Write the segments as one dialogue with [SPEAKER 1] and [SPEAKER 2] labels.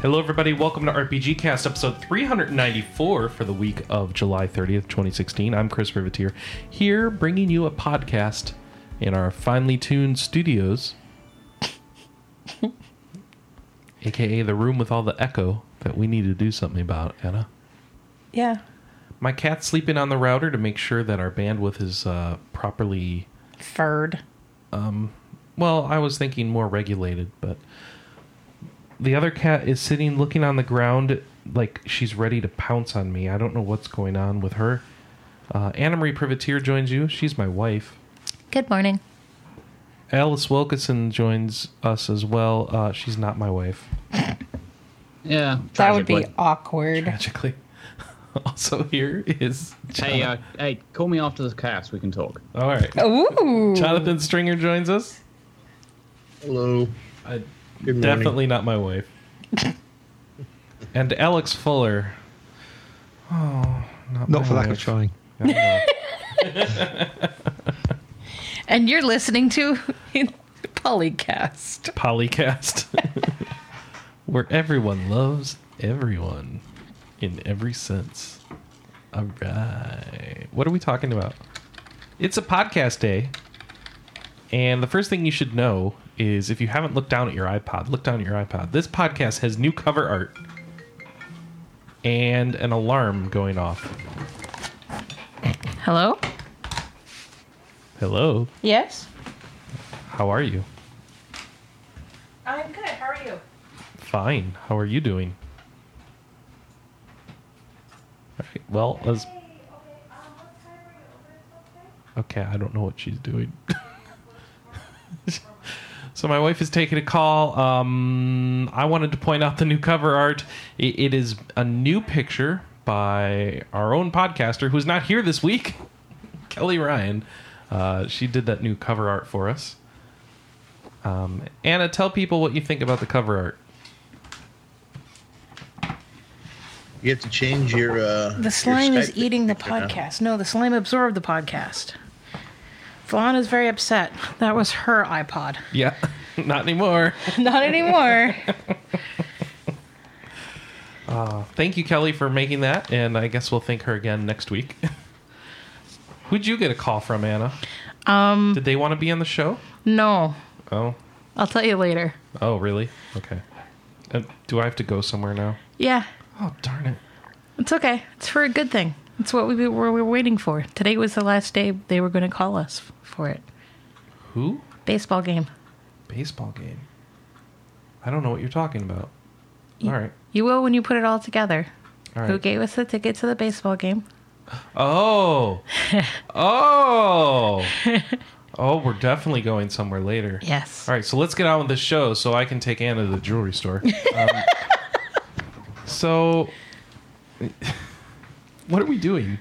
[SPEAKER 1] Hello, everybody. Welcome to RPG Cast, episode 394 for the week of July 30th, 2016. I'm Chris Riveteer, here bringing you a podcast in our finely tuned studios, aka the room with all the echo that we need to do something about, Anna.
[SPEAKER 2] Yeah.
[SPEAKER 1] My cat's sleeping on the router to make sure that our bandwidth is uh, properly
[SPEAKER 2] Furred.
[SPEAKER 1] Well, I was thinking more regulated, but the other cat is sitting looking on the ground like she's ready to pounce on me. I don't know what's going on with her. Uh, Anna Marie Privateer joins you. She's my wife.
[SPEAKER 3] Good morning.
[SPEAKER 1] Alice Wilkinson joins us as well. Uh, she's not my wife,
[SPEAKER 4] Yeah,
[SPEAKER 2] That would be
[SPEAKER 4] tragically.
[SPEAKER 2] awkward.
[SPEAKER 1] magically. also, here is.
[SPEAKER 4] Hey, uh, hey, call me after the cast. We can talk.
[SPEAKER 1] All right.
[SPEAKER 2] Ooh.
[SPEAKER 1] Jonathan Stringer joins us.
[SPEAKER 5] Hello.
[SPEAKER 1] I,
[SPEAKER 5] Good morning.
[SPEAKER 1] Definitely not my wife. and Alex Fuller. Oh, not,
[SPEAKER 5] Not
[SPEAKER 1] my
[SPEAKER 5] for lack of
[SPEAKER 1] wife.
[SPEAKER 5] trying.
[SPEAKER 1] I don't know.
[SPEAKER 3] And you're listening to Polycast.
[SPEAKER 1] Polycast, where everyone loves everyone in every sense. All right. What are we talking about? It's a podcast day. And the first thing you should know is if you haven't looked down at your iPod, look down at your iPod. This podcast has new cover art and an alarm going off.
[SPEAKER 3] Hello?
[SPEAKER 1] Hello.
[SPEAKER 2] Yes?
[SPEAKER 1] How are you?
[SPEAKER 2] I'm good. How are you?
[SPEAKER 1] Fine. How are you doing? All right, well, as okay, I don't know what she's doing. so my wife is taking a call. Um, I wanted to point out the new cover art. It, it is a new picture by our own podcaster who's not here this week, Kelly Ryan. Uh, she did that new cover art for us. Um, Anna, tell people what you think about the cover art.
[SPEAKER 5] You have to change your. Uh,
[SPEAKER 2] The slime is eating the podcast. No, the slime absorbed the podcast. Valana's very upset. That was her iPod.
[SPEAKER 1] Yeah, not anymore.
[SPEAKER 2] Not anymore.
[SPEAKER 1] Thank you, Kelly, for making that, and I guess we'll thank her again next week. Who'd you get a call from, Anna? Um, did they want to be on the show?
[SPEAKER 3] No.
[SPEAKER 1] Oh,
[SPEAKER 3] I'll tell you later.
[SPEAKER 1] oh, really? Okay. Uh, do I have to go somewhere now?
[SPEAKER 3] Yeah,
[SPEAKER 1] Oh, darn it!
[SPEAKER 3] it's okay. It's for a good thing. It's what we we were, we were waiting for. Today was the last day they were going to call us f- for it.
[SPEAKER 1] Who?
[SPEAKER 3] Baseball game.
[SPEAKER 1] Baseball game. I don't know what you're talking about. All right,
[SPEAKER 3] You will when you put it all together.
[SPEAKER 1] all
[SPEAKER 3] Who
[SPEAKER 1] right.
[SPEAKER 3] gave us the ticket to the baseball game?
[SPEAKER 1] Oh, oh, oh! We're definitely going somewhere later.
[SPEAKER 3] Yes.
[SPEAKER 1] All right, so let's get on with the show so I can take Anna to the jewelry store. Um, so, what are we doing?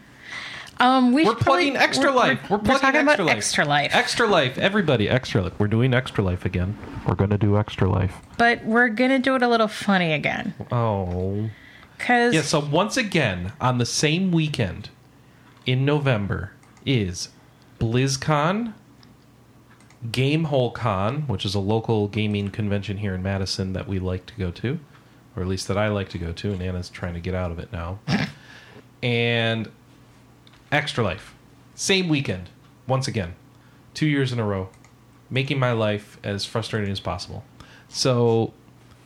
[SPEAKER 3] Um, we
[SPEAKER 1] We're
[SPEAKER 3] should probably-
[SPEAKER 1] plugging Extra Life. We're, plugging
[SPEAKER 2] talking about
[SPEAKER 1] Extra Life.
[SPEAKER 2] Extra Life.
[SPEAKER 1] Extra Life. Everybody, Extra Life. We're doing Extra Life again. We're going to do Extra Life.
[SPEAKER 2] but we're going to do it a little funny again.
[SPEAKER 1] Oh.
[SPEAKER 2] Because
[SPEAKER 1] Yeah, so once again, on the same weekend in November is BlizzCon, GameholeCon, which is a local gaming convention here in Madison that we like to go to, or at least that I like to go to, and Anna's trying to get out of it now. and Extra Life. Same weekend, once again, two years in a row, making my life as frustrating as possible. So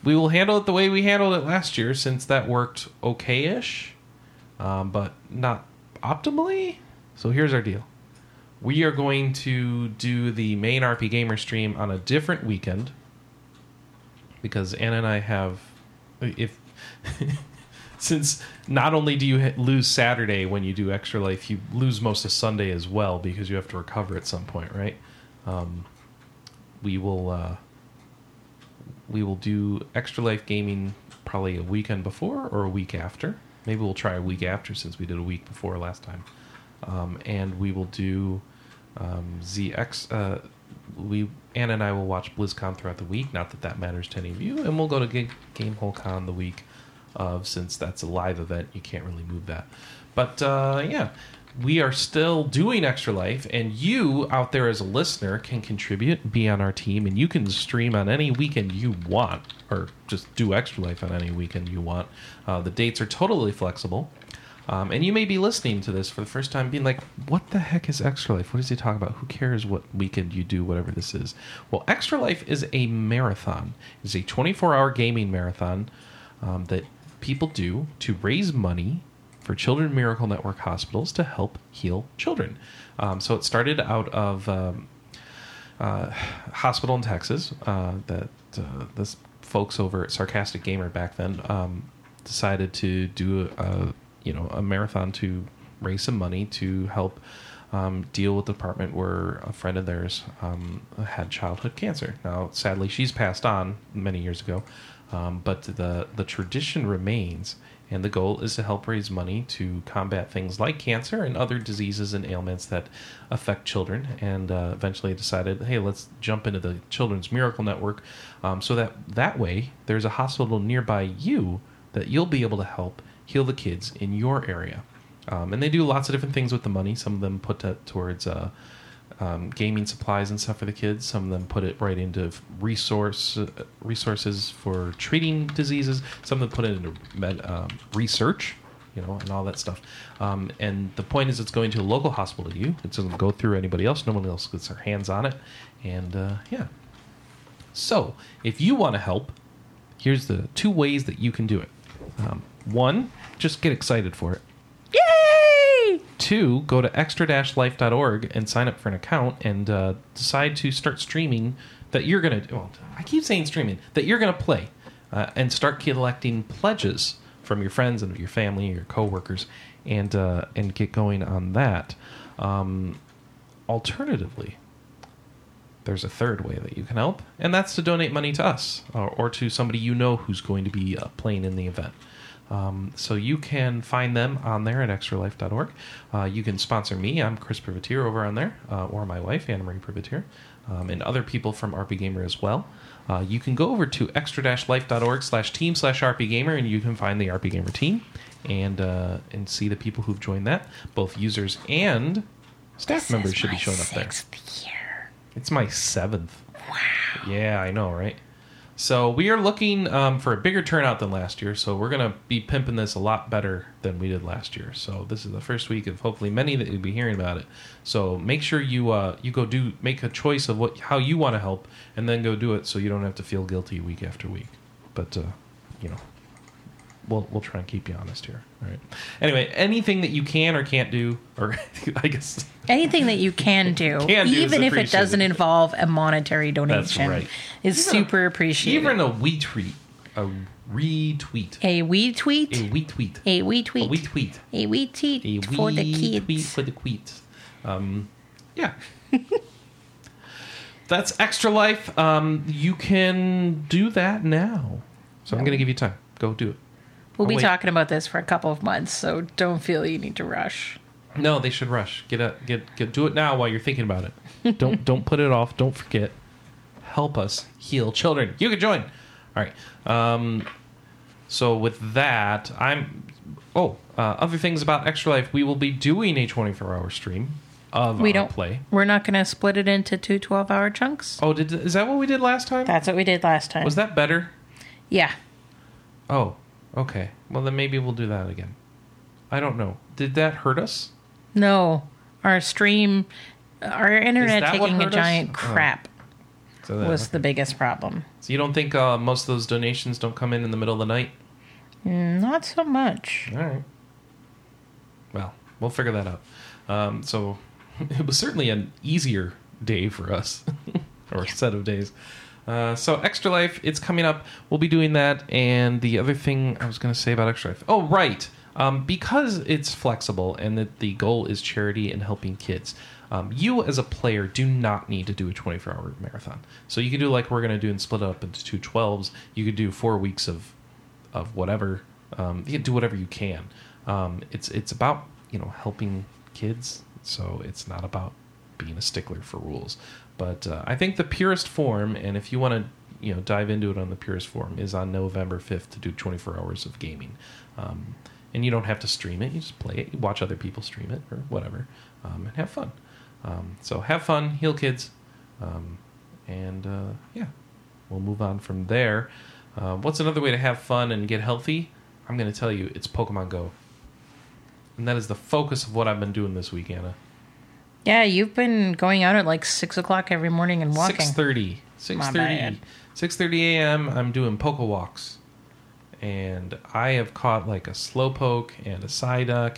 [SPEAKER 1] we will handle it the way we handled it last year, since that worked okay ish, um, but not optimally. So here's our deal we are going to do the main RP Gamer stream on a different weekend because Anna and I have. if Since not only do you ha- lose Saturday when you do Extra Life, you lose most of Sunday as well because you have to recover at some point, right? Um, we will. Uh, we will do extra life gaming probably a weekend before or a week after maybe we'll try a week after since we did a week before last time um, and we will do um, zx uh, we Anna and I will watch BlizzCon throughout the week. Not that that matters to any of you, and we'll go to G- Gamehole Con the week of, since that's a live event. You can't really move that, but uh, yeah, we are still doing Extra Life, and you out there as a listener can contribute, be on our team, and you can stream on any weekend you want, or just do Extra Life on any weekend you want. Uh, the dates are totally flexible. Um, and you may be listening to this for the first time, being like, what the heck is Extra Life? What does he talk about? Who cares what weekend you do, whatever this is? Well, Extra Life is a marathon, it's a 24 hour gaming marathon um, that people do to raise money for Children Miracle Network hospitals to help heal children. Um, so it started out of. Um, hospital in Texas uh, that uh, this folks over at Sarcastic Gamer back then um, decided to do a, you know a marathon to raise some money to help um, deal with the department where a friend of theirs um, had childhood cancer. Now, sadly, she's passed on many years ago, um, but the the tradition remains. And the goal is to help raise money to combat things like cancer and other diseases and ailments that affect children. And uh, eventually decided, hey, let's jump into the Children's Miracle Network um, so that that way there's a hospital nearby you that you'll be able to help heal the kids in your area. Um, and they do lots of different things with the money. Some of them put that towards uh, um, gaming supplies and stuff for the kids. Some of them put it right into f- resource uh, resources for treating diseases. Some of them put it into med, um, research, you know, and all that stuff. Um, and the point is, it's going to a local hospital to you. It doesn't go through anybody else. No one else gets their hands on it. And uh, yeah, so if you want to help, here's the two ways that you can do it. Um, one, just get excited for it. Two, go to extra-life.org and sign up for an account and uh, decide to start streaming that you're going to, well, I keep saying streaming, that you're going to play uh, and start collecting pledges from your friends and your family, your coworkers, and, uh, and get going on that. Um, alternatively, there's a third way that you can help, and that's to donate money to us or, or to somebody you know who's going to be uh, playing in the event. Um, so you can find them on there at extralife.org. Uh, you can sponsor me. I'm Chris Privateer over on there, uh, or my wife, Anna Marie Privateer, um, and other people from RP Gamer as well. Uh, you can go over to extra-life.org slash team slash rpgamer and you can find the RP Gamer team and uh, and see the people who've joined that. Both users and staff members should be showing up there. It's my seventh. Wow. Yeah, I know, right? So we are looking um, for a bigger turnout than last year. So we're gonna be pimping this a lot better than we did last year. So this is the first week of hopefully many that you'll be hearing about it. So make sure you uh, you go do make a choice of what how you want to help, and then go do it so you don't have to feel guilty week after week. But uh, you know, we'll we'll try and keep you honest here. All right. Anyway, anything that you can or can't do, or I guess
[SPEAKER 2] Anything that you can do,
[SPEAKER 1] Can do is
[SPEAKER 2] even if it
[SPEAKER 1] appreciated.
[SPEAKER 2] doesn't involve a monetary donation,
[SPEAKER 1] right.
[SPEAKER 2] is super appreciated.
[SPEAKER 1] even a we tweet, a retweet.
[SPEAKER 2] a wee tweet,
[SPEAKER 1] A wee tweet.
[SPEAKER 2] a wee tweet,
[SPEAKER 1] A wee tweet.
[SPEAKER 2] a wee tweet,
[SPEAKER 1] A wee
[SPEAKER 2] for the kids.
[SPEAKER 1] tweet for the queet. Um, yeah. That's extra life. Um, you can do that now. So I'm going to give you time. Go do it.
[SPEAKER 2] We'll
[SPEAKER 1] Oh,
[SPEAKER 2] be
[SPEAKER 1] wait.
[SPEAKER 2] talking about this for a couple of months, so don't feel you need to rush.
[SPEAKER 1] No, they should rush. Get up. Get get. Do it now while you're thinking about it. Don't don't put it off. Don't forget. Help us heal children. You can join. All right. Um, so with that, I'm. Oh, uh, other things about Extra Life. We will be doing a 24-hour stream of
[SPEAKER 2] We
[SPEAKER 1] our
[SPEAKER 2] don't
[SPEAKER 1] Uh, play.
[SPEAKER 2] We're not going to split it into two 12 hour chunks.
[SPEAKER 1] Oh, did is that what we did last time?
[SPEAKER 2] That's what we did last time.
[SPEAKER 1] Was that better?
[SPEAKER 2] yeah.
[SPEAKER 1] Oh, okay. Well, then maybe we'll do that again. I don't know. Did that hurt us?
[SPEAKER 2] No. Our stream, our internet
[SPEAKER 1] that what
[SPEAKER 2] taking a
[SPEAKER 1] hurt us?
[SPEAKER 2] giant
[SPEAKER 1] Oh.
[SPEAKER 2] crap
[SPEAKER 1] So, that,
[SPEAKER 2] was the biggest problem.
[SPEAKER 1] so you don't think uh, most of those donations don't come in in the middle of the night?
[SPEAKER 2] Not so much.
[SPEAKER 1] All right. Well, we'll figure that out. Um, so it was certainly an easier day for us, or set of days. Uh, so extra life, it's coming up. We'll be doing that. And the other thing I was going to say about extra life. Oh, right. Um, because it's flexible and that the goal is charity and helping kids. Um, you as a player do not need to do a 24 hour marathon. So you can do like we're going to do and split it up into two 12s. You could do four weeks of of whatever. Um, you do whatever you can. Um, it's it's about you know helping kids, so it's not about being a stickler for rules. But uh, I think the purest form, and if you want to, you know, dive into it on the purest form, is on November fifth to do twenty four hours of gaming. Um, and you don't have to stream it; you just play it, you watch other people stream it or whatever, um, and have fun. Um, so have fun, heal kids, um, and uh, yeah, we'll move on from there. Uh, what's another way to have fun and get healthy? I'm going to tell you, it's Pokemon Go. And that is the focus of what I've been doing this week, Anna.
[SPEAKER 2] Yeah, you've been going out at like six o'clock every morning and walking.
[SPEAKER 1] 6.30. 6.30.
[SPEAKER 2] bad.
[SPEAKER 1] 6.30 a.m. I'm doing Poke Walks. And I have caught like a Slowpoke and a Psyduck.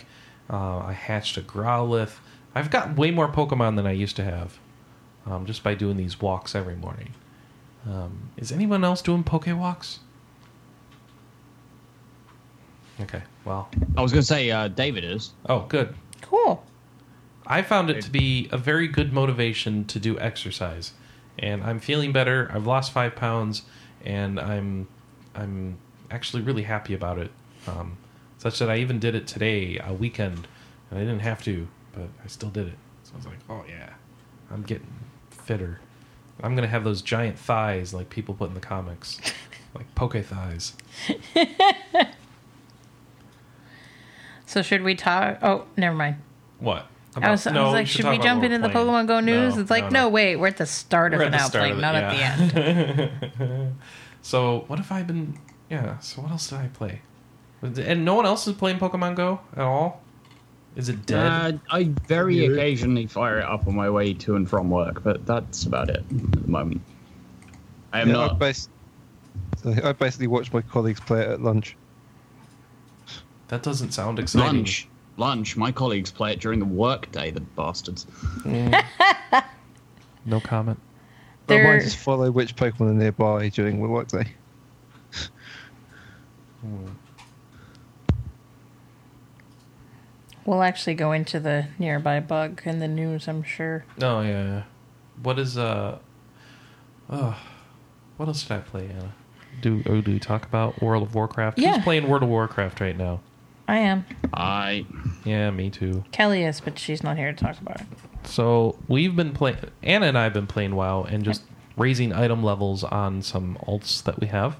[SPEAKER 1] Uh, I hatched a Growlithe. I've got way more Pokemon than I used to have um, just by doing these walks every morning. Um, is anyone else doing Poke Walks? Okay, well.
[SPEAKER 4] I was going to say uh, David is.
[SPEAKER 1] Oh, good.
[SPEAKER 2] Cool.
[SPEAKER 1] I found it to be a very good motivation to do exercise, and I'm feeling better. I've lost five pounds, and I'm I'm actually really happy about it. Um, such that I even did it today, a weekend, and I didn't have to, but I still did it. So I was like, oh yeah, I'm getting fitter. I'm gonna have those giant thighs like people put in the comics, like poke thighs.
[SPEAKER 2] So should we talk? Oh, never mind.
[SPEAKER 1] What?
[SPEAKER 2] I was, I was like, should we jump into the Pokemon Go news? it's like, no, wait, we're at the start
[SPEAKER 1] We're
[SPEAKER 2] of an
[SPEAKER 1] at the start
[SPEAKER 2] outplay,
[SPEAKER 1] of it,
[SPEAKER 2] not at the
[SPEAKER 1] yeah.
[SPEAKER 2] end.
[SPEAKER 1] So what have I been? Yeah. So what else did I play? And no one else is playing Pokemon Go at all. Is it dead?
[SPEAKER 4] Uh, I very occasionally fire it up on my way to and from work, but that's about it at the moment. I am
[SPEAKER 6] Yeah, I,
[SPEAKER 4] not.
[SPEAKER 6] bas- Sorry, I basically watched my colleagues play it at lunch.
[SPEAKER 1] that doesn't sound exciting.
[SPEAKER 4] Lunch. Lunch. My colleagues play it during the workday, the bastards.
[SPEAKER 1] No comment.
[SPEAKER 6] But
[SPEAKER 2] They're-
[SPEAKER 6] mine just follow which Pokemon are nearby during the workday.
[SPEAKER 2] We'll actually go into the nearby bug in the news, I'm sure.
[SPEAKER 1] No. Oh, yeah, yeah. What is uh? Oh, what else did I play, Anna? Do oh, do we talk about World of Warcraft?
[SPEAKER 2] Yeah.
[SPEAKER 1] Who's playing World of Warcraft right now?
[SPEAKER 2] I am.
[SPEAKER 4] I.
[SPEAKER 1] Yeah, me too.
[SPEAKER 2] Kelly is, but she's not here to talk about it.
[SPEAKER 1] So we've been playing. Anna and I have been playing WoW and just raising item levels on some alts that we have,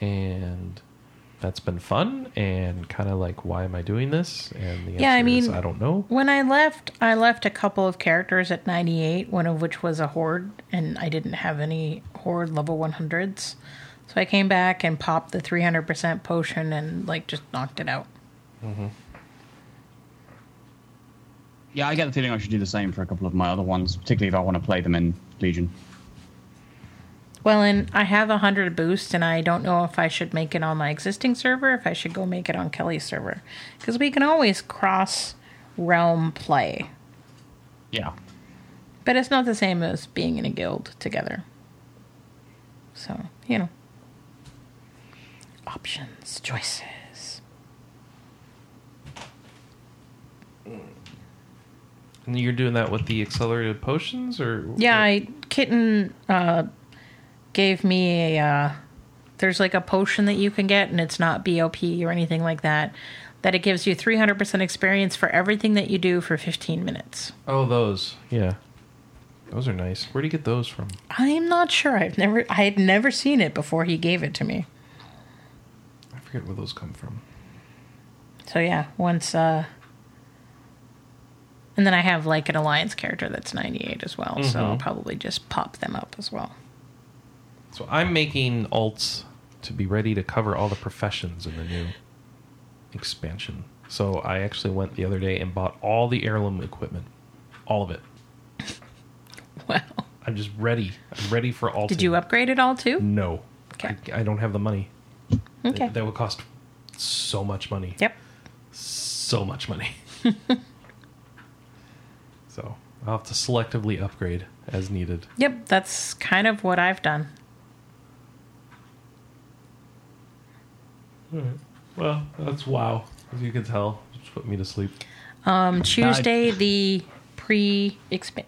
[SPEAKER 1] and that's been fun. And kind of like, why am I doing this? And the answer
[SPEAKER 2] Yeah, I
[SPEAKER 1] is
[SPEAKER 2] mean-
[SPEAKER 1] I don't know.
[SPEAKER 2] When I left, I left a couple of characters at 98, one of which was a horde, and I didn't have any horde level 100s. So I came back and popped the 300% potion and, like, just knocked it out.
[SPEAKER 4] Yeah, I get the feeling I should do the same for a couple of my other ones, particularly if I want to play them in Legion.
[SPEAKER 2] Well, and I have a 100 boost, and I don't know if I should make it on my existing server, if I should go make it on Kelly's server. Because we can always cross realm play,
[SPEAKER 4] Yeah.
[SPEAKER 2] but it's not the same as being in a guild together. So, you know. Options, choices.
[SPEAKER 1] And you're doing that with the accelerated potions, or
[SPEAKER 2] Yeah, I, Kitten uh, gave me a. Uh, there's like a potion that you can get, and it's not BOP or anything like that. That it gives you 300% experience for everything that you do for 15 minutes.
[SPEAKER 1] oh, those. Yeah, those are nice. Where do you get those from?
[SPEAKER 2] I'm not sure. I've never, I had never seen it before he gave it to me.
[SPEAKER 1] I forget where those come from.
[SPEAKER 2] So yeah, once, uh, and then I have like an alliance character that's 98 as well. So
[SPEAKER 4] Mm-hmm.
[SPEAKER 2] I'll probably just pop them up as well.
[SPEAKER 1] So I'm making alts to be ready to cover all the professions in the new expansion. So I actually went the other day and bought all the heirloom equipment, all of it.
[SPEAKER 2] Wow.
[SPEAKER 1] I'm just ready. I'm ready for alting.
[SPEAKER 2] Did you upgrade it all
[SPEAKER 4] Mm.
[SPEAKER 2] too?
[SPEAKER 1] No.
[SPEAKER 2] Okay.
[SPEAKER 1] I, I don't have the money.
[SPEAKER 2] Okay.
[SPEAKER 1] That, that would cost so much money.
[SPEAKER 2] Yep.
[SPEAKER 1] So much money. so I'll have to selectively upgrade as needed.
[SPEAKER 2] Yep. That's kind of what I've done.
[SPEAKER 1] Well, that's wow. As you can tell, it's put me to sleep.
[SPEAKER 2] Um, Tuesday, the pre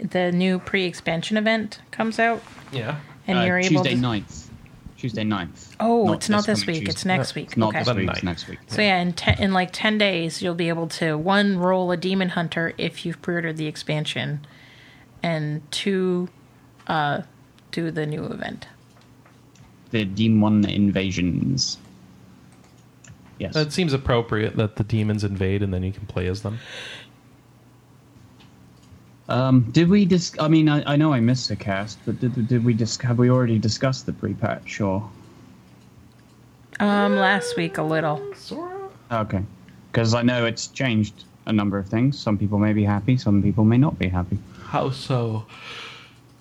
[SPEAKER 2] the new pre expansion event comes out,
[SPEAKER 1] Yeah.
[SPEAKER 2] and
[SPEAKER 4] Uh,
[SPEAKER 2] you're able
[SPEAKER 4] Tuesday
[SPEAKER 2] to.
[SPEAKER 4] 9th. Tuesday 9th.
[SPEAKER 2] Oh, it's not this
[SPEAKER 4] coming
[SPEAKER 2] week.
[SPEAKER 4] Tuesday.
[SPEAKER 2] It's next
[SPEAKER 1] No,
[SPEAKER 2] week.
[SPEAKER 4] It's not
[SPEAKER 2] okay.
[SPEAKER 4] this week.
[SPEAKER 1] Night.
[SPEAKER 4] It's next week.
[SPEAKER 2] So yeah, in ten, in like ten days, you'll be able to one roll a demon hunter if you've pre-ordered the expansion, and two uh, do the new event.
[SPEAKER 4] The demon invasions. Yes.
[SPEAKER 1] That seems appropriate that the demons invade and then you can play as them.
[SPEAKER 4] Um, did we dis? I mean, I, I know I missed the cast, but did, did we dis- Have we already discussed the pre-patch? Or
[SPEAKER 2] Um, last week a little.
[SPEAKER 1] Sora?
[SPEAKER 4] Ah, okay, because I know it's changed a number of things. Some people may be happy. Some people may not be happy.
[SPEAKER 1] How so?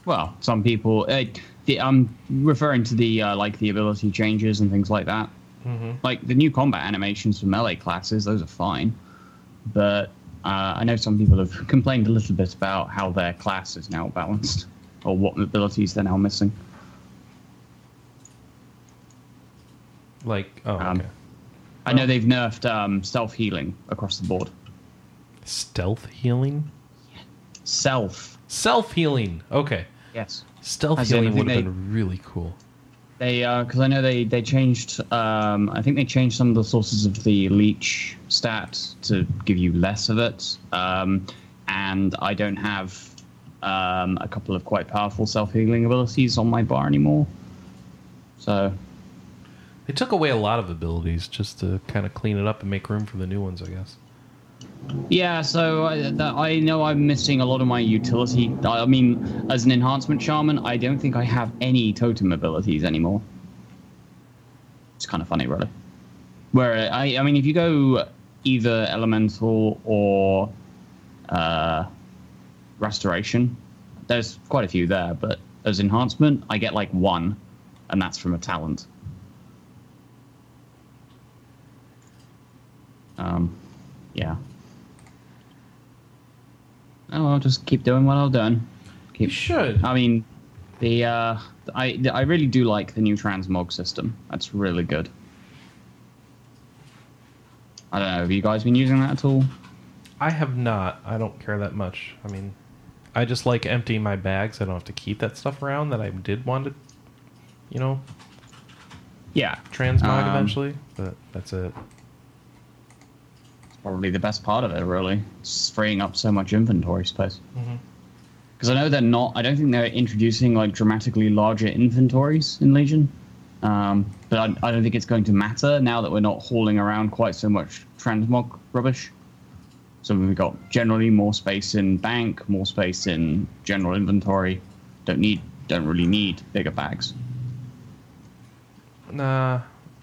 [SPEAKER 4] Well, some people. Uh, the, I'm referring to the uh, like the ability changes and things like that. Like the new combat animations for melee classes, those are fine. But uh, I know some people have complained a little bit about how their class is now balanced, or what abilities they're now missing.
[SPEAKER 1] Like, oh,
[SPEAKER 4] Um,
[SPEAKER 1] okay.
[SPEAKER 4] I know they've nerfed um, self healing across the board.
[SPEAKER 1] Stealth healing?
[SPEAKER 4] Self,
[SPEAKER 1] Self healing. Okay.
[SPEAKER 4] yes.
[SPEAKER 1] Stealth
[SPEAKER 4] As in, I
[SPEAKER 1] healing
[SPEAKER 4] think
[SPEAKER 1] would have
[SPEAKER 4] they-
[SPEAKER 1] been really cool.
[SPEAKER 4] They because I know they they changed. Um, I think they changed some of the sources of the leech stat to give you less of it. Um, and I don't have um, a couple of quite powerful self healing abilities on my bar anymore. So
[SPEAKER 1] They took away a lot of abilities just to kind of clean it up and make room for the new ones, I guess.
[SPEAKER 4] Yeah, so I, that, I know I'm missing a lot of my utility. I mean, as an enhancement shaman, I don't think I have any totem abilities anymore. It's kind of funny, really. Where I, I mean, if you go either elemental or uh, restoration, there's quite a few there. But as enhancement, I get like one, and that's from a talent. Um, yeah. Oh, I'll just keep doing what I've done. Keep.
[SPEAKER 1] You should.
[SPEAKER 4] I mean, the uh, I the- I really do like the new transmog system. That's really good. I don't know. Have you guys been using that at all?
[SPEAKER 1] I have not. I don't care that much. I mean, I just like emptying my bags. I don't have to keep that stuff around that I did want to, you know,
[SPEAKER 4] Yeah,
[SPEAKER 1] transmog
[SPEAKER 4] Um,
[SPEAKER 1] eventually. But that's it.
[SPEAKER 4] it's probably the best part of it. Really, it's freeing up so much inventory space.
[SPEAKER 1] Mhm.
[SPEAKER 4] Because I know they're not. I don't think they're introducing like dramatically larger inventories in Legion. Um, but I, I don't think it's going to matter now that we're not hauling around quite so much transmog rubbish. So we've got generally more space in bank, more space in general inventory. Don't need, don't really need bigger bags.
[SPEAKER 1] Nah,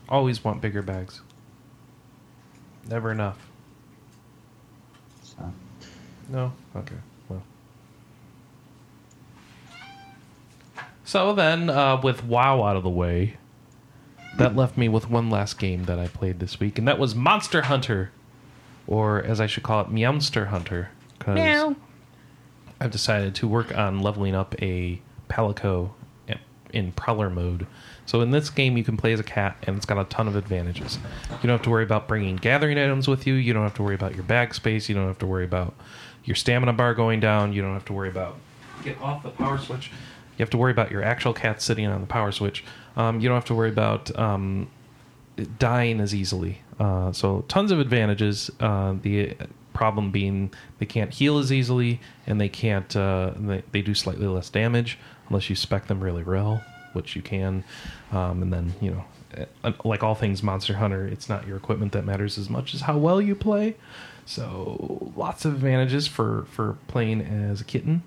[SPEAKER 1] always want bigger bags. Never enough.
[SPEAKER 4] So.
[SPEAKER 1] No? Okay. Well. So then, uh, with WoW out of the way, that left me with one last game that I played this week, and that was Monster Hunter, or as I should call it, Meowster Hunter, because
[SPEAKER 2] Meow.
[SPEAKER 1] I've decided to work on leveling up a Palico in Prowler mode. So in this game, you can play as a cat, and it's got a ton of advantages. You don't have to worry about bringing gathering items with you. You don't have to worry about your bag space. You don't have to worry about your stamina bar going down. You don't have to worry about get off the power switch. You have to worry about your actual cat sitting on the power switch. Um, you don't have to worry about um, dying as easily. Uh, so tons of advantages. Uh, the problem being they can't heal as easily, and they can't. Uh, they, they do slightly less damage unless you spec them really well, which you can. Um, and then you know, eh, like all things Monster Hunter, it's not your equipment that matters as much as how well you play. So lots of advantages for for playing as a kitten,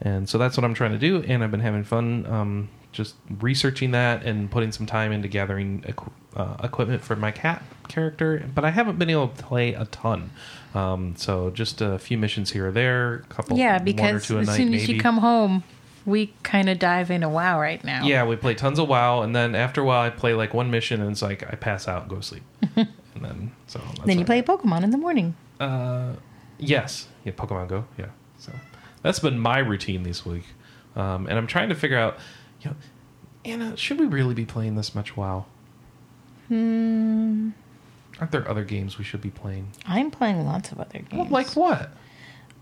[SPEAKER 1] and so that's what I'm trying to do. And I've been having fun. Um, just researching that and putting some time into gathering equ- uh, equipment for my cat character, but I haven't been able to play a ton. Um, so just a few missions here or there, a couple,
[SPEAKER 2] Yeah,
[SPEAKER 1] one or
[SPEAKER 2] because
[SPEAKER 1] two a
[SPEAKER 2] as
[SPEAKER 1] night,
[SPEAKER 2] soon
[SPEAKER 1] maybe.
[SPEAKER 2] as you come home, we kind of dive into WoW right now.
[SPEAKER 1] Yeah, we play tons of WoW, and then after a while, I play like one mission, and it's like I pass out, and go to sleep, and then so that's
[SPEAKER 2] Then
[SPEAKER 1] all.
[SPEAKER 2] you play Pokemon in the morning.
[SPEAKER 1] Yes. Yeah, Pokemon Go. Yeah. So that's been my routine this week, um, and I'm trying to figure out, you know, Anna, should we really be playing this much WoW? Hmm. Aren't there other games we should be playing?
[SPEAKER 2] I'm playing lots of other games.
[SPEAKER 1] Well, like what?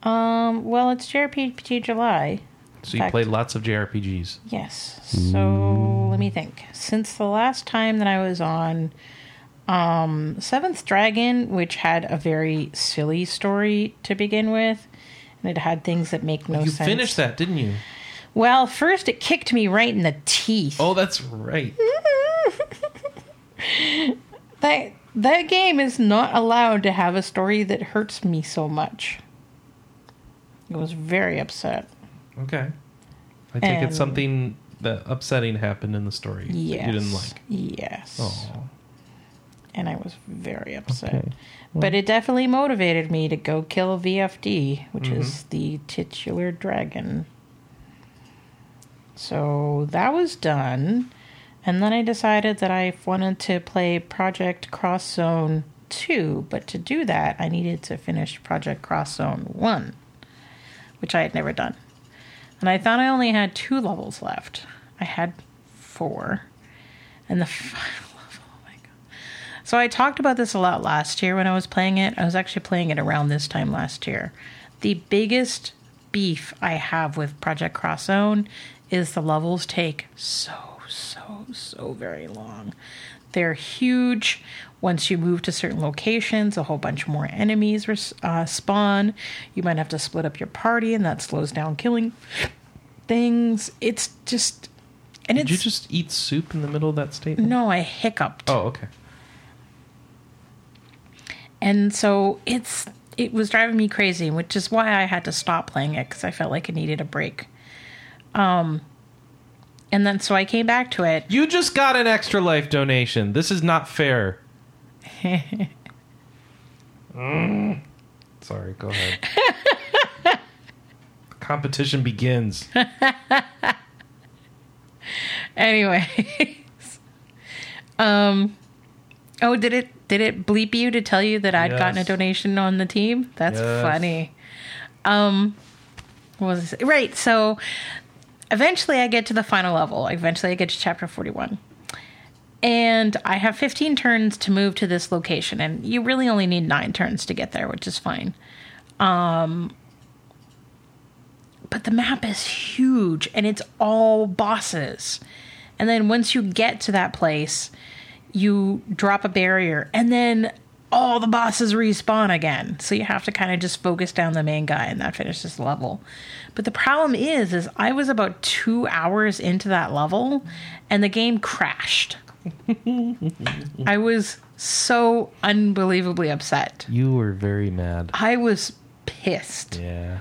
[SPEAKER 2] um, well, it's JRPG July.
[SPEAKER 1] So you
[SPEAKER 2] Fact.
[SPEAKER 1] played lots of JRPGs.
[SPEAKER 2] Yes. So let me think. Since the last time that I was on um, Seventh Dragon, which had a very silly story to begin with, It had things that make no
[SPEAKER 1] you
[SPEAKER 2] sense.
[SPEAKER 1] finished that, didn't you?
[SPEAKER 2] Well, first it kicked me right in the teeth.
[SPEAKER 1] Oh, that's right.
[SPEAKER 2] That that game is not allowed to have a story that hurts me so much. I was very upset.
[SPEAKER 1] Okay. I take
[SPEAKER 2] And-
[SPEAKER 1] it something that upsetting happened in the story
[SPEAKER 2] Yes.
[SPEAKER 1] that you didn't like.
[SPEAKER 2] Yes.
[SPEAKER 1] Oh,
[SPEAKER 2] And I was very upset.
[SPEAKER 1] okay.
[SPEAKER 2] But it definitely motivated me to go kill VFD, which is the titular dragon. So that was done. And then I decided that I wanted to play Project Cross Zone 2, but to do that, I needed to finish Project Cross Zone 1, which I had never done. And I thought I only had two levels left. I had four. And the final level, oh my god. So I talked about this a lot last year when I was playing it. I was actually playing it around this time last year. The biggest beef I have with Project Cross Zone is the levels take so, so, so very long. They're huge. Once you move to certain locations, a whole bunch more enemies res- uh, spawn. You might have to split up your party, and that slows down killing things. It's just, and
[SPEAKER 1] Did
[SPEAKER 2] it's Mm-hmm.
[SPEAKER 1] you just eat soup in the middle of that statement?
[SPEAKER 2] no, I hiccuped.
[SPEAKER 1] Oh, okay.
[SPEAKER 2] and so it's it was driving me crazy which is why i had to stop playing it because i felt like it needed a break um and then so i came back to it
[SPEAKER 1] You just got an extra life donation. This is not fair. Mm. Sorry, go ahead. the competition begins.
[SPEAKER 2] anyways um oh did it did it bleep you to tell you that i'd gotten a
[SPEAKER 1] Yes.
[SPEAKER 2] donation on the team that's
[SPEAKER 1] Yes.
[SPEAKER 2] funny um what was I say? right so eventually i get to the final level eventually i get to chapter 41 and I have 15 turns to move to this location, and you really only need nine turns to get there, which is fine. Um, but the map is huge, and it's all bosses. And then once you get to that place, you drop a barrier, and then all the bosses respawn again. So you have to kind of just focus down the main guy, and that finishes the level. But the problem is, is I was about two hours into that level, and the game crashed. I was so unbelievably upset.
[SPEAKER 1] You were very mad.
[SPEAKER 2] I was pissed.
[SPEAKER 1] Yeah.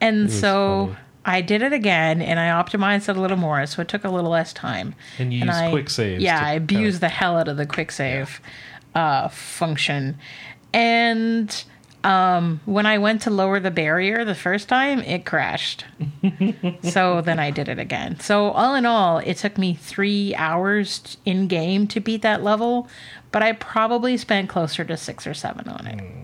[SPEAKER 2] And
[SPEAKER 1] was
[SPEAKER 2] so
[SPEAKER 1] funny.
[SPEAKER 2] I did it again and I optimized it a little more, so it took a little less time.
[SPEAKER 1] And you used quick saves
[SPEAKER 2] Yeah,
[SPEAKER 1] to
[SPEAKER 2] I
[SPEAKER 1] kind of-
[SPEAKER 2] abused the hell out of the quick save uh, function. And um, when I went to lower the barrier the first time, it crashed. so then I did it again. So all in all, it took me three hours in game to beat that level, but I probably spent closer to six or seven on it.
[SPEAKER 1] Hmm.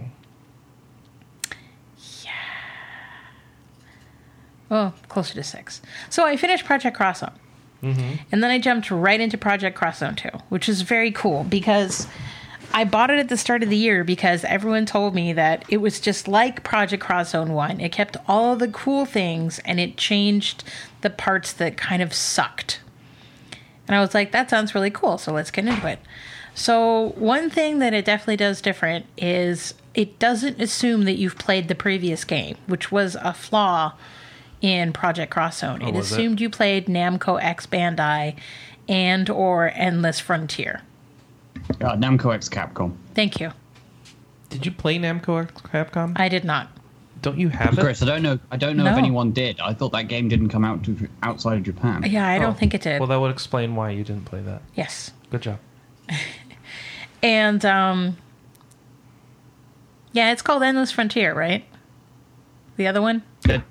[SPEAKER 2] Oh, closer to six. So I finished Project Cross Zone. And then I jumped right into Project Cross Zone 2, which is very cool because I bought it at the start of the year because everyone told me that it was just like Project Cross Zone 1. It kept all the cool things and it changed the parts that kind of sucked. And I was like, that sounds really cool. So let's get into it. So, one thing that it definitely does different is it doesn't assume that you've played the previous game, which was a flaw in Project Cross Zone. it
[SPEAKER 1] was it?
[SPEAKER 2] assumed you played Namco X Bandai and or Endless Frontier.
[SPEAKER 4] Uh, Namco X Capcom.
[SPEAKER 2] Thank you.
[SPEAKER 1] Did you play Namco X Capcom?
[SPEAKER 2] I did not.
[SPEAKER 1] Don't you have it?
[SPEAKER 4] Chris, I don't know. I don't know
[SPEAKER 2] No.
[SPEAKER 4] if anyone did. I thought that game didn't come out to, outside of Japan.
[SPEAKER 2] Yeah, I
[SPEAKER 1] Oh.
[SPEAKER 2] don't think it did.
[SPEAKER 1] Well, that would explain why you didn't play that.
[SPEAKER 2] yes.
[SPEAKER 1] Good job.
[SPEAKER 2] And um Yeah, it's called Endless Frontier, right? The other one?
[SPEAKER 4] The-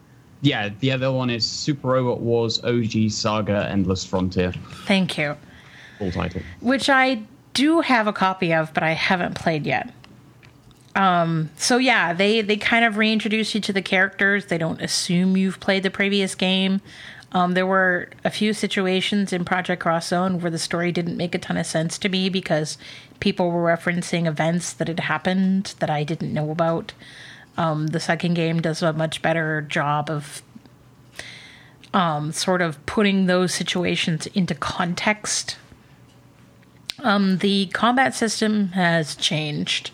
[SPEAKER 4] yeah, the other one is Super Robot Wars OG Saga Endless Frontier.
[SPEAKER 2] Thank you.
[SPEAKER 4] Full title.
[SPEAKER 2] which I do have a copy of, but I haven't played yet. Um, so yeah, they they kind of reintroduce you to the characters. They don't assume you've played the previous game. Um, there were a few situations in Project Cross Zone where the story didn't make a ton of sense to me because people were referencing events that had happened that I didn't know about. Um, the second game does a much better job of um, sort of putting those situations into context the combat system has changed,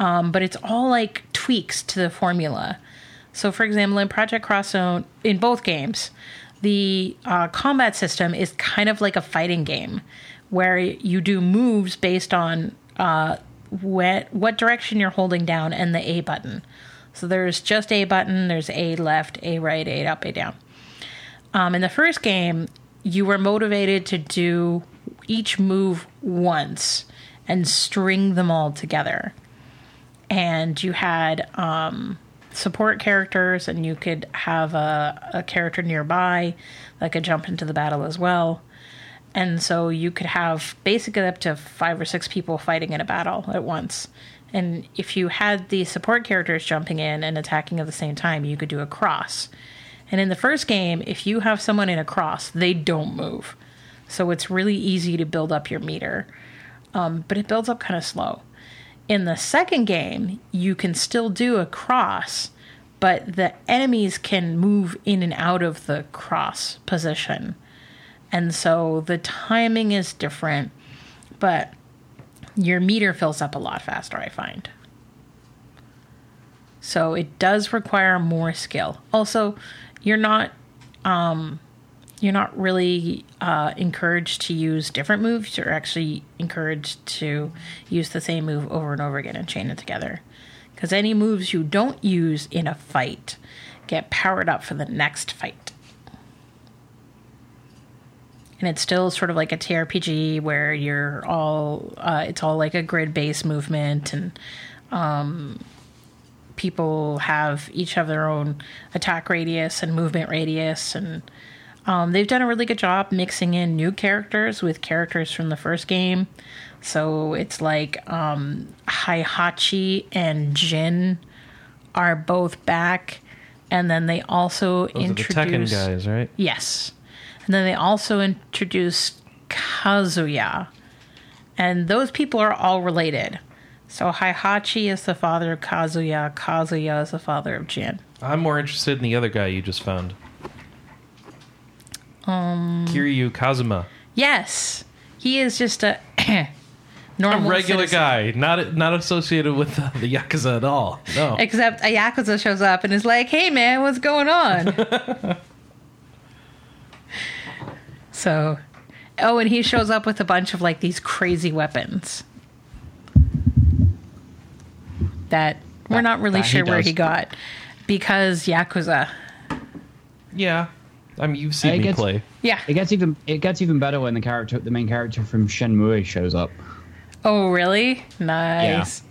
[SPEAKER 2] um, but it's all like tweaks to the formula. So, for example, in Project Crosszone, in both games, the uh, combat system is kind of like a fighting game where you do moves based on uh, what, what direction you're holding down and the A button. So, there's just A button, there's A left, A right, A up, A down. Um, in the first game, you were motivated to do each move once and string them all together. And you had um, support characters, and you could have a, a character nearby that could jump into the battle as well. And so you could have basically up to five or six people fighting in a battle at once. And if you had the support characters jumping in and attacking at the same time, you could do a cross. And in the first game, if you have someone in a cross, they don't move. So it's really easy to build up your meter, um, but it builds up kind of slow. In the second game, you can still do a cross, but the enemies can move in and out of the cross position. And so the timing is different, but your meter fills up a lot faster, I find. So it does require more skill. Also, you're not um, you're not really uh, encouraged to use different moves. You're actually encouraged to use the same move over and over again and chain it together. Because any moves you don't use in a fight get powered up for the next fight. And it's still sort of like a TRPG where you're all, uh, it's all like a grid based movement and um, people have each have their own attack radius and movement radius and um, they've done a really good job mixing in new characters with characters from the first game so it's like um, hihachi and jin are both back and then they also
[SPEAKER 1] Those are the Tekken
[SPEAKER 2] introduce
[SPEAKER 1] guys, right?
[SPEAKER 2] yes and then they also introduced kazuya and those people are all related so Hihachi is the father of Kazuya. Kazuya is the father of Jin.
[SPEAKER 1] I'm more interested in the other guy you just found. Um, Kiryu Kazuma,
[SPEAKER 2] Yes, he is just a
[SPEAKER 1] a
[SPEAKER 2] normal,
[SPEAKER 1] regular
[SPEAKER 2] citizen.
[SPEAKER 1] guy, not not associated with the, the yakuza at all. No,
[SPEAKER 2] Except a yakuza shows up and is like, "Hey, man, what's going on?" so, oh, and he shows up with a bunch of like these crazy weapons that we're
[SPEAKER 4] That-
[SPEAKER 2] not really
[SPEAKER 4] that he
[SPEAKER 2] sure where
[SPEAKER 4] does.
[SPEAKER 2] he got because yakuza.
[SPEAKER 1] yeah, I mean you've seen
[SPEAKER 4] I
[SPEAKER 1] me
[SPEAKER 4] guess-
[SPEAKER 1] play.
[SPEAKER 2] Yeah.
[SPEAKER 4] It gets even it gets even better when the character the main character from Shenmue shows up.
[SPEAKER 2] Oh, really? Nice.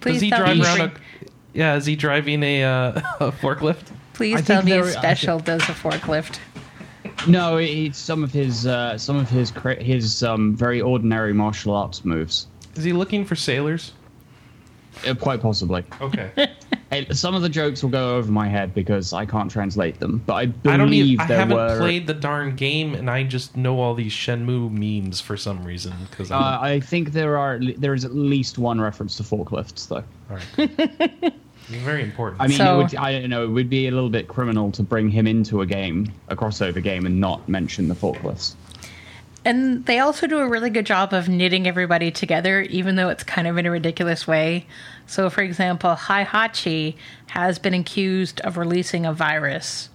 [SPEAKER 2] Please
[SPEAKER 1] Does he
[SPEAKER 2] tell
[SPEAKER 1] drive
[SPEAKER 2] me.
[SPEAKER 1] around? A, yeah, is he driving a, uh, a forklift?
[SPEAKER 2] please
[SPEAKER 4] I
[SPEAKER 2] tell
[SPEAKER 4] think
[SPEAKER 2] me
[SPEAKER 4] there-
[SPEAKER 2] his
[SPEAKER 4] I
[SPEAKER 2] special does a forklift.
[SPEAKER 4] No, it's some of his uh, some of his cra- his um, very ordinary martial arts moves,
[SPEAKER 1] Is he looking for sailors?
[SPEAKER 4] uh, quite possibly.
[SPEAKER 1] Okay,
[SPEAKER 4] Hey, some of the jokes will go over my head because I can't translate them, but I believe
[SPEAKER 1] I don't even. I
[SPEAKER 4] there
[SPEAKER 1] haven't
[SPEAKER 4] were.
[SPEAKER 1] played the darn game, and I just know all these Shenmue memes for some reason. Because
[SPEAKER 4] uh, I think there are there is at least one reference to forklifts though.
[SPEAKER 1] very important.
[SPEAKER 4] I mean,
[SPEAKER 2] So-
[SPEAKER 4] it would, I don't know. It would be a little bit criminal to bring him into a game, a crossover game, and not mention the forklifts.
[SPEAKER 2] And they also do a really good job of knitting everybody together, even though it's kind of in a ridiculous way. So, for example, Hihachi has been accused of releasing a virus,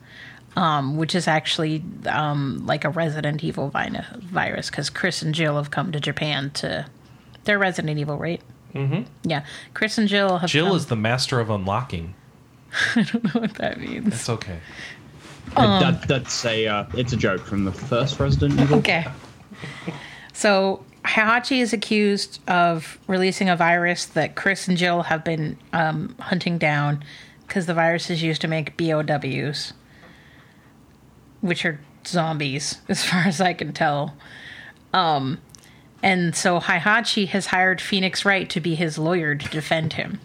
[SPEAKER 2] um, which is actually um, like a Resident Evil vi- virus, because Chris and Jill have come to Japan to. They're Resident Evil, right? Mm-hmm. Yeah. Chris and Jill have
[SPEAKER 1] Jill
[SPEAKER 2] come-
[SPEAKER 1] is the master of unlocking.
[SPEAKER 2] know what that means.
[SPEAKER 1] It's okay.
[SPEAKER 2] Oh.
[SPEAKER 4] that, that's a uh, it's a joke from the first Resident Evil.
[SPEAKER 2] Okay. So Hihachi is accused of releasing a virus that Chris and Jill have been um, hunting down because the virus is used to make BOWs, which are zombies, as far as I can tell. Um, and so Hihachi has hired Phoenix Wright to be his lawyer to defend him.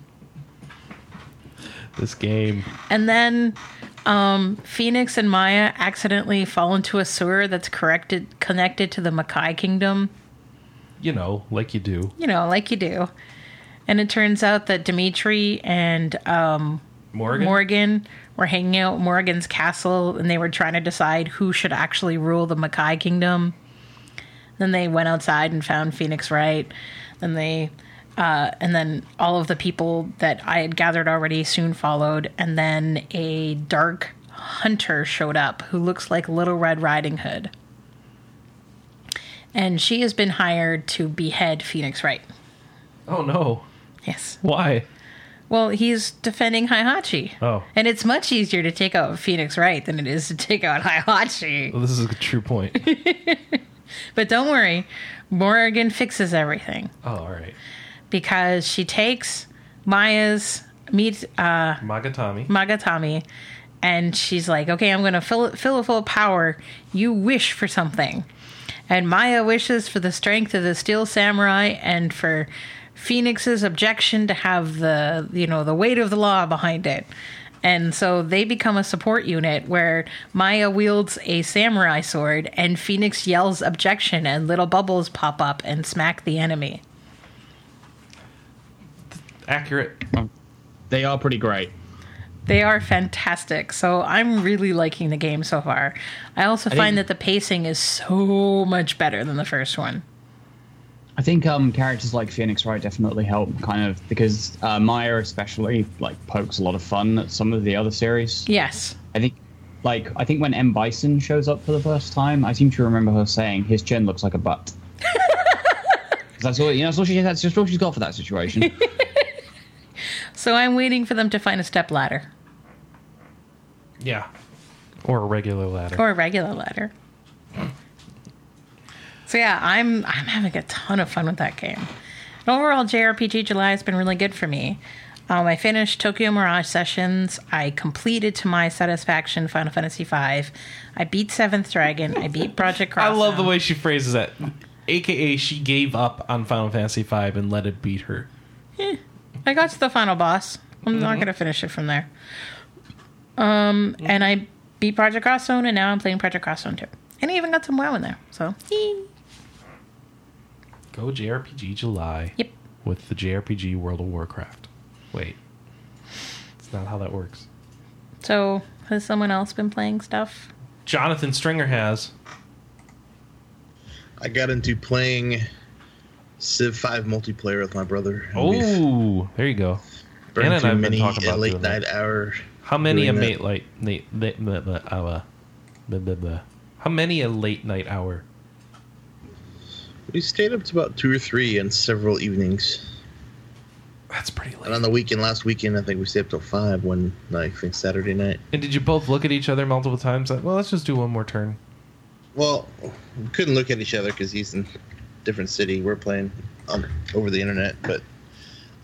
[SPEAKER 1] This game.
[SPEAKER 2] And then um, Phoenix and Maya accidentally fall into a sewer that's corrected, connected to the Makai Kingdom.
[SPEAKER 1] you know, like you do.
[SPEAKER 2] you know, like you do. And it turns out that Dimitri and um,
[SPEAKER 1] Morgan.
[SPEAKER 2] Morgan were hanging out at Morgan's castle and they were trying to decide who should actually rule the Makai kingdom. Then they went outside and found Phoenix Wright. Then they Uh, and then all of the people that I had gathered already soon followed. And then a dark hunter showed up who looks like Little Red Riding Hood. And she has been hired to behead Phoenix Wright.
[SPEAKER 1] Oh no.
[SPEAKER 2] Yes.
[SPEAKER 1] Why?
[SPEAKER 2] Well, he's defending Hihachi.
[SPEAKER 1] Oh.
[SPEAKER 2] And it's much easier to take out Phoenix Wright than it is to take out Hihachi.
[SPEAKER 1] Well, this is a true point.
[SPEAKER 2] But don't worry, Morrigan fixes everything
[SPEAKER 1] oh, all right.
[SPEAKER 2] because she takes Maya's meat uh,
[SPEAKER 1] Magatami.
[SPEAKER 2] Magatami and she's like, "Okay, I'm going to fill it fill it full of power. You wish for something." And Maya wishes for the strength of the steel samurai and for Phoenix's objection to have the, you know, the weight of the law behind it. And so they become a support unit where Maya wields a samurai sword and Phoenix yells objection and little bubbles pop up and smack the enemy.
[SPEAKER 1] Accurate.
[SPEAKER 4] They are pretty great.
[SPEAKER 2] They are fantastic. So I'm really liking the game so far. I also find that the pacing is so much better than the first one.
[SPEAKER 4] I think um, characters like Phoenix Wright definitely help, kind of because uh, Maya especially like pokes a lot of fun at some of the other series.
[SPEAKER 2] Yes.
[SPEAKER 4] I think, like, I think when M Bison shows up for the first time, I seem to remember her saying his chin looks like a butt. 'Cause that's all you know. That's all she. That's just all she's got for that situation.
[SPEAKER 2] So I'm waiting for them to find a step ladder
[SPEAKER 1] Yeah. Or a regular ladder.
[SPEAKER 2] or a regular ladder.
[SPEAKER 1] Hmm.
[SPEAKER 2] So yeah, I'm I'm having a ton of fun with that game. And overall, JRPG July has been really good for me. Um, I finished Tokyo Mirage Sessions. I completed, to my satisfaction, Final Fantasy V. I beat Seventh Dragon. I beat Project Cross.
[SPEAKER 1] I love the way she phrases that. AKA, she gave up on Final Fantasy V and let it beat her.
[SPEAKER 2] I got to the final boss. I'm not gonna finish it from there. Um, and I beat Project Crosszone, and now I'm playing Project Crosszone too. And I even got some WoW in there. So,
[SPEAKER 1] Go JRPG July
[SPEAKER 2] yep,
[SPEAKER 1] with the JRPG World of Warcraft. Wait. It's not how that works.
[SPEAKER 2] so has someone else been playing stuff?
[SPEAKER 1] Jonathan Stringer has.
[SPEAKER 5] I got into playing Civ 5 multiplayer with my brother. and we've
[SPEAKER 1] Oh, there you go.
[SPEAKER 5] burned
[SPEAKER 1] Anna and
[SPEAKER 5] through
[SPEAKER 1] I have been
[SPEAKER 5] many
[SPEAKER 1] talking
[SPEAKER 5] a
[SPEAKER 1] about
[SPEAKER 5] late
[SPEAKER 1] doing that.
[SPEAKER 5] night hour.
[SPEAKER 1] How many a
[SPEAKER 5] doing that.
[SPEAKER 1] mate light? Nate, nate, blah, blah, hour, blah, blah, blah. How many a late night hour?
[SPEAKER 5] We stayed up to about two or three in several evenings.
[SPEAKER 1] That's pretty late.
[SPEAKER 5] And on the weekend, last weekend, I think we stayed up till five one night, I think Saturday night.
[SPEAKER 1] And did you both look at each other multiple times? Like, well, let's just do one more turn.
[SPEAKER 5] Well, we couldn't look at each other because he's in different city. We're playing on over the internet, but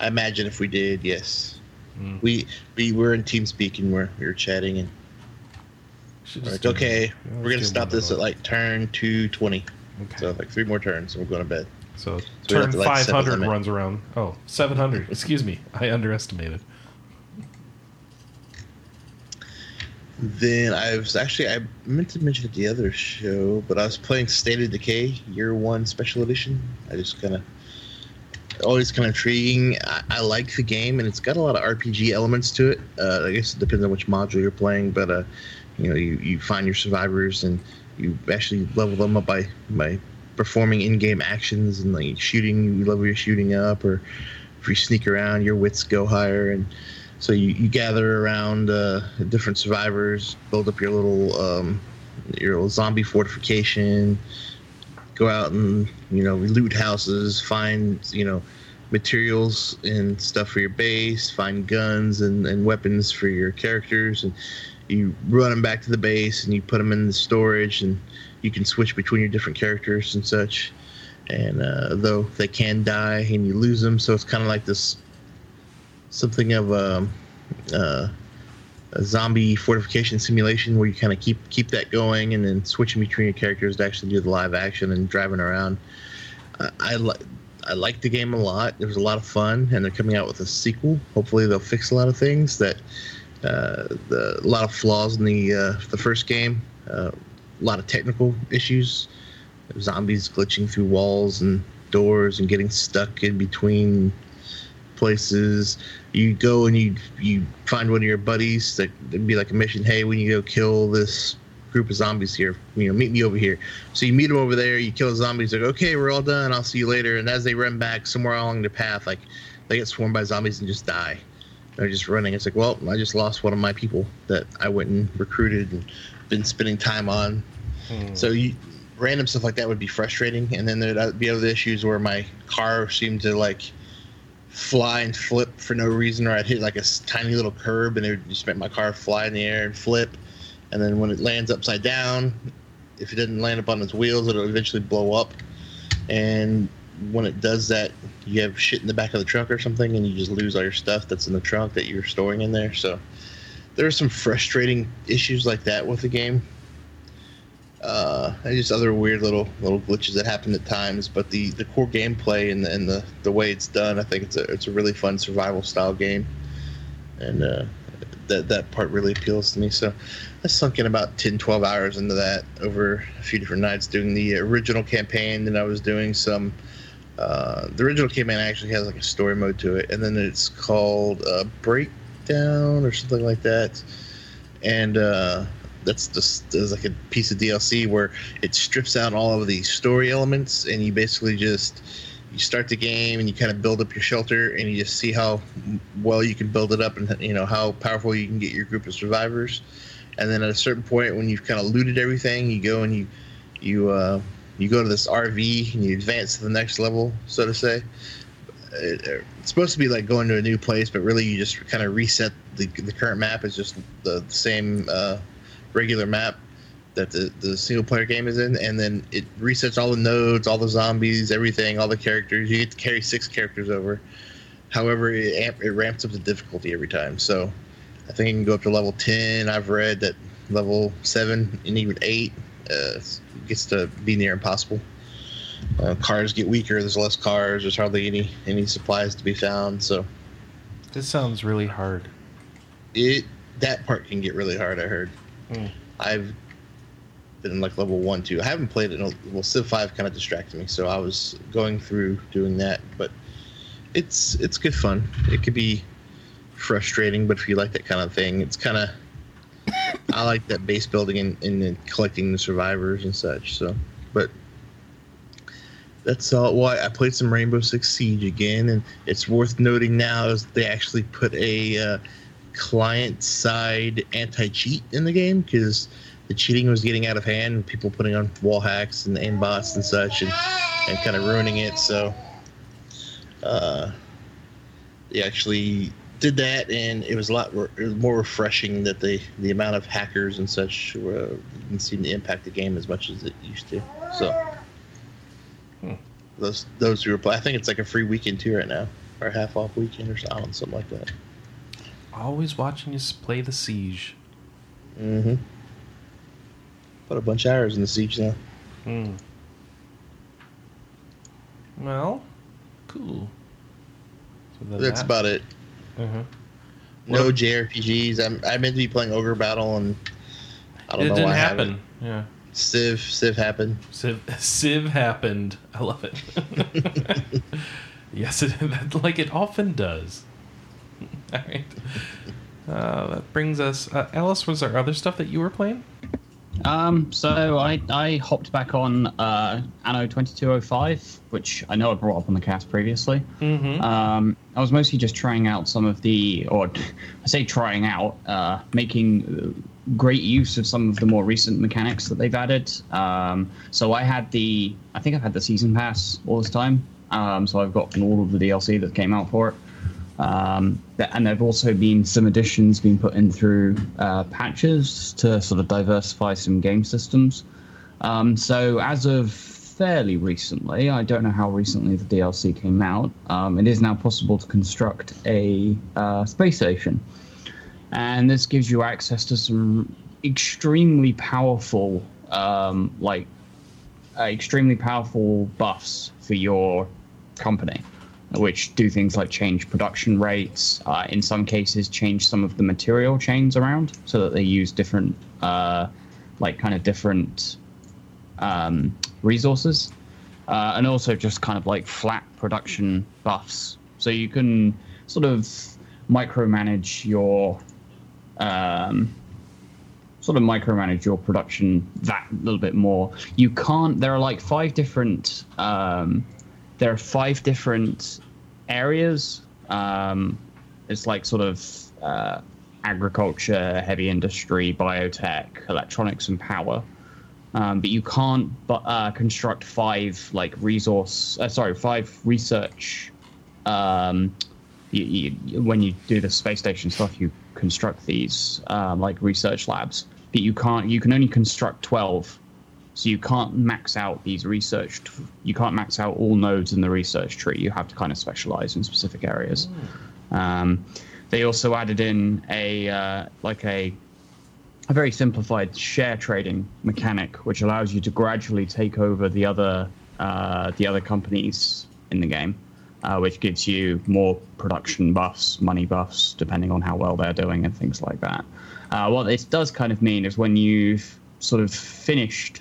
[SPEAKER 5] I imagine if we did, yes,
[SPEAKER 1] Hmm.
[SPEAKER 5] we we were in TeamSpeak and we're we were chatting and
[SPEAKER 1] Should
[SPEAKER 5] we're
[SPEAKER 1] just
[SPEAKER 5] like,
[SPEAKER 1] do-
[SPEAKER 5] okay,
[SPEAKER 1] yeah, let's
[SPEAKER 5] we're gonna
[SPEAKER 1] do
[SPEAKER 5] stop
[SPEAKER 1] one more.
[SPEAKER 5] this at like turn two twenty.
[SPEAKER 1] Okay.
[SPEAKER 5] So like three more turns, and we're going to bed.
[SPEAKER 1] So,
[SPEAKER 5] we have
[SPEAKER 1] turn
[SPEAKER 5] to, like, set the
[SPEAKER 1] 500
[SPEAKER 5] limit.
[SPEAKER 1] runs around. Oh, 700. Excuse me. I underestimated.
[SPEAKER 5] Then I was actually I meant to mention it the other show, but I was playing State of Decay Year One Special Edition. I just kind of always kind of intriguing. I, I like the game, and it's got a lot of RPG elements to it. Uh, I guess it depends on which module you're playing, but uh, you know you, you find your survivors and you actually level them up by by performing in-game actions and like shooting. You level your shooting up, or if you sneak around, your wits go higher and so you, you gather around uh, different survivors, build up your little um, your little zombie fortification, go out and you know loot houses, find you know materials and stuff for your base, find guns and, and weapons for your characters, and you run them back to the base and you put them in the storage, and you can switch between your different characters and such. And uh, though they can die and you lose them, so it's kind of like this something of a, uh a zombie fortification simulation where you kind of keep keep that going and then switching between your characters to actually do the live action and driving around. I, I like. I like the game a lot. It was a lot of fun, and they're coming out with a sequel. Hopefully, they'll fix a lot of things that uh, the a lot of flaws in the uh, the first game, uh, a lot of technical issues, zombies glitching through walls and doors and getting stuck in between places. You go and you you find one of your buddies that it'd be like a mission. Hey, when you go kill this group of zombies here. You know, meet me over here. So you meet them over there. You kill the zombies. Like, okay, we're all done. I'll see you later. And as they run back somewhere along the path, like they get swarmed by zombies and just die. They're just running. It's like, well, I just lost one of my people that I went and recruited and been spending time on. So you, random stuff like that would be frustrating. And then there'd be other issues where my car seemed to like fly and flip for no reason, or I'd hit like a s- tiny little curb and it would just make my car fly in the air and flip. And then when it lands upside down, if it doesn't land up on its wheels, it'll eventually blow up. And when it does that, you have shit in the back of the truck or something, and you just lose all your stuff that's in the trunk that you're storing in there. So there are some frustrating issues like that with the game. Uh, and just other weird little little glitches that happen at times, but the, the core gameplay and the, and the the way it's done, I think it's a it's a really fun survival style game, and uh, that that part really appeals to me. So I sunk in about 10, 12 hours into that over a few different nights doing the original campaign. Then I was doing some. Uh, the original campaign actually has like a story mode to it, and then it's called uh, Breakdown or something like that. And uh, that's just there's like a piece of DLC where it strips out all of the story elements, and you basically just you start the game and you kind of build up your shelter, and you just see how well you can build it up, and you know how powerful you can get your group of survivors. And then at a certain point, when you've kind of looted everything, you go and you you uh, you go to this RV and you advance to the next level, so to say. It- It's supposed to be like going to a new place, but really you just kind of reset the, the current map. It's just the same uh, regular map that the, the single player game is in, and then it resets all the nodes, all the zombies, everything, all the characters. You get to carry six characters over. However, it, amp- it ramps up the difficulty every time. So I think you can go up to level 10. I've read that level 7 and even 8 uh, gets to be near impossible. Uh, cars get weaker. There's less cars. There's hardly any any supplies to be found. So
[SPEAKER 1] This sounds really hard.
[SPEAKER 5] it that part can get really hard. I heard.
[SPEAKER 1] Mm.
[SPEAKER 5] I've been like level one, two. I haven't played it. In a, well, Civ Five kind of distracted me, so I was going through doing that. But it's it's good fun. It could be frustrating, but if you like that kind of thing, it's kind of. I like that base building and, and then collecting the survivors and such. So, but that's all. Well, I- I played some Rainbow Six Siege again, and it's worth noting now is they actually put a uh, client side anti cheat in the game because the cheating was getting out of hand, and people putting on wall hacks and aim bots and such, and, and kind of ruining it. So, uh, they actually did that, and it was a lot re- it was more refreshing that they the amount of hackers and such uh, didn't seem to impact the game as much as it used to. So those those who apply. I think it's like a free weekend too right now, or a half off weekend or something, something like that.
[SPEAKER 1] Always watching you s- play the siege.
[SPEAKER 5] Mm-hmm. Put a bunch of hours in the siege now.
[SPEAKER 1] Hmm. Well, cool. So then
[SPEAKER 5] That's
[SPEAKER 1] that-
[SPEAKER 5] about it.
[SPEAKER 1] Uh-huh.
[SPEAKER 5] No
[SPEAKER 1] Well-
[SPEAKER 5] JRPGs. I'm I meant to be playing Ogre Battle and I don't
[SPEAKER 1] It
[SPEAKER 5] know
[SPEAKER 1] didn't
[SPEAKER 5] why I
[SPEAKER 1] happen.
[SPEAKER 5] haven't.
[SPEAKER 1] Yeah.
[SPEAKER 5] Civ Civ happened.
[SPEAKER 1] Civ, Civ happened. I love it. yes, it, that- like it often does. All right. Uh, that brings us. Uh, Alice, was there other stuff that you were playing?
[SPEAKER 4] Um, so I, I hopped back on uh, Anno 2205, which I know I brought up on the cast previously.
[SPEAKER 1] Mm-hmm.
[SPEAKER 4] Um, I was mostly just trying out some of the, or I say trying out, uh, making uh, great use of some of the more recent mechanics that they've added. Um, so I had the, I think I've had the season pass all this time. Um, so I've gotten all of the DLC that came out for it. Um, th- and there've also been some additions being put in through uh, patches to sort of diversify some game systems. Um, so as of fairly recently, I don't know how recently the DLC came out. Um, it is now possible to construct a uh, space station, and this gives you access to some extremely powerful, um, like uh, extremely powerful buffs for your company, which do things like change production rates, uh, in some cases, change some of the material chains around so that they use different, uh, like, kind of different um, resources, uh, and also just kind of like flat production buffs. So you can sort of micromanage your um, sort of micromanage your production that little bit more. You can't. There are like five different. Um, there are five different areas. Um, it's like sort of uh, agriculture, heavy industry, biotech, electronics, and power. Um, but you can't bu- uh, construct five like resource. Uh, sorry, five research. Um, you, you, when you do the space station stuff, you construct these um, like research labs, but you can't. You can only construct twelve, so you can't max out these research. T- you can't max out all nodes in the research tree. You have to kind of specialize in specific areas. Um, they also added in a uh, like a a very simplified share trading mechanic, which allows you to gradually take over the other uh, the other companies in the game, uh, which gives you more production buffs, money buffs, depending on how well they're doing and things like that. Uh, what this does kind of mean is when you've sort of finished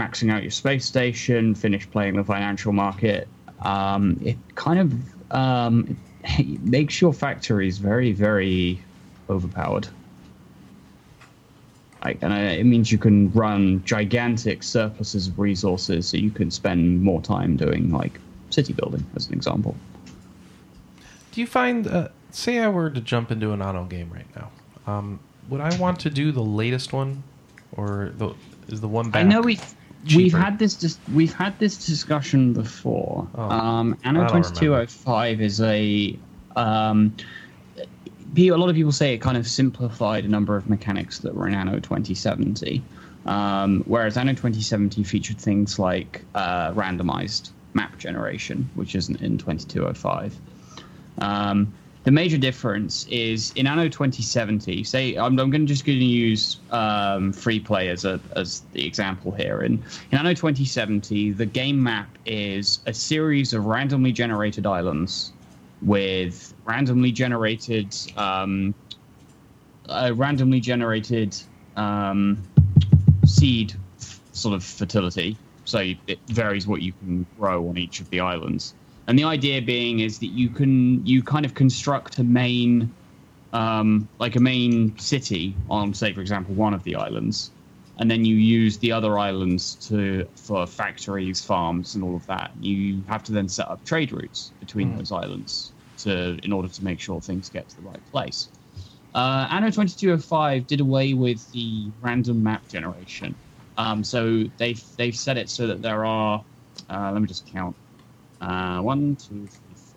[SPEAKER 4] maxing out your space station, finish playing the financial market. Um, it kind of um, it makes your factories very, very overpowered. Like, and I- it means you can run gigantic surpluses of resources, so you can spend more time doing like city building, as an example.
[SPEAKER 1] Do you find, uh, say, I were to jump into an auto game right now, um, would I want to do the latest one, or the is the one back?
[SPEAKER 4] I know we've we've
[SPEAKER 1] cheaper.
[SPEAKER 4] had this dis- we've had this discussion before.
[SPEAKER 1] Oh,
[SPEAKER 4] um,
[SPEAKER 1] I
[SPEAKER 4] Anno
[SPEAKER 1] don't
[SPEAKER 4] twenty two oh five is a um, pe- a lot of people say it kind of simplified a number of mechanics that were in Anno twenty seventy, um, whereas Anno twenty seventy featured things like uh, randomized map generation, which isn't in twenty two oh five. Um, the major difference is in Anno 2070. Say, I'm, I'm going to just going to use um, free play as a as the example here. In in Anno 2070, the game map is a series of randomly generated islands with randomly generated um, a randomly generated um, seed f- sort of fertility. So it varies what you can grow on each of the islands. And the idea being is that you can you kind of construct a main, um, like a main city on, say, for example, one of the islands, and then you use the other islands to for factories, farms, and all of that. You have to then set up trade routes between those islands to in order to make sure things get to the right place. Uh, Anno 2205 did away with the random map generation. Um, so they've, they've set it so that there are, uh, let me just count, uh, 1, 2, 3,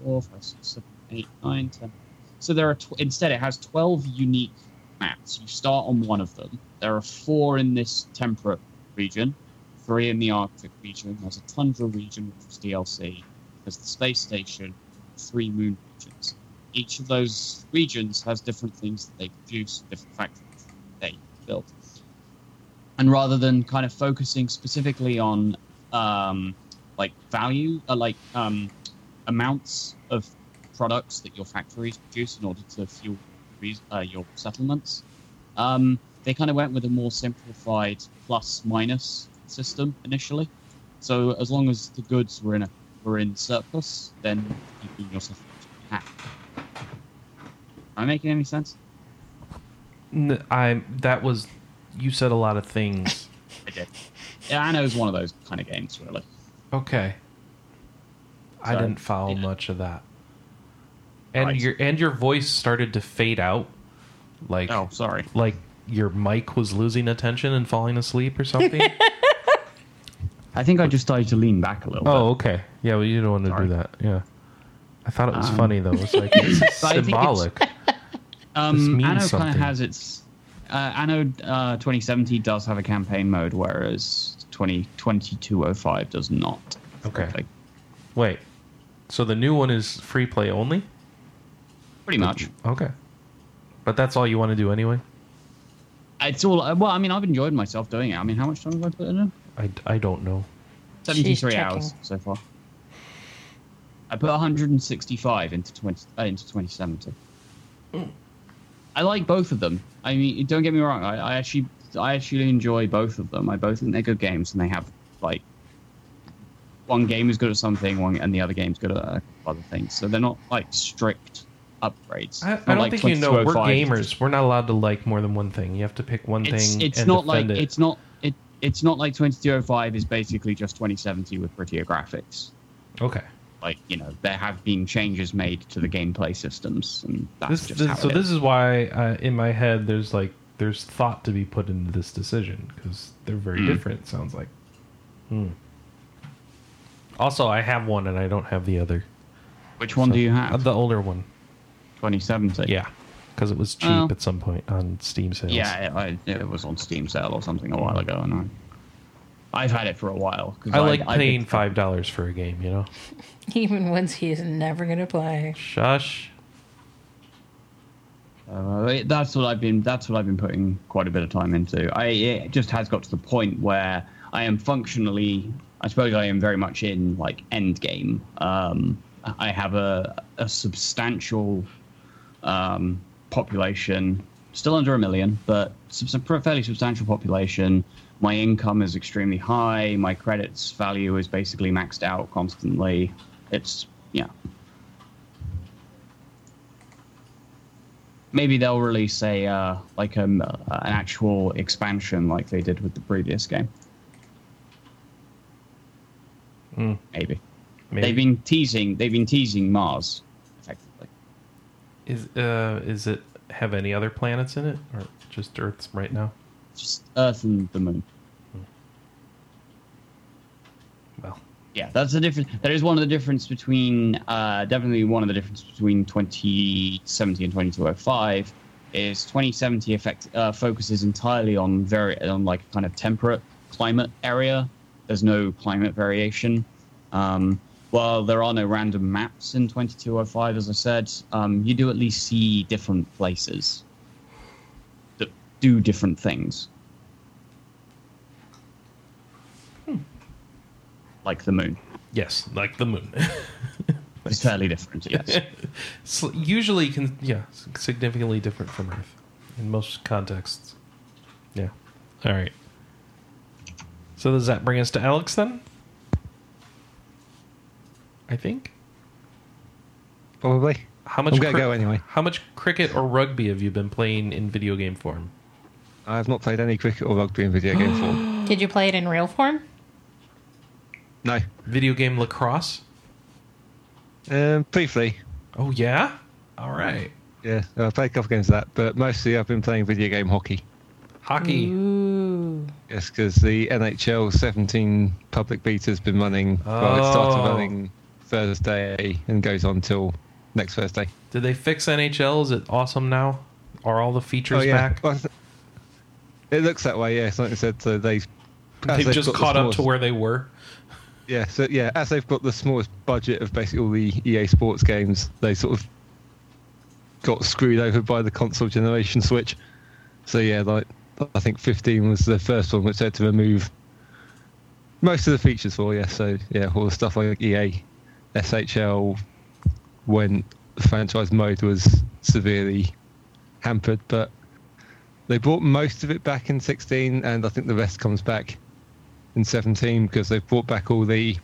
[SPEAKER 4] 4, 5, 6, 7, 8, 9, 10. So there are, tw- instead, it has 12 unique maps. You start on one of them. There are four in this temperate region, three in the Arctic region. There's a tundra region, which is DLC. There's the space station, three moon regions each of those regions has different things that they produce, different factories they build. And rather than kind of focusing specifically on um, like value, uh, like um, amounts of products that your factories produce in order to fuel re- uh, your settlements, um, they kind of went with a more simplified plus minus system initially. So as long as the goods were in a were in surplus, then you can yourself happy. Am I making any sense?
[SPEAKER 1] N- I'm- that was you said a lot of things.
[SPEAKER 4] I did. Yeah, I know it's one of those kind of games, really.
[SPEAKER 1] okay, I
[SPEAKER 4] So,
[SPEAKER 1] didn't follow
[SPEAKER 4] yeah.
[SPEAKER 1] much of that. And
[SPEAKER 4] Right.
[SPEAKER 1] your and your voice started to fade out, like
[SPEAKER 4] Oh, sorry.
[SPEAKER 1] like your mic was losing attention and falling asleep or something.
[SPEAKER 4] I think I just started to lean back a little
[SPEAKER 1] oh, okay. Yeah, well, you don't want to
[SPEAKER 4] Sorry.
[SPEAKER 1] do that. Yeah. I thought it was
[SPEAKER 4] Um,
[SPEAKER 1] funny though. It's like it's
[SPEAKER 4] I think it's-
[SPEAKER 1] symbolic.
[SPEAKER 4] bit. Um,
[SPEAKER 1] means
[SPEAKER 4] Anno kind
[SPEAKER 1] something.
[SPEAKER 4] of has its. Uh, Anno uh, 2070 does have a campaign mode, whereas 20, 2205 does not.
[SPEAKER 1] Okay.
[SPEAKER 4] Like,
[SPEAKER 1] Wait. So the new one is free play only?
[SPEAKER 4] pretty much.
[SPEAKER 1] Okay. But that's all you want to do anyway?
[SPEAKER 4] It's all. uh, Well, I mean, I've enjoyed myself doing it. I mean, how much time have I put in?
[SPEAKER 1] I, I don't know.
[SPEAKER 4] 73
[SPEAKER 2] checking.
[SPEAKER 4] hours so far. I put 165 into 20 uh, into 2070. I like both of them. I mean, don't get me wrong. I, I actually I actually enjoy both of them. I both think they're good games, and they have like one game is good at something, one and the other game's good at uh, other things. So they're not like strict upgrades.
[SPEAKER 1] I, I
[SPEAKER 4] Not
[SPEAKER 1] don't
[SPEAKER 4] like
[SPEAKER 1] think you know. We're
[SPEAKER 4] 2205.
[SPEAKER 1] gamers. We're not allowed to like more than one thing. You have to pick one
[SPEAKER 4] It's
[SPEAKER 1] thing
[SPEAKER 4] it's
[SPEAKER 1] and
[SPEAKER 4] not like
[SPEAKER 1] defend it.
[SPEAKER 4] it's not it it's not like 2205 is basically just 2070 with prettier graphics.
[SPEAKER 1] okay.
[SPEAKER 4] Like you know, there have been changes made to the gameplay systems, and that's
[SPEAKER 1] This,
[SPEAKER 4] Ah, just
[SPEAKER 1] this-
[SPEAKER 4] how
[SPEAKER 1] so this is why uh, in my head there's like there's thought to be put into this decision because they're very different. It sounds like. Hmm. Also, I have one and I don't have the other.
[SPEAKER 4] Which one do you
[SPEAKER 1] Uh,
[SPEAKER 4] have?
[SPEAKER 1] The older one.
[SPEAKER 4] 2070.
[SPEAKER 1] Yeah, because it was cheap
[SPEAKER 4] Oh.
[SPEAKER 1] at some point on Steam sales.
[SPEAKER 4] Yeah, it, I, it was on Steam sale or something a while ago, and I, I've had it for a while. 'cause
[SPEAKER 1] I like
[SPEAKER 4] I-
[SPEAKER 1] paying five dollars for a game. You know.
[SPEAKER 2] Even ones he's never going to play.
[SPEAKER 1] Shush.
[SPEAKER 4] Uh, it- that's what I've been. That's what I've been putting quite a bit of time into. I it just has got to the point where I am functionally. I suppose I am very much in like end game. Um, I have a a substantial um, population, still under a million, but subs- a fairly substantial population. My income is extremely high. My credits value is basically maxed out constantly. It's yeah. Maybe they'll release a uh, like um, uh, an actual expansion like they did with the previous game.
[SPEAKER 1] Mm,
[SPEAKER 4] Maybe.
[SPEAKER 1] maybe.
[SPEAKER 4] they've been teasing. They've been teasing Mars. Effectively.
[SPEAKER 1] Is uh is it have any other planets in it or just Earth's right now?
[SPEAKER 4] Just Earth and the Moon.
[SPEAKER 1] Well,
[SPEAKER 4] Yeah, that's the difference. That is one of the difference between, uh, definitely one of the difference between 2070 and 2205 is 2070 effect uh, focuses entirely on very on like kind of temperate climate area. There's no climate variation. Um, while there are no random maps in 2205, as I said, um, you do at least see different places that do different things. Like the moon.
[SPEAKER 1] yes, like the moon.
[SPEAKER 4] It's fairly different, yes.
[SPEAKER 1] S usually can yeah, s- significantly different from Earth in most contexts. Yeah. All right. So does that bring us to Alex then? I think.
[SPEAKER 6] Probably.
[SPEAKER 1] How much
[SPEAKER 6] I'm gonna go anyway.
[SPEAKER 1] How much cricket or rugby have you been playing in video game form?
[SPEAKER 6] I've not played any cricket or rugby in video game form.
[SPEAKER 2] Did you play it in real form?
[SPEAKER 6] No.
[SPEAKER 1] Video game lacrosse?
[SPEAKER 6] Um, briefly.
[SPEAKER 1] Oh yeah? All right.
[SPEAKER 6] Yeah, I played a couple games of that, but mostly I've been playing video game hockey.
[SPEAKER 1] Hockey.
[SPEAKER 2] Ooh.
[SPEAKER 6] Yes, because the NHL 17 public beta has been running. Well, it started
[SPEAKER 1] Oh.
[SPEAKER 6] running Thursday and goes on till next Thursday.
[SPEAKER 1] Did they fix NHL? Is it awesome now? Are all the features back?
[SPEAKER 6] Oh, Well, it looks that way. Yeah, it's like I said. So they
[SPEAKER 1] They've just caught up to where they were.
[SPEAKER 6] Yeah, so yeah, as they've got the smallest budget of basically all the EA Sports games, they sort of got screwed over by the console generation switch. So yeah, like I think 15 was the first one which they had to remove most of the features for. Yeah, so yeah, all the stuff like E EA, SHL, when franchise mode was severely hampered, but they brought most of it back in 16, and I think the rest comes back in 17 because they've brought back all the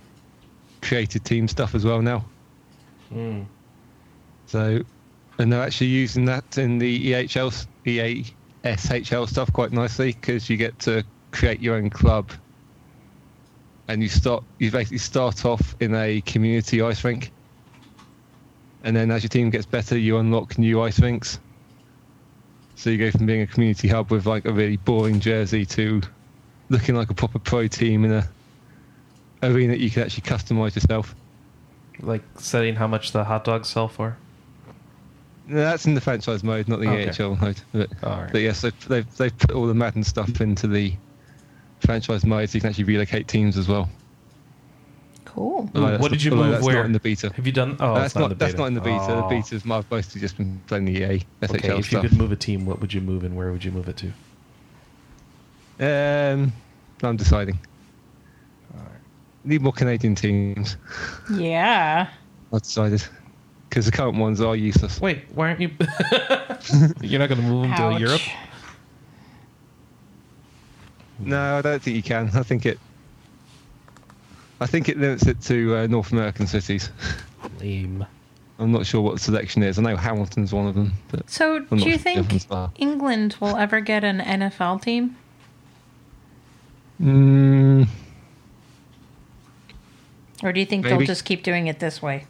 [SPEAKER 6] created team stuff as well now. So, and they're actually using that in the E EHL, EASHL stuff quite nicely because you get to create your own club and you start, you basically start off in a community ice rink. And then as your team gets better, you unlock new ice rinks. So you go from being a community hub with like a really boring jersey to looking like a proper pro team in a arena that you can actually customize yourself.
[SPEAKER 1] Like setting how much the hot dogs sell for.
[SPEAKER 6] No, that's in the franchise mode, not the
[SPEAKER 1] Okay.
[SPEAKER 6] AHL mode. But,
[SPEAKER 1] All right.
[SPEAKER 6] but yes, they've, they've, they've put all the Madden stuff into the franchise mode, so you can actually relocate teams as well.
[SPEAKER 2] Cool.
[SPEAKER 6] Although that's
[SPEAKER 1] what did you
[SPEAKER 6] not- although
[SPEAKER 1] move
[SPEAKER 6] that's
[SPEAKER 1] where?
[SPEAKER 6] Not in the beta.
[SPEAKER 1] Have you done? Oh,
[SPEAKER 6] that's
[SPEAKER 1] it's not, in the beta.
[SPEAKER 6] That's not in the beta.
[SPEAKER 1] Oh.
[SPEAKER 6] The beta's I've mostly just been playing the EA SHL
[SPEAKER 1] Okay, if you
[SPEAKER 6] stuff.
[SPEAKER 1] could move a team, what would you move and where would you move it to?
[SPEAKER 6] um, I'm deciding. Need more Canadian teams.
[SPEAKER 2] Yeah.
[SPEAKER 6] I've decided because the current ones are useless.
[SPEAKER 1] Wait, why aren't you? You're not going to move them to
[SPEAKER 2] Ouch.
[SPEAKER 1] Europe.
[SPEAKER 6] No, I don't think you can. I think it. I think it limits it to uh, North American cities.
[SPEAKER 1] Lame.
[SPEAKER 6] I'm not sure what the selection is. I know Hamilton's one of them, but
[SPEAKER 2] So,
[SPEAKER 6] I'm
[SPEAKER 2] do
[SPEAKER 6] not
[SPEAKER 2] you
[SPEAKER 6] sure the
[SPEAKER 2] think
[SPEAKER 6] others are.
[SPEAKER 2] England will ever get an NFL team?
[SPEAKER 6] Mm,
[SPEAKER 2] Or do you think they'll
[SPEAKER 6] Maybe.
[SPEAKER 2] just keep doing it this way?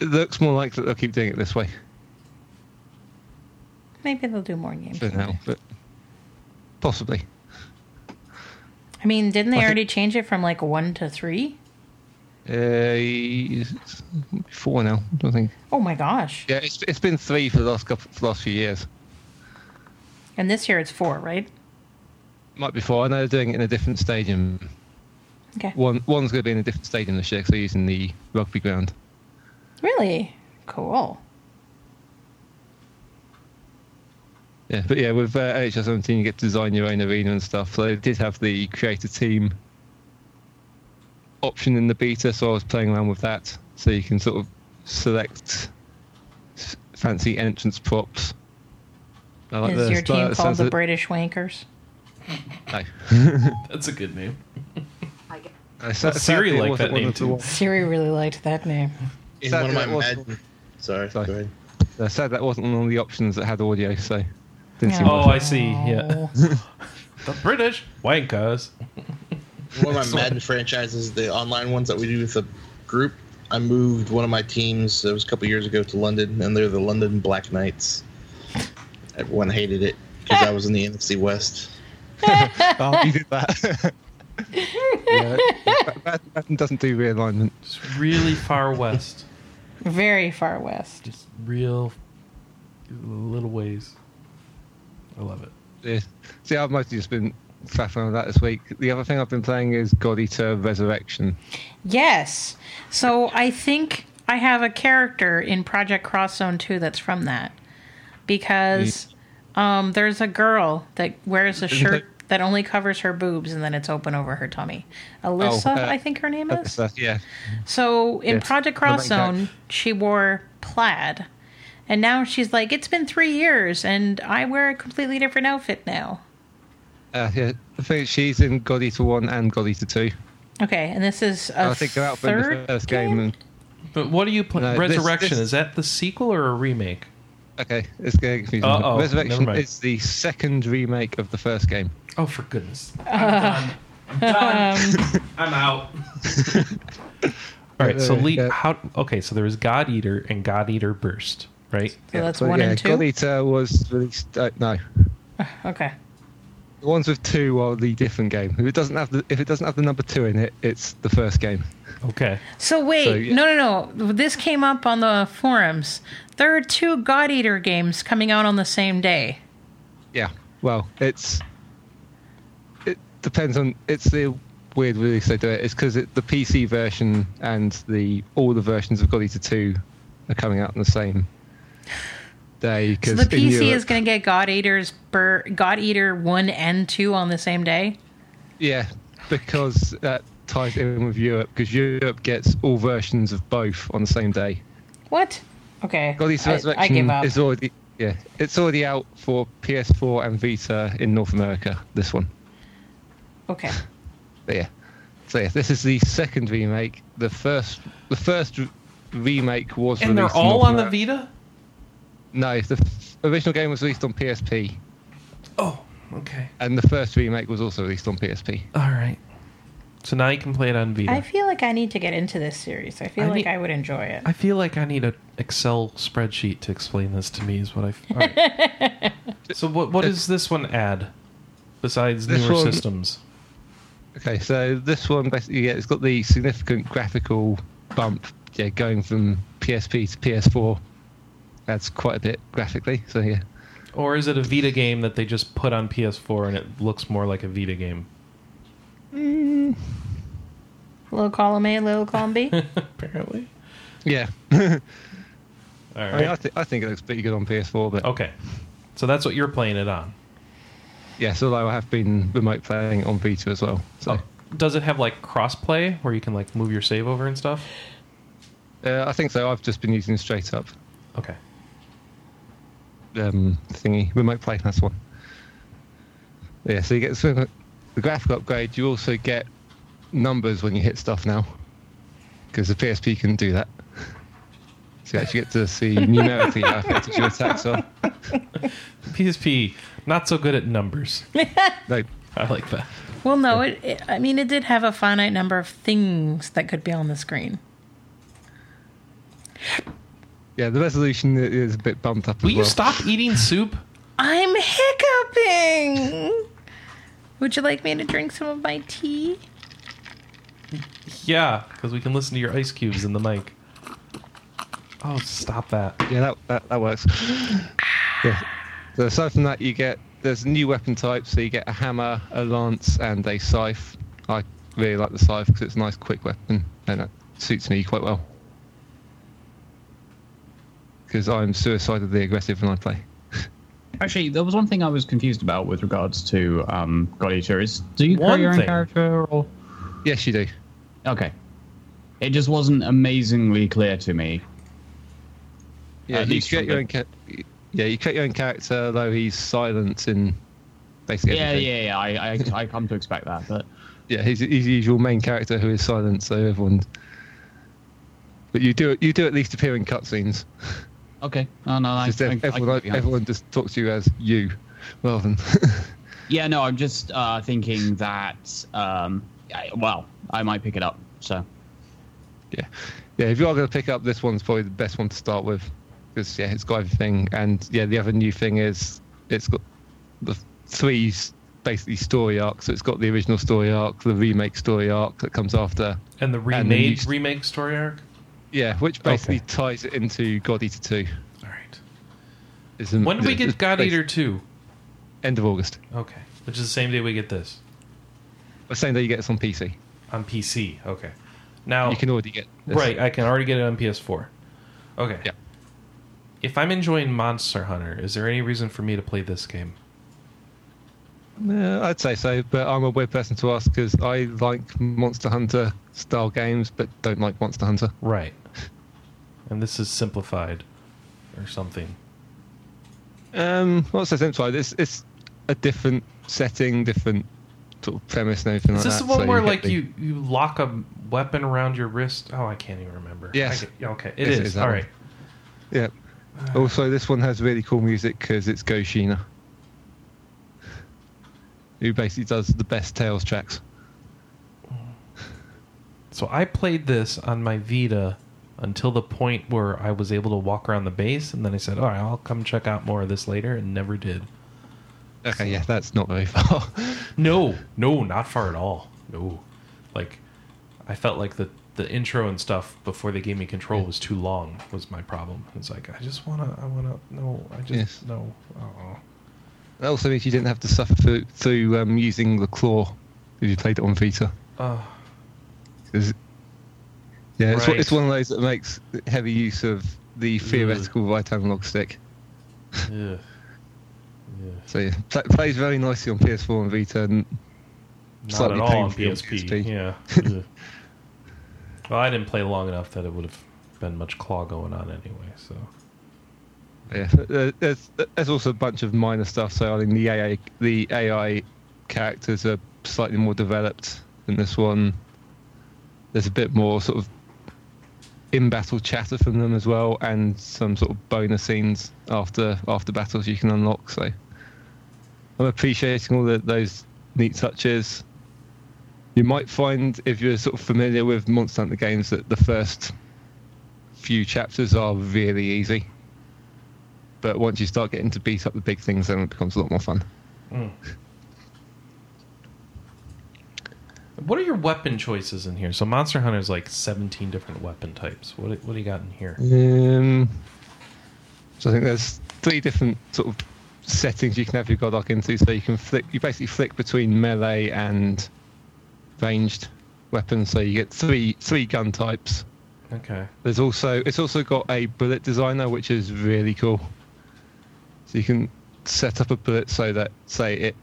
[SPEAKER 6] it looks more likely that they'll keep doing it this way
[SPEAKER 2] Maybe they'll do more games.
[SPEAKER 6] for now, but possibly.
[SPEAKER 2] I mean, didn't they
[SPEAKER 6] I think-
[SPEAKER 2] already change it from like one to three?
[SPEAKER 6] Uh, four now, I think.
[SPEAKER 2] Oh my gosh.
[SPEAKER 6] Yeah, it's, it's been three for the last couple, for the last few years.
[SPEAKER 2] And this year it's four, right?
[SPEAKER 6] Might be four. I know they're doing it in a different stadium.
[SPEAKER 2] Okay.
[SPEAKER 6] One one's going to be in a different stadium this year because they're using the rugby ground.
[SPEAKER 2] Really? Cool.
[SPEAKER 6] Yeah, but yeah, with uh, NHL 17, you get to design your own arena and stuff. So they did have the create a team option in the beta, so I was playing around with that. So you can sort of select s- fancy entrance props. I like
[SPEAKER 2] Is
[SPEAKER 6] the
[SPEAKER 2] your team
[SPEAKER 6] star-
[SPEAKER 2] called the
[SPEAKER 6] sounds like-
[SPEAKER 2] British Wankers?
[SPEAKER 6] No.
[SPEAKER 1] That's a good name.
[SPEAKER 6] Uh, sa-
[SPEAKER 1] Siri
[SPEAKER 6] sadly, it
[SPEAKER 1] liked
[SPEAKER 6] wasn't
[SPEAKER 1] that
[SPEAKER 6] one
[SPEAKER 1] name
[SPEAKER 6] of the
[SPEAKER 1] too.
[SPEAKER 6] ones-
[SPEAKER 2] Siri really liked that name.
[SPEAKER 5] In
[SPEAKER 6] Sadly,
[SPEAKER 5] one of my
[SPEAKER 6] that was-
[SPEAKER 5] mad- Sorry,
[SPEAKER 6] Sorry.
[SPEAKER 5] go ahead.
[SPEAKER 6] Uh, sad that wasn't one of the options that had audio, so didn't seem
[SPEAKER 1] Oh, I see. Yeah. the British wankers.
[SPEAKER 5] one of my Madden franchises, the online ones that we do with the group. I moved one of my teams. It was a couple years ago to London, and they're the London Black Knights. Everyone hated it because I was in the NFC West.
[SPEAKER 6] oh, you did that. yeah, that- that, that doesn't do realignment.
[SPEAKER 1] Just really far west.
[SPEAKER 2] Very far west.
[SPEAKER 1] Just real little ways. I love it.
[SPEAKER 6] Yeah. See, I've mostly just been faffing around with that this week. The other thing I've been playing is God Eater Resurrection.
[SPEAKER 2] Yes. So I think I have a character in Project Cross Zone 2 that's from that. Because um, there's a girl that wears a shirt that only covers her boobs and then it's open over her tummy. Alyssa,
[SPEAKER 6] uh,
[SPEAKER 2] I think her name is.
[SPEAKER 6] That's, uh, yeah,
[SPEAKER 2] So in
[SPEAKER 6] Yes.
[SPEAKER 2] Project
[SPEAKER 6] Go back
[SPEAKER 2] Cross Zone,
[SPEAKER 6] back.
[SPEAKER 2] she wore plaid. And now she's like, it's been three years and I wear a completely different outfit now.
[SPEAKER 6] uh, yeah. I think she's in God Eater One and God Eater Two.
[SPEAKER 2] Okay, and this is
[SPEAKER 6] I
[SPEAKER 2] a
[SPEAKER 6] think they're out for the
[SPEAKER 2] third
[SPEAKER 6] first game.
[SPEAKER 2] game?
[SPEAKER 6] and-
[SPEAKER 1] But what do you play?
[SPEAKER 6] No, this-
[SPEAKER 1] Resurrection
[SPEAKER 6] this-
[SPEAKER 1] is that the sequel or a remake?
[SPEAKER 6] okay, it's getting confusing.
[SPEAKER 1] Uh-oh, never
[SPEAKER 6] Resurrection
[SPEAKER 1] mind.
[SPEAKER 6] is the second remake of the first game.
[SPEAKER 1] Oh, for goodness! I'm done. I'm, done. I'm out. All right. So,
[SPEAKER 6] Uh,
[SPEAKER 1] Lee,
[SPEAKER 6] yeah.
[SPEAKER 1] how? Okay, so there was God Eater and God Eater Burst, right?
[SPEAKER 2] So Oh, that's
[SPEAKER 6] So,
[SPEAKER 2] one
[SPEAKER 6] yeah,
[SPEAKER 2] and
[SPEAKER 6] God
[SPEAKER 2] two.
[SPEAKER 6] Eater was released. Uh, no,
[SPEAKER 2] Okay.
[SPEAKER 6] the ones with two are the different game. If it doesn't have the if it doesn't have the number two in it, it's the first game.
[SPEAKER 1] Okay.
[SPEAKER 2] So wait,
[SPEAKER 6] So, yeah.
[SPEAKER 2] no, no, no. This came up on the forums. There are two God Eater games coming out on the same day.
[SPEAKER 6] Yeah. Well, it's it depends on it's the weird release they do it. It's because it, the PC version and the all the versions of God Eater Two are coming out on the same day.
[SPEAKER 2] So
[SPEAKER 6] Because
[SPEAKER 2] the PC is going to get God Eater's Bur- God Eater one and two on the same day.
[SPEAKER 6] yeah because that ties in with Europe because Europe gets all versions of both on the same day.
[SPEAKER 2] What? Okay.
[SPEAKER 6] God Eater
[SPEAKER 2] I- I,
[SPEAKER 6] Resurrection
[SPEAKER 2] give up.
[SPEAKER 6] is already yeah it's already out for PS4 and Vita in North America. This one.
[SPEAKER 2] Okay.
[SPEAKER 6] But yeah. So yeah, this is the second remake. The first, the first re- remake was
[SPEAKER 1] And they're
[SPEAKER 6] released in
[SPEAKER 1] all
[SPEAKER 6] North
[SPEAKER 1] on the
[SPEAKER 6] America-
[SPEAKER 1] Vita.
[SPEAKER 6] No, the f- original game was released on PSP,
[SPEAKER 1] Oh, okay.
[SPEAKER 6] and the first remake was also released on PSP.
[SPEAKER 1] All right. So now you can play it on Vita.
[SPEAKER 2] I feel like I need to get into this series. I feel
[SPEAKER 1] I
[SPEAKER 2] like
[SPEAKER 1] need-
[SPEAKER 2] I would enjoy it.
[SPEAKER 1] I feel like I need an Excel spreadsheet to explain this to me. Is what I. f- all right. so what? What does this one add besides
[SPEAKER 6] This
[SPEAKER 1] newer
[SPEAKER 6] one-
[SPEAKER 1] systems?
[SPEAKER 6] Okay, so this one basically, yeah, it's got the significant graphical bump, yeah, going from PSP to PS4. That's quite a bit graphically. So yeah,
[SPEAKER 1] Or is it a Vita game that they just put on PS4 and it looks more like a Vita game?
[SPEAKER 2] Little column A, little column B.
[SPEAKER 1] Apparently.
[SPEAKER 6] yeah.
[SPEAKER 1] All
[SPEAKER 6] I, mean, I,
[SPEAKER 1] right.
[SPEAKER 6] th- I think it looks pretty good on PS4, but
[SPEAKER 1] Okay. So that's what you're playing it on.
[SPEAKER 6] yes, although I have been remote playing it on Vita as well. So.
[SPEAKER 1] Does it have like crossplay where you can like move your save over and stuff?
[SPEAKER 6] Uh, I think so. I've just been using straight up
[SPEAKER 1] Okay.
[SPEAKER 6] um, thingy remote play. That's one. Yeah, so you get so the graphical upgrade. You also get numbers when you hit stuff now, because the PSP couldn't do that. So you actually get to see numerically how effective your attacks are.
[SPEAKER 1] PSP, not so good at numbers.
[SPEAKER 6] No,
[SPEAKER 1] I like that.
[SPEAKER 2] Well, no, it, it. I mean, it did have a finite number of things that could be on the screen.
[SPEAKER 6] yeah, the resolution i- is a bit bumped up.
[SPEAKER 1] Will
[SPEAKER 6] as
[SPEAKER 1] you
[SPEAKER 6] well.
[SPEAKER 1] stop eating soup?
[SPEAKER 2] I'm hiccuping. Would you like me to drink some of my tea?
[SPEAKER 1] Yeah, because we can listen to your ice cubes in the mic. Oh, stop that.
[SPEAKER 6] Yeah, that, that, that works. Yeah. So aside from that, you get there's new weapon types. So you get a hammer, a lance, and a scythe. I really like the scythe because it's a nice, quick weapon, and it suits me quite well. Because I'm suicidally aggressive when I play.
[SPEAKER 4] Actually, there was one thing I was confused about with regards to um, God Eater. Is do you create
[SPEAKER 1] One
[SPEAKER 4] your own
[SPEAKER 1] thing.
[SPEAKER 4] character or?
[SPEAKER 6] Yes, you do.
[SPEAKER 4] Okay, it just wasn't amazingly clear to me.
[SPEAKER 6] Yeah,
[SPEAKER 4] At
[SPEAKER 6] you
[SPEAKER 4] least
[SPEAKER 6] create
[SPEAKER 4] from
[SPEAKER 6] your own. Ca- yeah, you create your own character, though he's silent in basically.
[SPEAKER 4] Yeah,
[SPEAKER 6] everything.
[SPEAKER 4] yeah, yeah. I, I, I come to expect that, but
[SPEAKER 6] yeah, he's he's the usual main character who is silent, so everyone. But you do you do at least appear in cutscenes.
[SPEAKER 4] okay. Oh, no, I,
[SPEAKER 6] Just
[SPEAKER 4] I- I
[SPEAKER 6] ev-
[SPEAKER 4] can
[SPEAKER 6] everyone,
[SPEAKER 4] be honest.
[SPEAKER 6] everyone just talks to you as you, rather than
[SPEAKER 4] Yeah, no, I'm just uh, thinking that. Um, I, well, I might pick it up. So
[SPEAKER 6] yeah, yeah. If you are going to pick up this one's probably the best one to start with because yeah, it's got everything, and yeah, the other new thing is it's got the three s- basically story arcs. So it's got the original story arc, the remake story arc that comes after.
[SPEAKER 1] And the
[SPEAKER 6] And then you
[SPEAKER 1] remade
[SPEAKER 6] s-
[SPEAKER 1] remake story arc.
[SPEAKER 6] Yeah, which basically
[SPEAKER 1] Okay.
[SPEAKER 6] ties it into God Eater Two.
[SPEAKER 1] All right.
[SPEAKER 6] It's in-
[SPEAKER 1] When do we
[SPEAKER 6] Mm, it's
[SPEAKER 1] get God
[SPEAKER 6] basi-
[SPEAKER 1] Eater two?
[SPEAKER 6] End of August.
[SPEAKER 1] Okay, which is the same day we get this
[SPEAKER 6] The same day you get this on PC.
[SPEAKER 1] on PC. Okay, now
[SPEAKER 6] You can already get this.
[SPEAKER 1] right. I can already get it on PS4. Okay.
[SPEAKER 6] Yeah.
[SPEAKER 1] If I'm enjoying Monster Hunter, is there any reason for me to play this game?
[SPEAKER 6] Uh, I'd say so, but I'm a weird person to ask because I like Monster Hunter style games, but don't like Monster Hunter.
[SPEAKER 1] Right. And this is simplified, or something.
[SPEAKER 6] Um, what's so simplified? It's it's a different setting, different sort of premise, and everything
[SPEAKER 1] Is
[SPEAKER 6] like
[SPEAKER 1] this
[SPEAKER 6] that.
[SPEAKER 1] the one
[SPEAKER 6] so
[SPEAKER 1] where
[SPEAKER 6] get
[SPEAKER 1] like
[SPEAKER 6] the-
[SPEAKER 1] you you lock a weapon around your wrist? Oh, I can't even remember.
[SPEAKER 6] Yes.
[SPEAKER 1] I get- yeah, okay. It
[SPEAKER 6] Yes,
[SPEAKER 1] is.
[SPEAKER 6] it is that
[SPEAKER 1] All
[SPEAKER 6] one.
[SPEAKER 1] right.
[SPEAKER 6] Yeah. Also, this one has really cool music because it's Goshina, who basically does the best Tales tracks.
[SPEAKER 1] So I played this on my Vita until the point where I was able to walk around the base, and then I said, "All right, I'll come check out more of this later," and never did.
[SPEAKER 6] Okay, yeah, that's not very far.
[SPEAKER 1] No, no, not far at all. No, like I felt like the the intro and stuff before they gave me control was too long. Was my problem? It's like I just wanna, I wanna, no, I just
[SPEAKER 6] Yes.
[SPEAKER 1] no. Oh.
[SPEAKER 6] that also means you didn't have to suffer through, through um, using the claw if you played it on Vita.
[SPEAKER 1] Uh,
[SPEAKER 6] 'Cause- yeah, it's,
[SPEAKER 1] Right.
[SPEAKER 6] it's one of those that makes heavy use of the theoretical right analog stick.
[SPEAKER 1] ugh.
[SPEAKER 6] So yeah, pl- plays very nicely on PS4 and Vita, and
[SPEAKER 1] Not
[SPEAKER 6] Slightly
[SPEAKER 1] at all on
[SPEAKER 6] painfully on
[SPEAKER 1] PSP.
[SPEAKER 6] PSP.
[SPEAKER 1] Yeah. Ugh. well, I didn't play long enough that it would have been much claw going on anyway. So
[SPEAKER 6] Yeah, there- uh, there's there's also a bunch of minor stuff. So I think the AI the AI characters are slightly more developed in this one. There's a bit more sort of in battle chatter from them as well, and some sort of bonus scenes after after battles you can unlock. So I'm appreciating all the, those neat touches. You might find if you're sort of familiar with Monster Hunter games that the first few chapters are really easy but once you start getting to beat up the big things, then it becomes a lot more fun.
[SPEAKER 1] What are your weapon choices in here? So Monster Hunter is like 17 different weapon types. What what do you got in here?
[SPEAKER 6] Um, so I think there's three different sort of settings you can have your Godok into. So you can flick, you basically flick between melee and ranged weapons. So you get three three gun types.
[SPEAKER 1] Okay.
[SPEAKER 6] There's also it's also got a bullet designer, which is really cool. So you can set up a bullet so that say it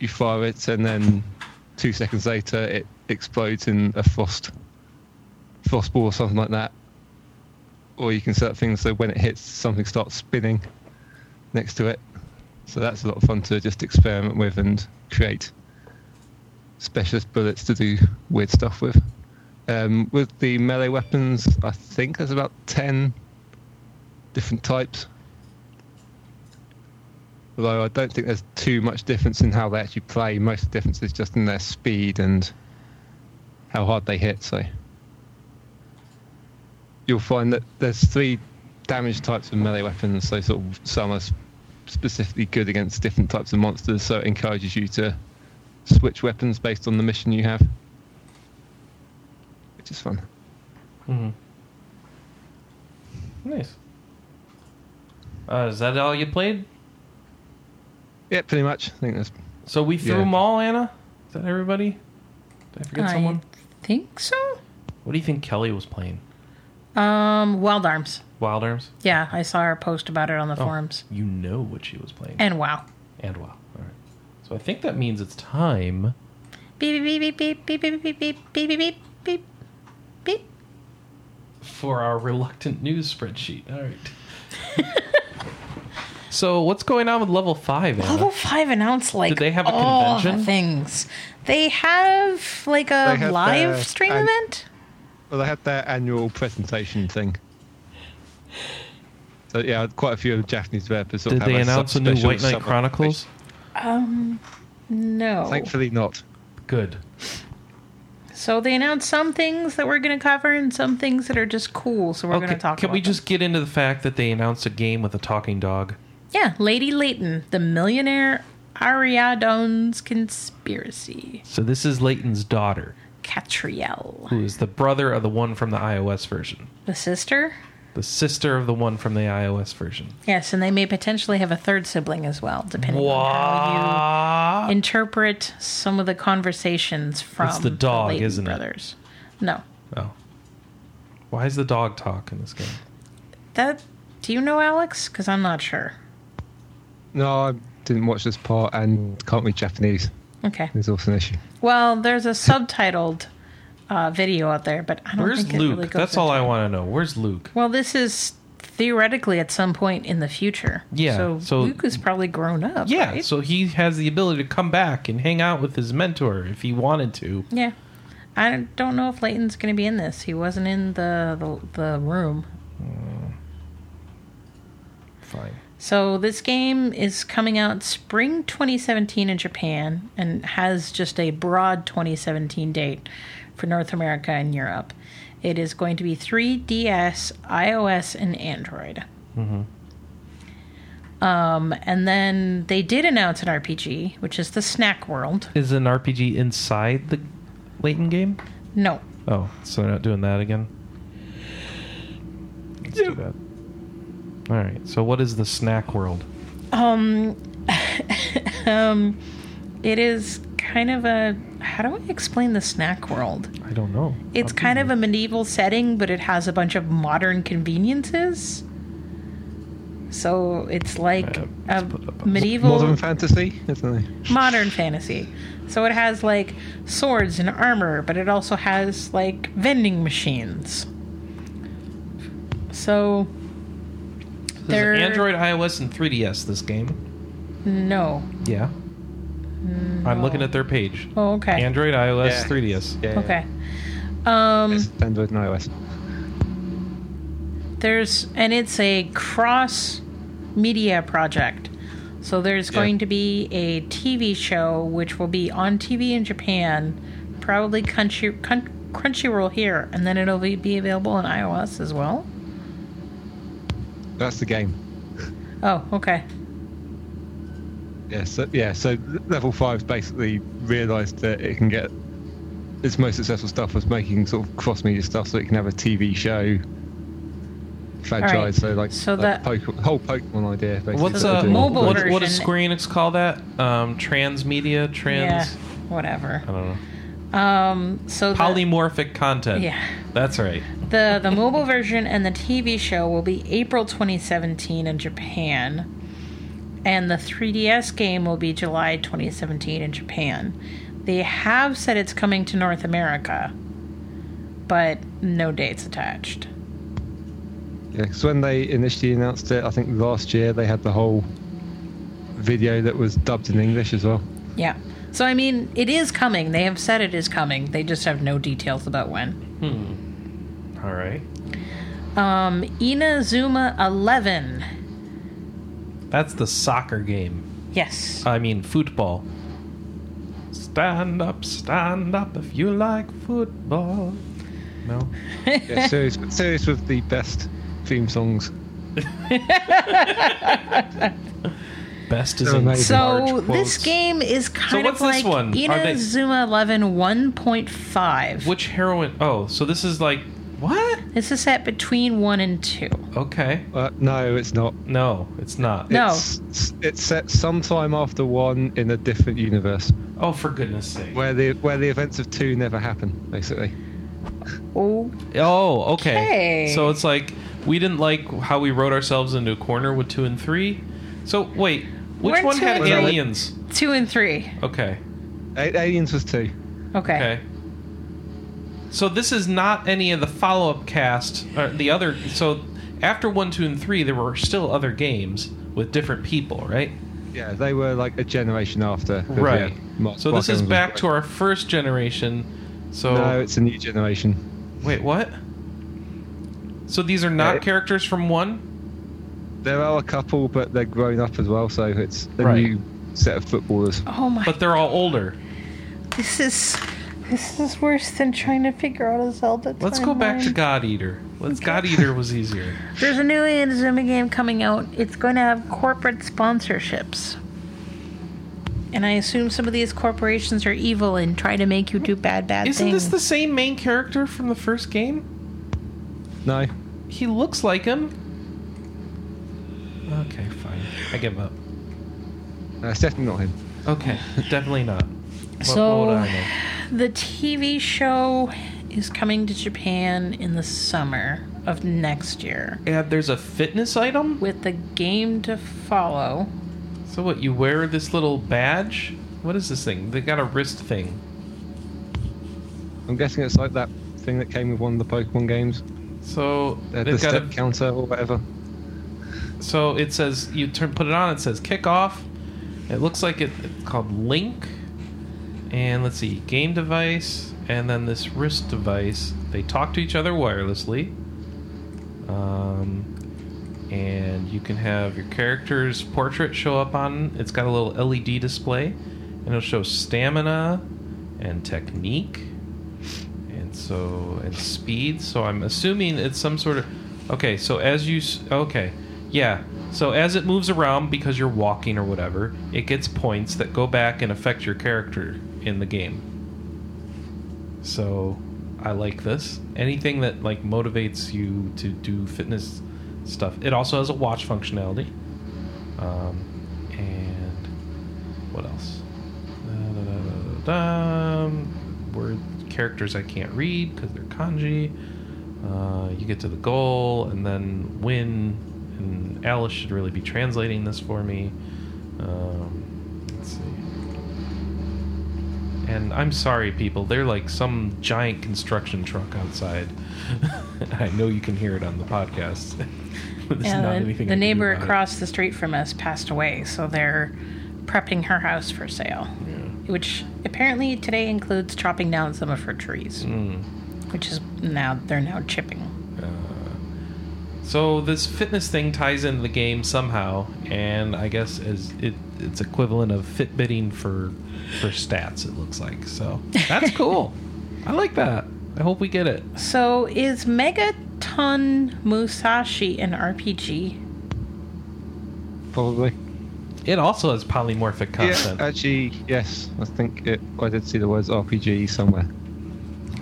[SPEAKER 6] you fire it and then two seconds later it explodes in a frost frost ball or something like that. Or you can set up things so when it hits something starts spinning next to it. So that's a lot of fun to just experiment with and create specialist bullets to do weird stuff with. Um, with the melee weapons, I think there's about 10 different types. Although I don't think there's too much difference in how they actually play. Most of the difference is just in their speed and how hard they hit. So you'll find that there's three damage types of melee weapons. So sort of some are s- specifically good against different types of monsters. So it encourages you to switch weapons based on the mission you have, which is fun.
[SPEAKER 1] Nice. Uh, is that all you played?
[SPEAKER 6] Yeah, pretty much. I think that's
[SPEAKER 1] So we threw
[SPEAKER 6] Yeah.
[SPEAKER 1] them all, Anna. Is that everybody? Did I forget
[SPEAKER 2] I
[SPEAKER 1] someone?
[SPEAKER 2] think so.
[SPEAKER 1] What do you think Kelly was playing?
[SPEAKER 2] Um, Wild Arms.
[SPEAKER 1] Wild Arms.
[SPEAKER 2] Yeah, I saw her post about it on the
[SPEAKER 1] Oh,
[SPEAKER 2] forums.
[SPEAKER 1] You know what she was playing.
[SPEAKER 2] And wow.
[SPEAKER 1] And wow. All right. So I think that means it's time.
[SPEAKER 2] Beep beep beep beep beep beep beep beep beep beep beep beep beep.
[SPEAKER 1] for our reluctant news spreadsheet. All right. so what's going on with level five? Anna?
[SPEAKER 2] Level five announced like
[SPEAKER 1] Did Uh-huh. they have a
[SPEAKER 2] all the
[SPEAKER 1] convention? uh,
[SPEAKER 2] things. They have like a
[SPEAKER 6] They have
[SPEAKER 2] live
[SPEAKER 6] their-
[SPEAKER 2] stream
[SPEAKER 6] and-
[SPEAKER 2] event.
[SPEAKER 6] Well, they had their annual presentation thing. So yeah, quite a few of the Japanese developers. sort
[SPEAKER 1] Did
[SPEAKER 6] of have
[SPEAKER 1] they announce a new
[SPEAKER 6] sub-special
[SPEAKER 1] White Knight
[SPEAKER 6] summer
[SPEAKER 1] Chronicles?
[SPEAKER 2] No.
[SPEAKER 6] presentation. Thankfully not.
[SPEAKER 1] Good.
[SPEAKER 2] So they announced some things that we're going to cover and some things that are just cool. So we're going
[SPEAKER 1] okay.
[SPEAKER 2] to talk.
[SPEAKER 1] Can
[SPEAKER 2] about
[SPEAKER 1] we
[SPEAKER 2] them.
[SPEAKER 1] just get into the fact that they announced a game with a talking dog?
[SPEAKER 2] Yeah, Lady Leighton, the millionaire Ariadne's conspiracy.
[SPEAKER 1] So this is Leighton's daughter,
[SPEAKER 2] Catriel,
[SPEAKER 1] who is the brother of the one from the iOS version,
[SPEAKER 2] the sister.
[SPEAKER 1] the sister of the one from the iOS version.
[SPEAKER 2] Yes, and they may potentially have a third sibling as well, depending on how
[SPEAKER 1] What?
[SPEAKER 2] you interpret some of the conversations from
[SPEAKER 1] It's the dog,
[SPEAKER 2] Leighton
[SPEAKER 1] isn't it?
[SPEAKER 2] brothers. No,
[SPEAKER 1] Oh. Why is the dog talk in this game?
[SPEAKER 2] that do you know, Alex? Because I'm not sure.
[SPEAKER 6] No, I didn't watch this part and can't read Japanese.
[SPEAKER 2] Okay.
[SPEAKER 6] There's also an issue.
[SPEAKER 2] Well, there's a subtitled uh, video out there, but I don't
[SPEAKER 1] Where's
[SPEAKER 2] think it
[SPEAKER 1] Luke?
[SPEAKER 2] really goes
[SPEAKER 1] That's all
[SPEAKER 2] into
[SPEAKER 1] I
[SPEAKER 2] it.
[SPEAKER 1] want to know. Where's Luke?
[SPEAKER 2] Well, this is theoretically at some point in the future.
[SPEAKER 1] Yeah,
[SPEAKER 2] So,
[SPEAKER 1] so-
[SPEAKER 2] Luke is probably grown up.
[SPEAKER 1] Yeah,
[SPEAKER 2] right?
[SPEAKER 1] so he has the ability to come back and hang out with his mentor if he wanted to.
[SPEAKER 2] yeah. I don't know if Leighton's going to be in this. He wasn't in the the, the room.
[SPEAKER 1] Fine.
[SPEAKER 2] So this game is coming out spring 2017 in Japan and has just a broad 2017 date for North America and Europe. It is going to be 3DS, iOS, and Android. Um, and then they did announce an RPG, which is the Snack World.
[SPEAKER 1] Is an RPG inside the Leighton game?
[SPEAKER 2] No,
[SPEAKER 1] Oh, so they're not doing that again? That's too bad. Alright, so what is the snack world?
[SPEAKER 2] Um, it is kind of a how do I explain the Snack World?
[SPEAKER 1] I don't know.
[SPEAKER 2] It's kind of a medieval setting, but it has a bunch of modern conveniences. So it's like
[SPEAKER 1] Uh,
[SPEAKER 2] a
[SPEAKER 1] let's put up a-
[SPEAKER 2] medieval
[SPEAKER 6] Modern
[SPEAKER 2] modern,
[SPEAKER 6] fantasy, isn't it?
[SPEAKER 2] fantasy. So it has like swords and armor, but it also has like vending machines. So
[SPEAKER 1] There's
[SPEAKER 2] they're-
[SPEAKER 1] Android, iOS, and 3DS this game.
[SPEAKER 2] no.
[SPEAKER 1] Yeah.
[SPEAKER 2] Hmm.
[SPEAKER 1] I'm looking at their page.
[SPEAKER 2] Oh, okay.
[SPEAKER 1] Android, iOS,
[SPEAKER 6] Yeah.
[SPEAKER 1] 3DS.
[SPEAKER 6] Yeah.
[SPEAKER 2] okay. Um
[SPEAKER 6] It's Android and iOS.
[SPEAKER 2] There's and it's a cross media project. So there's going to be a TV show which will be on TV in Japan, probably Crunchy, Crun- Crunchyroll here, and then it'll be, be available on iOS as well.
[SPEAKER 6] That's the game.
[SPEAKER 2] Oh, okay.
[SPEAKER 6] Yeah. So yeah. So level five basically realised that it can get its most successful stuff was making sort of cross media stuff, so it can have a TV show franchise.
[SPEAKER 2] Alright,
[SPEAKER 6] So like,
[SPEAKER 2] so
[SPEAKER 6] like
[SPEAKER 2] that-
[SPEAKER 6] Poke- whole Pokemon idea. Basically,
[SPEAKER 1] What's
[SPEAKER 6] that they're
[SPEAKER 1] uh,
[SPEAKER 6] doing.
[SPEAKER 2] mobile
[SPEAKER 1] what, what does
[SPEAKER 2] version.
[SPEAKER 1] Square Enix call that? Um, transmedia, trans.
[SPEAKER 2] Yeah, whatever.
[SPEAKER 1] I don't know.
[SPEAKER 2] So the,
[SPEAKER 1] Polymorphic content.
[SPEAKER 2] Yeah.
[SPEAKER 1] That's right.
[SPEAKER 2] the the mobile version and the TV show will be April 2017 in Japan. and the 3DS game will be July 2017 in Japan. They have said it's coming to North America, but no dates attached.
[SPEAKER 6] Yeah, because when they initially announced it, I think last year they had the whole video that was dubbed in English as well.
[SPEAKER 2] Yeah. So, I mean, it is coming. They have said it is coming. They just have no details about when.
[SPEAKER 1] All right.
[SPEAKER 2] Um, Inazuma 11.
[SPEAKER 1] That's the soccer game.
[SPEAKER 2] Yes.
[SPEAKER 1] I mean, football. Stand up, stand up if you like football. No?
[SPEAKER 6] Yeah, serious, serious with the best theme songs.
[SPEAKER 1] Best is
[SPEAKER 6] They're
[SPEAKER 1] in
[SPEAKER 6] amazing.
[SPEAKER 2] so
[SPEAKER 1] large
[SPEAKER 2] this
[SPEAKER 1] quotes.
[SPEAKER 2] game is kind
[SPEAKER 1] what's
[SPEAKER 2] of
[SPEAKER 1] this
[SPEAKER 2] like
[SPEAKER 1] one? Are they-
[SPEAKER 2] Inazuma 11 1.5.
[SPEAKER 1] Which heroin? Oh, so this is like. What?
[SPEAKER 2] This is set between 1 and 2.
[SPEAKER 1] Okay.
[SPEAKER 6] Uh, no, it's not.
[SPEAKER 1] No, it's not.
[SPEAKER 2] No.
[SPEAKER 6] It's, it's set sometime after one in a different universe
[SPEAKER 1] Oh, for goodness sake.
[SPEAKER 6] where the where the events of two never happen, basically.
[SPEAKER 2] Oh,
[SPEAKER 1] Oh, okay.
[SPEAKER 2] Okay.
[SPEAKER 1] So it's like we didn't like how we wrote ourselves into a corner with two and three. So wait, which
[SPEAKER 2] Weren't
[SPEAKER 1] one
[SPEAKER 2] two
[SPEAKER 1] had
[SPEAKER 2] and three-
[SPEAKER 1] aliens?
[SPEAKER 2] 2 and 3.
[SPEAKER 1] Okay.
[SPEAKER 6] A- Aliens was two.
[SPEAKER 2] Okay.
[SPEAKER 1] Okay. So this is not any of the follow-up cast. Or the other. So after one, two, and three, there were still other games with different people, right?
[SPEAKER 6] Yeah, they were like a generation after. 'cause,
[SPEAKER 1] Right.
[SPEAKER 6] yeah, Mark-
[SPEAKER 1] so
[SPEAKER 6] Mark
[SPEAKER 1] this is
[SPEAKER 6] Evans was
[SPEAKER 1] back
[SPEAKER 6] great.
[SPEAKER 1] to our first generation. So
[SPEAKER 6] No, it's a new generation.
[SPEAKER 1] wait, what? So these are not
[SPEAKER 6] Uh,
[SPEAKER 1] characters from one.
[SPEAKER 6] There are a couple, but they're grown up as well, so it's a
[SPEAKER 1] Right.
[SPEAKER 6] new set of footballers.
[SPEAKER 2] Oh my
[SPEAKER 1] But they're all older.
[SPEAKER 2] This is this is worse than trying to figure out a Zelda.
[SPEAKER 1] Let's go back to
[SPEAKER 2] timeline.
[SPEAKER 1] God Eater. Let's God Eater was easier.
[SPEAKER 2] There's a new Inazuma game coming out. It's going to have corporate sponsorships. And I assume some of these corporations are evil and try to make you do bad, bad
[SPEAKER 1] Isn't
[SPEAKER 2] things.
[SPEAKER 1] this the same main character from the first game?
[SPEAKER 6] No, uh,
[SPEAKER 1] He looks like him. Okay, fine. I give up.
[SPEAKER 6] no, it's definitely not him.
[SPEAKER 1] Okay, definitely not. What,
[SPEAKER 2] So-
[SPEAKER 1] what would I know?
[SPEAKER 2] the TV show is coming to Japan in the summer of next year
[SPEAKER 1] And there's a fitness item.
[SPEAKER 2] with the game to follow.
[SPEAKER 1] So what? You wear this little badge. What is this thing? They got a wrist thing.
[SPEAKER 6] I'm guessing it's like that thing that came with one of the Pokemon games,
[SPEAKER 1] So
[SPEAKER 6] uh, the
[SPEAKER 1] they've got
[SPEAKER 6] step
[SPEAKER 1] a,
[SPEAKER 6] counter or whatever.
[SPEAKER 1] So it says you turn put it on. It says kick off. It looks like it, it's called Link. And let's see, game device, and then this wrist device. They talk to each other wirelessly. Um, and you can have your character's portrait show up on. It's got a little LED display, and it'll show stamina and technique, and so and speed. So I'm assuming it's some sort of. Okay, so as you s- okay, yeah. So as it moves around because you're walking or whatever, it gets points that go back and affect your character in the game. So I like this. Anything that like motivates you to do fitness stuff. It also has a watch functionality. Um, and what else? Da, da, da, da, da, da. Word characters I can't read because they're kanji. Uh, you get to the goal and then win. And Alice should really be translating this for me. Um, let's see. And I'm sorry, people. They're like some giant construction truck outside. I know you can hear it on the podcast. There's
[SPEAKER 2] Yeah,
[SPEAKER 1] not
[SPEAKER 2] the-
[SPEAKER 1] anything
[SPEAKER 2] the
[SPEAKER 1] I can do
[SPEAKER 2] neighbor
[SPEAKER 1] about it.
[SPEAKER 2] across the street from us passed away, so they're prepping her house for sale. Which apparently today includes chopping down some of her trees,
[SPEAKER 1] Mm.
[SPEAKER 2] which is now they're now chipping.
[SPEAKER 1] So this fitness thing ties into the game somehow, and I guess is it it's equivalent of Fitbiting for for stats. It looks like so that's cool. I like that. I hope we get it.
[SPEAKER 2] So is Megaton Musashi an RPG?
[SPEAKER 6] Probably.
[SPEAKER 1] It also has polymorphic
[SPEAKER 6] Yeah,
[SPEAKER 1] content.
[SPEAKER 6] actually, yes. I think it. I did see the words RPG somewhere.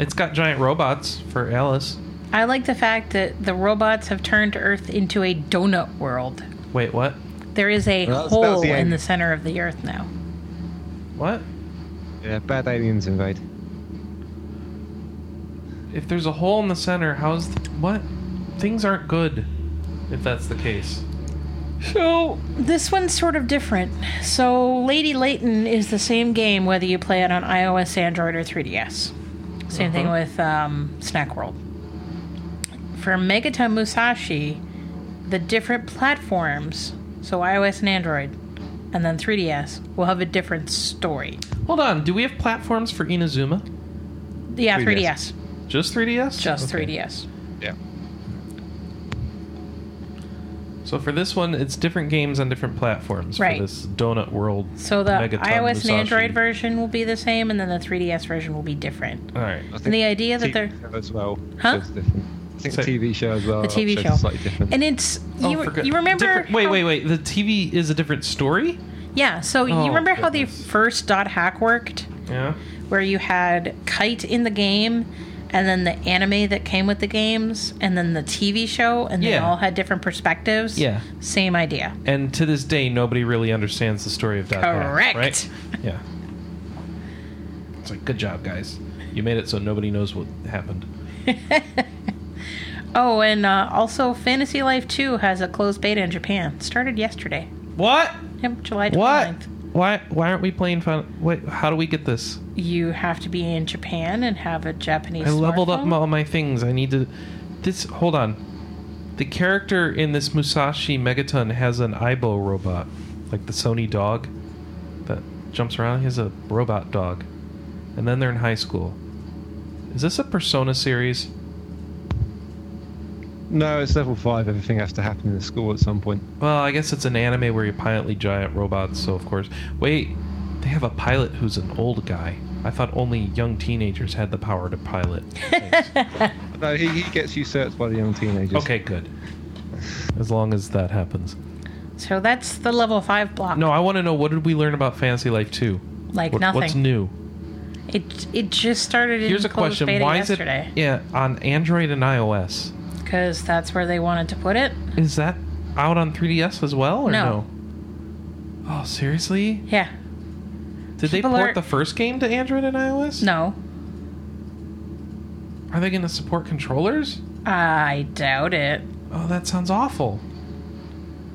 [SPEAKER 1] it's got giant robots for Alice.
[SPEAKER 2] I like the fact that the robots have turned Earth into a donut world.
[SPEAKER 1] Wait, what?
[SPEAKER 2] There is a
[SPEAKER 6] Well, that's- that was
[SPEAKER 2] hole
[SPEAKER 6] the
[SPEAKER 2] in
[SPEAKER 6] end.
[SPEAKER 2] the center of the Earth now.
[SPEAKER 1] What?
[SPEAKER 6] Yeah, bad aliens invade.
[SPEAKER 1] If there's a hole in the center, how's th- what? Things aren't good if that's the case.
[SPEAKER 2] So this one's sort of different. So Lady Leighton is the same game whether you play it on iOS, Android, or 3DS. Same thing
[SPEAKER 6] Uh-huh.
[SPEAKER 2] with um, Snack World. For Megaton Musashi, the different platforms, so iOS and Android, and then 3DS, will have a different story.
[SPEAKER 1] Hold on. Do we have platforms for Inazuma?
[SPEAKER 2] Yeah, 3DS.
[SPEAKER 6] 3DS.
[SPEAKER 1] Just 3DS?
[SPEAKER 2] Just
[SPEAKER 1] Okay.
[SPEAKER 2] 3DS.
[SPEAKER 6] Yeah.
[SPEAKER 1] So for this one, it's different games on different platforms
[SPEAKER 2] Right.
[SPEAKER 1] for this Donut World.
[SPEAKER 2] So the
[SPEAKER 1] Megaton
[SPEAKER 2] iOS
[SPEAKER 1] Musashi.
[SPEAKER 2] and Android version will be the same, and then the 3DS version will be different.
[SPEAKER 1] All right.
[SPEAKER 6] I think
[SPEAKER 2] And the idea that
[SPEAKER 6] TV
[SPEAKER 2] they're
[SPEAKER 6] show as well.
[SPEAKER 2] Huh?
[SPEAKER 6] shows different. I think
[SPEAKER 1] So-
[SPEAKER 6] the TV show as well.
[SPEAKER 2] the TV
[SPEAKER 6] shows
[SPEAKER 2] show,
[SPEAKER 6] slightly different.
[SPEAKER 2] and it's
[SPEAKER 1] Oh,
[SPEAKER 2] you,
[SPEAKER 1] forgot-
[SPEAKER 2] you remember?
[SPEAKER 1] different- wait,
[SPEAKER 2] how-
[SPEAKER 1] wait, wait. The TV is a different story.
[SPEAKER 2] Yeah, so
[SPEAKER 1] Oh,
[SPEAKER 2] you remember how the
[SPEAKER 1] goodness.
[SPEAKER 2] first dot hack worked,
[SPEAKER 1] Yeah.
[SPEAKER 2] where you had Kite in the game, and then the anime that came with the games, and then the TV show, and they
[SPEAKER 1] Yeah.
[SPEAKER 2] all had different perspectives.
[SPEAKER 1] Yeah.
[SPEAKER 2] same idea.
[SPEAKER 1] And to this day, nobody really understands the story of Dot Hack,
[SPEAKER 2] Correct.
[SPEAKER 1] right? Yeah. It's like, good job, guys. You made it so nobody knows what happened.
[SPEAKER 2] Oh, and uh, also Fantasy Life 2 has a closed beta in Japan. Started yesterday.
[SPEAKER 1] What?
[SPEAKER 2] Yep, July 29th.
[SPEAKER 1] What? Why? Why aren't we playing fun? Wait, how do we get this?
[SPEAKER 2] You have to be in Japan and have a Japanese.
[SPEAKER 1] I leveled up
[SPEAKER 2] smartphone.
[SPEAKER 1] all my things. I need to. This. Hold on. The character in this Musashi Megaton has an Ibo robot, like the Sony dog that jumps around. He has a robot dog, and then they're in high school. Is this a Persona series?
[SPEAKER 6] no, it's level five. Everything has to happen in the school at some point.
[SPEAKER 1] Well, I guess it's an anime where you pilot giant robots, so of course. Wait, they have a pilot who's an old guy. I thought only young teenagers had the power to pilot.
[SPEAKER 6] No, he, he gets usurped by the young teenagers.
[SPEAKER 1] Okay, good. As long as that happens.
[SPEAKER 2] So that's the level five block.
[SPEAKER 1] No, I want to know what did we learn about Fantasy Life 2?
[SPEAKER 2] like
[SPEAKER 1] What-
[SPEAKER 2] nothing.
[SPEAKER 1] What's new?
[SPEAKER 2] It it just started. In
[SPEAKER 1] Here's a
[SPEAKER 2] closed
[SPEAKER 1] question.
[SPEAKER 2] Beta
[SPEAKER 1] Why is it
[SPEAKER 2] yesterday?
[SPEAKER 1] yeah, on Android and iOS?
[SPEAKER 2] Because that's where they wanted to put it.
[SPEAKER 1] Is that out on 3DS as well or no?
[SPEAKER 2] No.
[SPEAKER 1] Oh, seriously?
[SPEAKER 2] Yeah.
[SPEAKER 1] Did
[SPEAKER 2] People
[SPEAKER 1] they port
[SPEAKER 2] are-
[SPEAKER 1] the first game to Android and iOS?
[SPEAKER 2] No,
[SPEAKER 1] Are they going to support controllers?
[SPEAKER 2] I doubt it.
[SPEAKER 1] Oh, that sounds awful.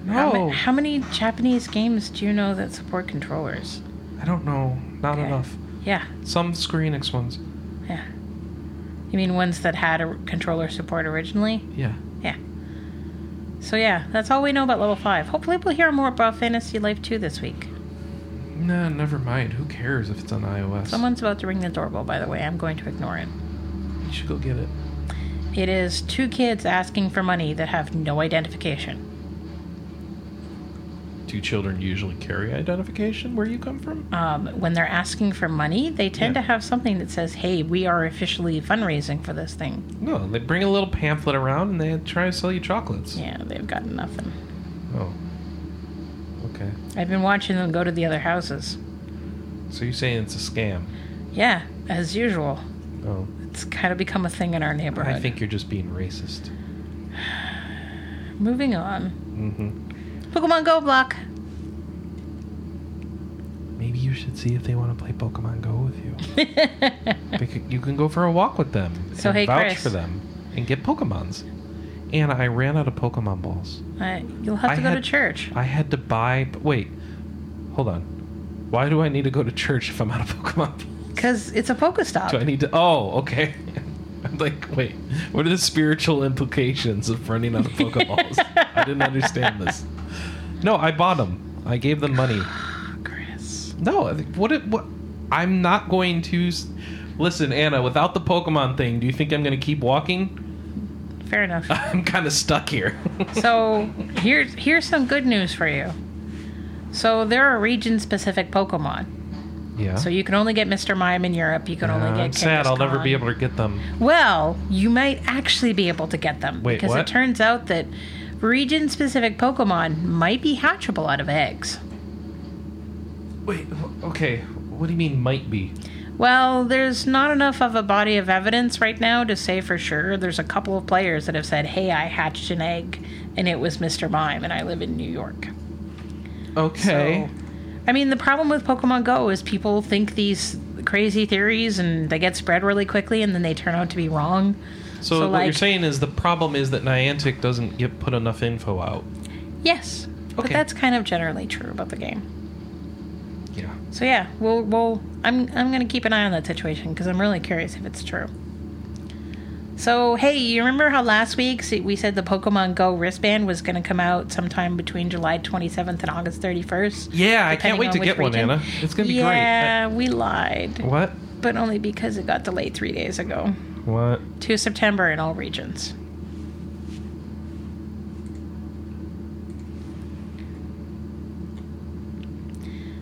[SPEAKER 1] No,
[SPEAKER 2] How, ma- how many Japanese games do you know that support controllers?
[SPEAKER 1] I don't know. Not
[SPEAKER 2] Okay.
[SPEAKER 1] enough.
[SPEAKER 2] Yeah,
[SPEAKER 1] Some Square Enix ones.
[SPEAKER 2] yeah. You mean ones that had a controller support originally?
[SPEAKER 1] Yeah.
[SPEAKER 2] Yeah. So yeah, that's all we know about level five. Hopefully, we'll hear more about Fantasy Life 2 this week.
[SPEAKER 1] Nah, never mind. Who cares if it's on iOS?
[SPEAKER 2] Someone's about to ring the doorbell. By the way, I'm going to ignore it.
[SPEAKER 1] You should go get it.
[SPEAKER 2] It is two kids asking for money that have no identification.
[SPEAKER 1] Do children usually carry identification where you come from?
[SPEAKER 2] Um, when they're asking for money, they tend
[SPEAKER 1] Yeah.
[SPEAKER 2] to have something that says, "Hey, we are officially fundraising for this thing."
[SPEAKER 1] No, they bring a little pamphlet around and they try to sell you chocolates.
[SPEAKER 2] Yeah, they've got nothing.
[SPEAKER 1] Oh. Okay.
[SPEAKER 2] I've been watching them go to the other houses.
[SPEAKER 1] So you're saying it's a scam?
[SPEAKER 2] Yeah, as usual.
[SPEAKER 1] Oh.
[SPEAKER 2] It's kind of become a thing in our neighborhood.
[SPEAKER 1] I think you're just being racist.
[SPEAKER 2] Moving on.
[SPEAKER 1] Mm-hmm.
[SPEAKER 2] Pokemon Go block.
[SPEAKER 1] Maybe you should see if they want to play Pokemon Go with you.
[SPEAKER 2] Uh,
[SPEAKER 1] Becau- you can go for a walk with them.
[SPEAKER 2] So,
[SPEAKER 1] and
[SPEAKER 2] hey,
[SPEAKER 1] vouch
[SPEAKER 2] Chris.
[SPEAKER 1] for them and get Pokemons. And I ran out of Pokemon balls.
[SPEAKER 2] Uh, you'll have
[SPEAKER 1] I
[SPEAKER 2] to go to
[SPEAKER 1] had-
[SPEAKER 2] church.
[SPEAKER 1] I had to buy. But wait, hold on. Why do I need to go to church if I'm out of Pokemon? balls?
[SPEAKER 2] Because it's a Pokestop.
[SPEAKER 1] Do I need to? Oh, okay. I'm like, wait. What are the spiritual implications of running out of Pokeballs? I didn't understand this. No, I bought them. I gave them money.
[SPEAKER 2] Chris.
[SPEAKER 1] No, I think- what? It, what? I'm not going to. s- Listen, Anna. Without the Pokemon thing, do you think I'm going to keep walking?
[SPEAKER 2] Fair enough.
[SPEAKER 1] I'm kind of stuck here.
[SPEAKER 2] so here's here's some good news for you. So there are region specific Pokemon.
[SPEAKER 1] yeah.
[SPEAKER 2] So you can only get Mr. Mime in Europe. You can only
[SPEAKER 1] I'm
[SPEAKER 2] get.
[SPEAKER 1] sad. I'll never
[SPEAKER 2] Kangaskhan.
[SPEAKER 1] be able to get them.
[SPEAKER 2] Well, you might actually be able to get them
[SPEAKER 1] Wait,
[SPEAKER 2] because
[SPEAKER 1] what?
[SPEAKER 2] it turns out that region-specific Pokemon might be hatchable out of eggs.
[SPEAKER 1] Wait. wh- Okay. What do you mean might be?
[SPEAKER 2] Well, there's not enough of a body of evidence right now to say for sure. There's a couple of players that have said, "Hey, I hatched an egg, and it was Mr. Mime, and I live in New York."
[SPEAKER 1] Okay.
[SPEAKER 2] So, I mean, the problem with Pokemon Go is people think these crazy theories and they get spread really quickly and then they turn out to be wrong.
[SPEAKER 1] So,
[SPEAKER 2] so,
[SPEAKER 1] what you're
[SPEAKER 2] like-
[SPEAKER 1] saying is the problem is that Niantic doesn't get put enough info out.
[SPEAKER 2] Yes. But
[SPEAKER 1] Okay.
[SPEAKER 2] that's kind of generally true about the game.
[SPEAKER 1] Yeah.
[SPEAKER 2] So yeah, we'll we'll I'm I'm going to keep an eye on that situation because I'm really curious if it's true. So, hey, you remember how last week s- we said the Pokemon Go wristband was going to come out sometime between July 27th and August 31st?
[SPEAKER 1] Yeah, I can't
[SPEAKER 2] depending
[SPEAKER 1] wait to
[SPEAKER 2] which
[SPEAKER 1] get one,
[SPEAKER 2] region?
[SPEAKER 1] Anna. It's gonna be
[SPEAKER 2] Yeah, we lied.
[SPEAKER 1] great. What?
[SPEAKER 2] but only because it got delayed three days ago
[SPEAKER 1] What?
[SPEAKER 2] to September in all regions.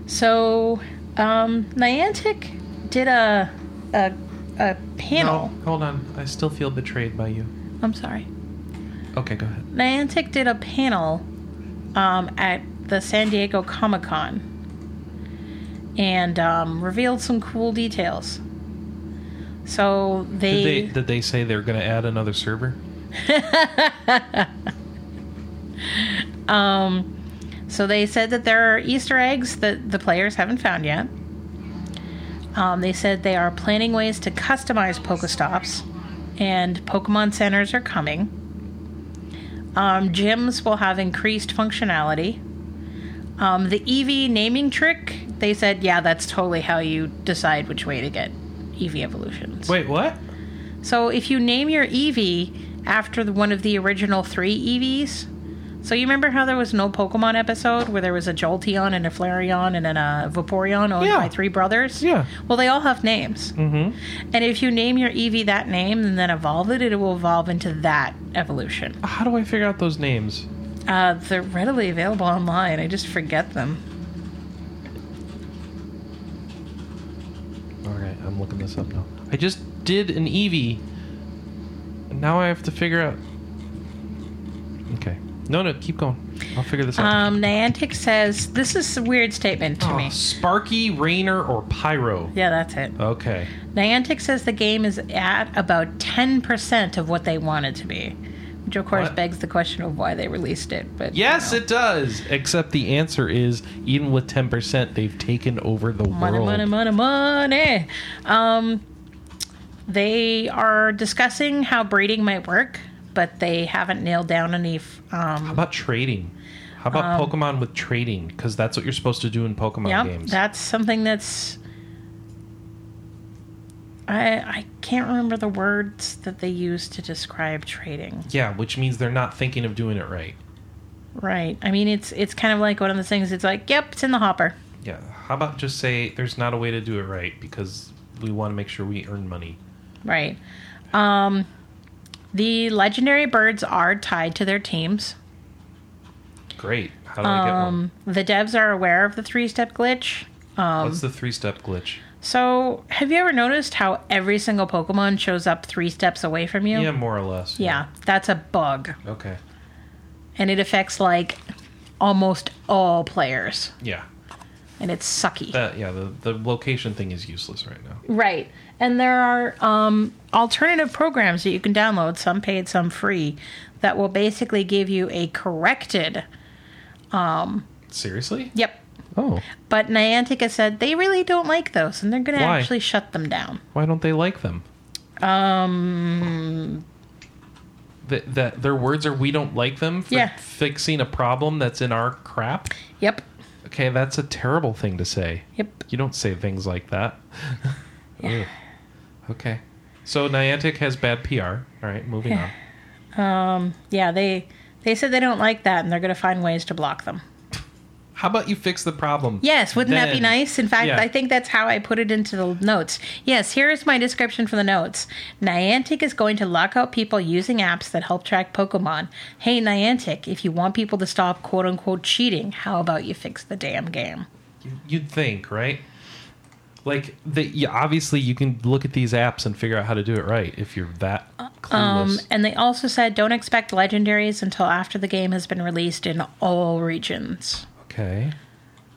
[SPEAKER 2] So, um, Niantic did a a, a panel.
[SPEAKER 1] No, hold on. I still feel betrayed by you.
[SPEAKER 2] I'm sorry.
[SPEAKER 1] Okay, go ahead.
[SPEAKER 2] Niantic did a panel um, at the San Diego Comic Con and um, revealed some cool details. So
[SPEAKER 1] Did
[SPEAKER 2] they,
[SPEAKER 1] they did they say they're going to add another server?
[SPEAKER 2] Um, so they said that there are Easter eggs that the players haven't found yet. Um, they said they are planning ways to customize Pokestops, and Pokemon centers are coming. Um, gyms will have increased functionality. Um, the EV naming trick, they said, yeah, that's totally how you decide which way to get EV evolutions.
[SPEAKER 1] Wait, what?
[SPEAKER 2] So if you name your Eevee after the, one of the original three Eevees, so you remember how there was no Pokemon episode where there was a Jolteon and a Flareon and then a Vaporeon owned
[SPEAKER 1] Yeah.
[SPEAKER 2] by three brothers?
[SPEAKER 1] Yeah.
[SPEAKER 2] Well, they all have names.
[SPEAKER 1] Mhm.
[SPEAKER 2] And if you name your Eevee that name and then evolve it, it will evolve into that evolution.
[SPEAKER 1] How do I figure out those names?
[SPEAKER 2] Uh, they're readily available online. I just forget them.
[SPEAKER 1] All right, I'm looking this up now. I just did an Eevee. And now I have to figure out. Okay. No, no, keep going. I'll figure this out.
[SPEAKER 2] Um, Niantic says this is a weird statement to
[SPEAKER 1] Oh,
[SPEAKER 2] me.
[SPEAKER 1] Sparky, Rainer, or Pyro.
[SPEAKER 2] Yeah, that's it.
[SPEAKER 1] Okay.
[SPEAKER 2] Niantic says the game is at about 10% of what they want it to be, which of course
[SPEAKER 1] What?
[SPEAKER 2] begs the question of why they released it. But
[SPEAKER 1] Yes, it does. Except the answer is even with 10%, they've taken over the
[SPEAKER 2] money,
[SPEAKER 1] world.
[SPEAKER 2] money, money, money. Um, they are discussing how breeding might work, but they haven't nailed down any. f-
[SPEAKER 1] How
[SPEAKER 2] Um,
[SPEAKER 1] about trading? How about Pokemon with trading? Because that's what you're supposed to do in Pokemon
[SPEAKER 2] yep,
[SPEAKER 1] games.
[SPEAKER 2] that's something that's. I I can't remember the words that they use to describe trading.
[SPEAKER 1] yeah, which means they're not thinking of doing it right.
[SPEAKER 2] Right. I mean, it's it's kind of like one of the things. It's like, yep, it's in the hopper.
[SPEAKER 1] Yeah. How about just say there's not a way to do it right because we want to make sure we earn money?
[SPEAKER 2] Right. Um, the legendary birds are tied to their teams. Um,
[SPEAKER 1] Great. How do I get one?
[SPEAKER 2] The devs are aware of the three-step glitch. um,
[SPEAKER 1] What's the three step glitch?
[SPEAKER 2] So, have you ever noticed how every single Pokemon shows up three steps away from you?
[SPEAKER 1] Yeah, more or less.
[SPEAKER 2] Yeah, that's a bug,
[SPEAKER 1] Okay.
[SPEAKER 2] and it affects like almost all players,
[SPEAKER 1] Yeah.
[SPEAKER 2] and it's sucky.
[SPEAKER 1] That, yeah, the, the location thing is useless right now.
[SPEAKER 2] Right. And there are um, alternative programs that you can download, some paid, some free, that will basically give you a corrected.
[SPEAKER 1] Seriously?
[SPEAKER 2] Yep.
[SPEAKER 1] Oh.
[SPEAKER 2] But Niantic has said they really don't like those and they're going to
[SPEAKER 1] Why?
[SPEAKER 2] actually shut them down.
[SPEAKER 1] Why don't they like them? Um. That, that their words are we don't like them for
[SPEAKER 2] Yeah.
[SPEAKER 1] fixing a problem that's in our crap.
[SPEAKER 2] Yep.
[SPEAKER 1] Okay, that's a terrible thing to say.
[SPEAKER 2] Yep.
[SPEAKER 1] You don't say things like that. Ugh. okay. So Niantic has bad PR. All right, moving on.
[SPEAKER 2] Yeah, they they said they don't like that and they're going to find ways to block them.
[SPEAKER 1] How about you fix the problem?
[SPEAKER 2] Yes, wouldn't that be
[SPEAKER 1] Then-
[SPEAKER 2] nice? In fact,
[SPEAKER 1] yeah.
[SPEAKER 2] I think that's how I put it into the notes. Yes, here is my description for the notes. Niantic is going to lock out people using apps that help track Pokemon. Hey, Niantic, if you want people to stop quote unquote cheating, how about you fix the damn game?
[SPEAKER 1] You'd think, right? Like they, yeah, obviously you can look at these apps and figure out how to do it right if you're that clueless.
[SPEAKER 2] Um, and they also said don't expect legendaries until after the game has been released in all regions,
[SPEAKER 1] okay.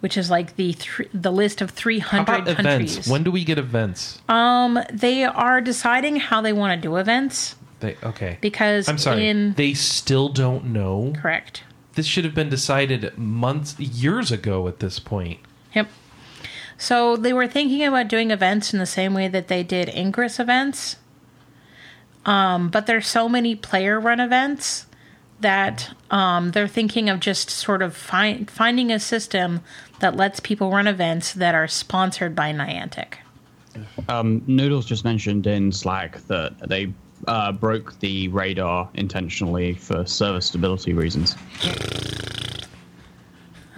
[SPEAKER 2] which is like the thr the list of 300
[SPEAKER 1] How about
[SPEAKER 2] countries.
[SPEAKER 1] events? When do we get events?
[SPEAKER 2] um, they are deciding how they want to do events
[SPEAKER 1] They okay.
[SPEAKER 2] because
[SPEAKER 1] I'm sorry.
[SPEAKER 2] in
[SPEAKER 1] they still don't know.
[SPEAKER 2] correct.
[SPEAKER 1] This should have been decided months, years ago at this point.
[SPEAKER 2] Yep. So they were thinking about doing events in the same way that they did Ingress events. Um, but there's so many player run events that um, they're thinking of just sort of find, finding a system that lets people run events that are sponsored by Niantic.
[SPEAKER 4] Um, Noodles just mentioned in Slack that they uh, broke the radar intentionally for server stability reasons.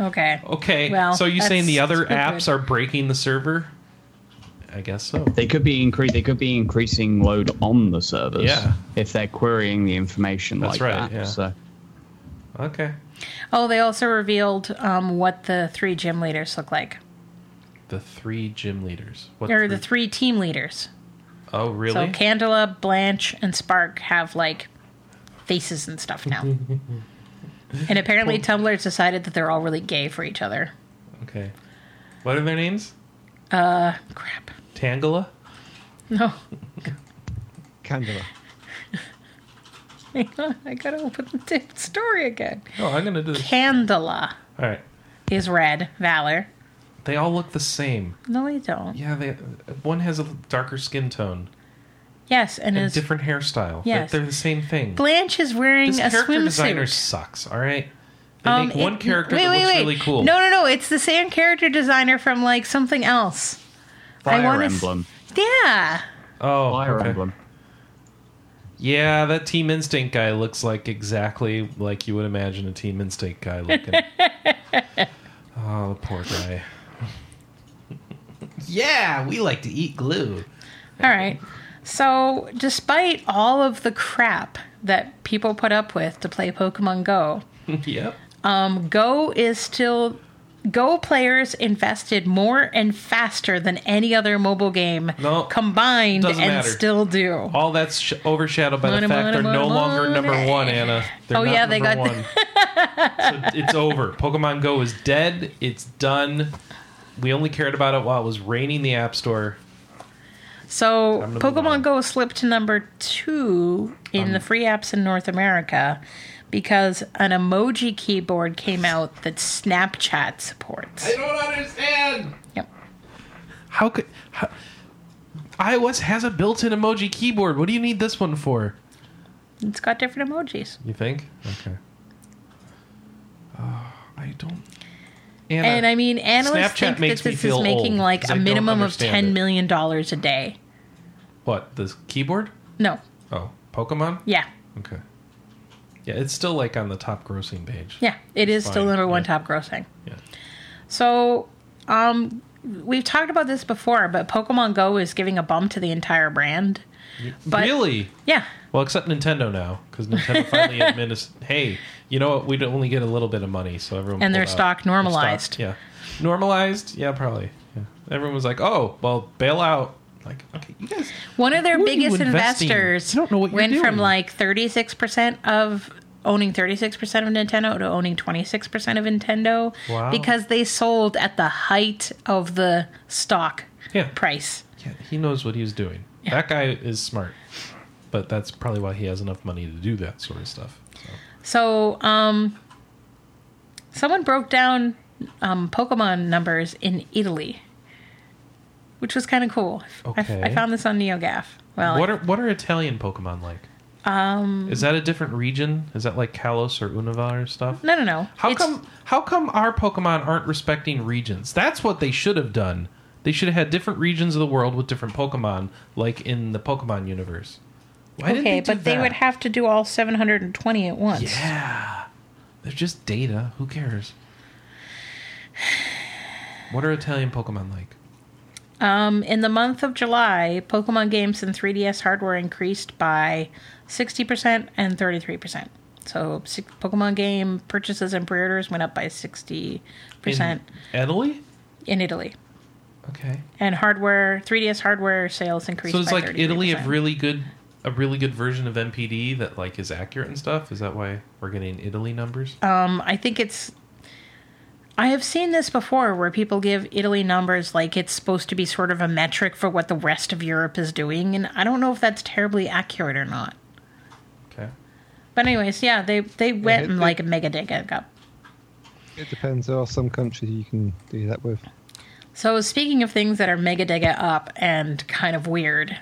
[SPEAKER 2] Okay.
[SPEAKER 1] Okay.
[SPEAKER 2] Well,
[SPEAKER 1] so you saying
[SPEAKER 2] that's-
[SPEAKER 1] the other
[SPEAKER 2] that's
[SPEAKER 1] apps
[SPEAKER 2] good.
[SPEAKER 1] are breaking the server? I guess so.
[SPEAKER 4] They could be incre- They could be increasing load on the servers.
[SPEAKER 1] Yeah.
[SPEAKER 4] If they're querying the information
[SPEAKER 1] That's
[SPEAKER 4] like
[SPEAKER 1] right,
[SPEAKER 4] that.
[SPEAKER 1] yeah.
[SPEAKER 4] So
[SPEAKER 1] Okay.
[SPEAKER 2] Oh, they also revealed um, what the three gym leaders look like.
[SPEAKER 1] the three gym leaders. What
[SPEAKER 2] Or the three team leaders.
[SPEAKER 1] Oh, really?
[SPEAKER 2] So Candela, Blanche, and Spark have like faces and stuff now. and apparently Tumblr's decided that they're all really gay for each other.
[SPEAKER 1] okay. What are their names?
[SPEAKER 2] Uh, Crap.
[SPEAKER 1] Tangela?
[SPEAKER 2] No.
[SPEAKER 6] Candela.
[SPEAKER 2] Hang on, I gotta open the damn story again.
[SPEAKER 1] Oh, I'm going to do this.
[SPEAKER 2] Candela
[SPEAKER 1] All right.
[SPEAKER 2] is red. Valor.
[SPEAKER 1] They all look the same.
[SPEAKER 2] No, they don't.
[SPEAKER 1] Yeah, they one has a darker skin tone
[SPEAKER 2] Yes, and,
[SPEAKER 1] and
[SPEAKER 2] is
[SPEAKER 1] different hairstyle. They're-
[SPEAKER 2] Yes.
[SPEAKER 1] They're, the same thing.
[SPEAKER 2] Blanche is wearing
[SPEAKER 1] this
[SPEAKER 2] a
[SPEAKER 1] character designer
[SPEAKER 2] swimsuit.
[SPEAKER 1] sucks, all right? They
[SPEAKER 2] Um,
[SPEAKER 1] make one
[SPEAKER 2] it-
[SPEAKER 1] character
[SPEAKER 2] wait,
[SPEAKER 1] that
[SPEAKER 2] wait,
[SPEAKER 1] looks
[SPEAKER 2] wait.
[SPEAKER 1] really cool.
[SPEAKER 2] No, no, no. It's the same character designer from like something else. I
[SPEAKER 4] Fire
[SPEAKER 2] wanna s-
[SPEAKER 4] emblem.
[SPEAKER 2] Yeah.
[SPEAKER 1] Oh,
[SPEAKER 4] Fire
[SPEAKER 1] okay.
[SPEAKER 4] emblem.
[SPEAKER 1] Yeah, that Team Instinct guy looks like exactly like you would imagine a Team Instinct guy looking. oh, the poor guy. yeah, we like to eat glue.
[SPEAKER 2] All right. So, despite all of the crap that people put up with to play Pokemon Go,
[SPEAKER 1] yep.
[SPEAKER 2] um, Go is still. Go players invested more and faster than any other mobile game
[SPEAKER 1] No,
[SPEAKER 2] combined and
[SPEAKER 1] doesn't matter.
[SPEAKER 2] still do.
[SPEAKER 1] All that's sh- overshadowed by
[SPEAKER 2] Money,
[SPEAKER 1] the fact
[SPEAKER 2] money,
[SPEAKER 1] they're no
[SPEAKER 2] money,
[SPEAKER 1] longer
[SPEAKER 2] money.
[SPEAKER 1] number one, Anna. They're
[SPEAKER 2] Oh,
[SPEAKER 1] not
[SPEAKER 2] yeah, they
[SPEAKER 1] number
[SPEAKER 2] got-
[SPEAKER 1] one. so it's over. Pokemon Go is dead. It's done. We only cared about it while it was raining the App Store. Time
[SPEAKER 2] So,
[SPEAKER 1] to move on. Um,
[SPEAKER 2] Pokemon Go slipped to number two in the free apps in North America because an emoji keyboard came out that Snapchat supports.
[SPEAKER 1] don't understand.
[SPEAKER 2] Yep.
[SPEAKER 1] How could how, iOS has a built-in emoji keyboard? What do you need this one for?
[SPEAKER 2] It's got different emojis.
[SPEAKER 1] You think? Okay. Oh, I don't. Anna,
[SPEAKER 2] And I mean, analysts
[SPEAKER 1] Snapchat
[SPEAKER 2] think
[SPEAKER 1] makes
[SPEAKER 2] that
[SPEAKER 1] me
[SPEAKER 2] this is
[SPEAKER 1] feel
[SPEAKER 2] making
[SPEAKER 1] old,
[SPEAKER 2] like
[SPEAKER 1] 'cause I
[SPEAKER 2] a
[SPEAKER 1] don't
[SPEAKER 2] minimum of
[SPEAKER 1] understand it.
[SPEAKER 2] ten million dollars a day.
[SPEAKER 1] what the keyboard?
[SPEAKER 2] No,
[SPEAKER 1] Oh, Pokemon.
[SPEAKER 2] yeah,
[SPEAKER 1] Okay. Yeah, it's still like on the top grossing page.
[SPEAKER 2] yeah, it is still
[SPEAKER 1] fine,
[SPEAKER 2] number one
[SPEAKER 1] yeah.
[SPEAKER 2] top grossing.
[SPEAKER 1] Yeah.
[SPEAKER 2] So, um, we've talked about this before, but Pokemon Go is giving a bump to the entire brand. But-
[SPEAKER 1] really?
[SPEAKER 2] Yeah,
[SPEAKER 1] Well, except Nintendo now, because Nintendo finally admits, hey, you know what? We'd only get a little bit of money, so everyone
[SPEAKER 2] And their
[SPEAKER 1] pulled out.
[SPEAKER 2] stock
[SPEAKER 1] Their
[SPEAKER 2] normalized.
[SPEAKER 1] yeah, normalized. Yeah, probably. Yeah. Everyone was like, oh, well, bail out. Like, okay, you guys.
[SPEAKER 2] one of their
[SPEAKER 1] Who are you
[SPEAKER 2] biggest
[SPEAKER 1] investing in?
[SPEAKER 2] investors
[SPEAKER 1] You don't know what you're
[SPEAKER 2] went
[SPEAKER 1] doing.
[SPEAKER 2] from like thirty six percent of owning 36% of Nintendo to owning 26% of Nintendo
[SPEAKER 1] Wow.
[SPEAKER 2] because they sold at the height of the stock
[SPEAKER 1] Yeah,
[SPEAKER 2] price.
[SPEAKER 1] yeah, he knows what he's doing. That guy is smart, but that's probably why he has enough money to do that sort of stuff. So.
[SPEAKER 2] So, um, someone broke down um, Pokemon numbers in Italy, which was kind of cool. I-
[SPEAKER 1] Okay.
[SPEAKER 2] I, found this on NeoGAF. Well,
[SPEAKER 1] What are what are Italian Pokemon like? Um, is that a different region? Is that like Kalos or Unova or stuff?
[SPEAKER 2] no, no, no.
[SPEAKER 1] How
[SPEAKER 2] It's-
[SPEAKER 1] come how come our Pokemon aren't respecting regions? That's what they should have done. They should have had different regions of the world with different Pokemon, like in the Pokemon universe. Why didn't
[SPEAKER 2] Okay,
[SPEAKER 1] they do
[SPEAKER 2] but they
[SPEAKER 1] that?
[SPEAKER 2] would have to do all 720 at once.
[SPEAKER 1] Yeah. They're just data. Who cares? What are Italian Pokemon like?
[SPEAKER 2] Um, in the month of July, Pokemon games and 3DS hardware increased by 60% and 33%. So, six, Pokemon game purchases and pre orders went up by 60%
[SPEAKER 1] In Italy?
[SPEAKER 2] in Italy.
[SPEAKER 1] Okay.
[SPEAKER 2] and hardware 3ds hardware sales increased
[SPEAKER 1] So it's
[SPEAKER 2] by
[SPEAKER 1] like Italy a
[SPEAKER 2] 33%.
[SPEAKER 1] really good a really good version of MPD that like is accurate and stuff. Is that why we're getting Italy numbers?
[SPEAKER 2] um i think it's i have seen this before where people give italy numbers like it's supposed to be sort of a metric for what the rest of europe is doing and i don't know if that's terribly accurate or not
[SPEAKER 1] Okay.
[SPEAKER 2] but anyways yeah they they went
[SPEAKER 6] it-
[SPEAKER 2] and
[SPEAKER 6] it-
[SPEAKER 2] like mega dig it up
[SPEAKER 6] It depends. There are some countries you can do that with.
[SPEAKER 2] So speaking of things that are mega digga up and kind of weird,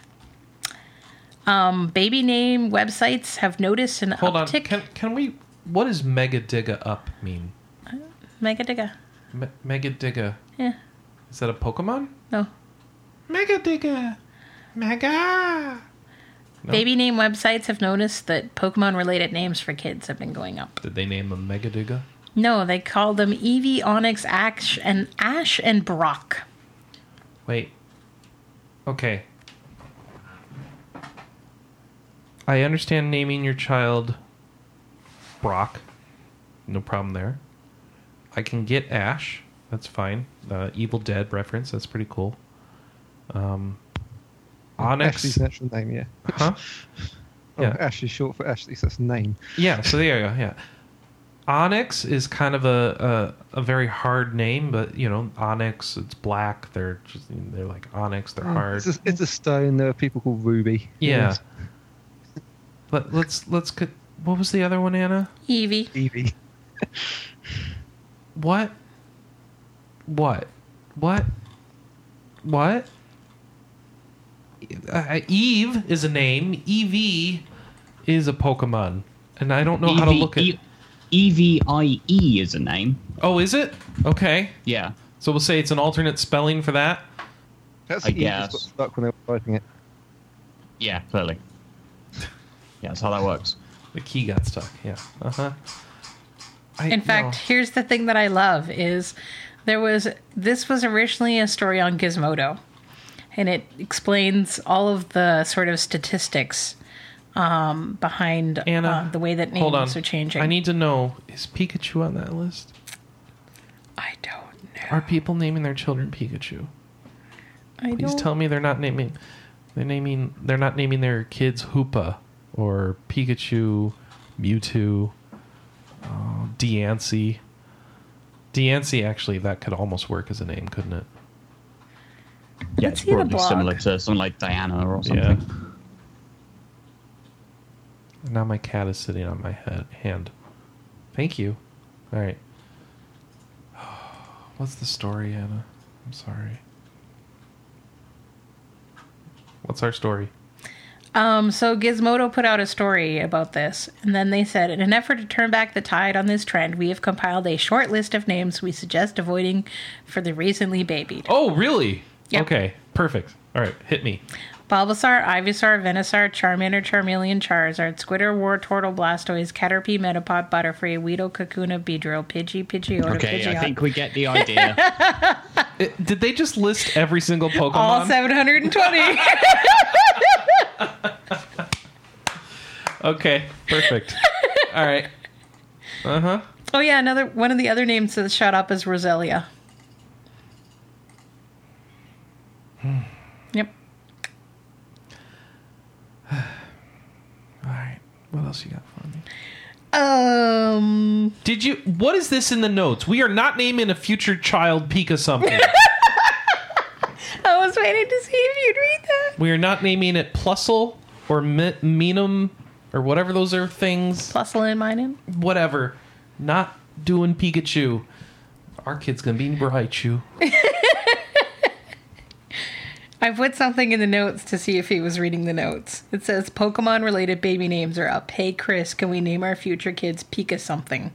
[SPEAKER 2] um, baby name websites have noticed an
[SPEAKER 1] Hold on.
[SPEAKER 2] uptick.
[SPEAKER 1] Can can we? What does mega digga up mean?
[SPEAKER 2] Mega digga,
[SPEAKER 1] Me- mega digga.
[SPEAKER 2] yeah,
[SPEAKER 1] Is that a Pokemon?
[SPEAKER 2] no,
[SPEAKER 1] Mega digga. Mega. No.
[SPEAKER 2] Baby name websites have noticed that Pokemon related names for kids have been going up.
[SPEAKER 1] Did they name a mega digga?
[SPEAKER 2] No, they call them Eevee, Onyx, Ash, and Ash and Brock.
[SPEAKER 1] Wait. Okay. I understand naming your child Brock. No problem there. I can get Ash. That's fine. Uh, Evil Dead reference. That's pretty cool. Um, Onyx.
[SPEAKER 6] Ashley's an actual name, yeah.
[SPEAKER 1] Huh?
[SPEAKER 6] Oh,
[SPEAKER 1] Yeah.
[SPEAKER 6] Ashley's short for Ashley, so that's a name.
[SPEAKER 1] Yeah, so there you go. Yeah. Onyx is kind of a, a a very hard name, but you know, Onyx, it's black. They're just they're like Onyx.
[SPEAKER 6] Oh,
[SPEAKER 1] They're hard.
[SPEAKER 6] It's a, it's a stone. There are people called Ruby.
[SPEAKER 1] Yeah. Let, let's let's co- what was the other one, Anna?
[SPEAKER 2] Evie.
[SPEAKER 6] Evie.
[SPEAKER 1] What? What? What? What? Uh, Eve is a name. Ev is a Pokemon, and I don't know how to look at.
[SPEAKER 4] E V I E is a name.
[SPEAKER 1] oh, is it? Okay,
[SPEAKER 4] Yeah.
[SPEAKER 1] so we'll say it's an alternate spelling for that.
[SPEAKER 6] That's
[SPEAKER 4] I
[SPEAKER 6] the easiest
[SPEAKER 4] guess.
[SPEAKER 6] one stuck when they were writing it.
[SPEAKER 4] Yeah, clearly. Yeah, that's how that works.
[SPEAKER 1] The key got stuck. Yeah. Uh huh.
[SPEAKER 2] In fact, here's the thing that I love is there was this was originally a story on Gizmodo, and it explains all of the sort of statistics um, behind
[SPEAKER 1] Anna,
[SPEAKER 2] uh, the way that names
[SPEAKER 1] hold on.
[SPEAKER 2] are changing.
[SPEAKER 1] I need to know: Is Pikachu on that list?
[SPEAKER 2] I don't know.
[SPEAKER 1] Are people naming their children Pikachu?
[SPEAKER 2] I
[SPEAKER 1] Please
[SPEAKER 2] don't.
[SPEAKER 1] tell me they're not naming they're naming they're not naming their kids Hoopa or Pikachu, Mewtwo, uh, Deancey. Deancey actually that could almost work as a name, couldn't it?
[SPEAKER 4] Yeah,
[SPEAKER 2] Let's
[SPEAKER 4] it's
[SPEAKER 2] see the
[SPEAKER 4] probably
[SPEAKER 2] blog.
[SPEAKER 4] similar to something like Diana or something.
[SPEAKER 1] And now my cat is sitting on my head hand. Thank you. All right. What's the story, Anna? I'm sorry. What's our story?
[SPEAKER 2] Um, so Gizmodo put out a story about this, and then they said, in an effort to turn back the tide on this trend, we have compiled a short list of names we suggest avoiding for the recently babied.
[SPEAKER 1] Oh, really?
[SPEAKER 2] Yep.
[SPEAKER 1] Okay, perfect. All right, hit me.
[SPEAKER 2] Bulbasaur, Ivysaur, Venusaur, Charmander, Charmeleon, Charizard, Squitter, War Turtle, Blastoise, Caterpie, Metapod, Butterfree, Weedle, Kakuna, Beedrill, Pidgey, Pidgeotto,
[SPEAKER 4] Okay,
[SPEAKER 2] Pidgeot.
[SPEAKER 4] I think we get the idea.
[SPEAKER 1] It- Eh, did they just list every single Pokemon?
[SPEAKER 2] all 720.
[SPEAKER 1] okay, perfect. All right. Uh huh.
[SPEAKER 2] oh yeah, another one of the other names that shot up is Roselia.
[SPEAKER 4] Hmm.
[SPEAKER 2] yep.
[SPEAKER 1] All right. What else you got for me?
[SPEAKER 2] Um,
[SPEAKER 1] Did you? What is this in the notes? We are not naming a future child Pika something.
[SPEAKER 2] I was waiting to see if you'd read that.
[SPEAKER 1] we are not naming it Plusle or Mi- Minum or whatever those are things.
[SPEAKER 2] Plus and Minun.
[SPEAKER 1] Whatever. Not doing Pikachu. Our kid's gonna be Raichu.
[SPEAKER 2] I put something in the notes to see if he was reading the notes. It says Pokemon related baby names are up. Hey Chris, can we name our future kids Pika something?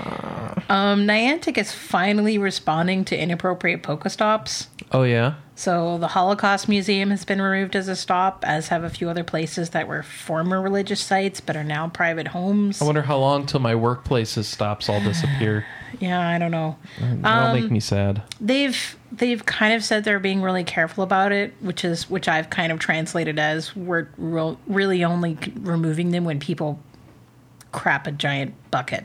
[SPEAKER 1] Uh.
[SPEAKER 2] Um, Niantic is finally responding to inappropriate Pokestops.
[SPEAKER 1] Oh yeah.
[SPEAKER 2] So the Holocaust Museum has been removed as a stop, as have a few other places that were former religious sites but are now private homes.
[SPEAKER 1] I wonder how long till my workplaces stops all disappear.
[SPEAKER 2] yeah, I don't know.
[SPEAKER 1] That'll
[SPEAKER 2] Um,
[SPEAKER 1] make me sad.
[SPEAKER 2] they've they've kind of said they're being really careful about it, which is which I've kind of translated as we're real, really only c- removing them when people crap a giant bucket.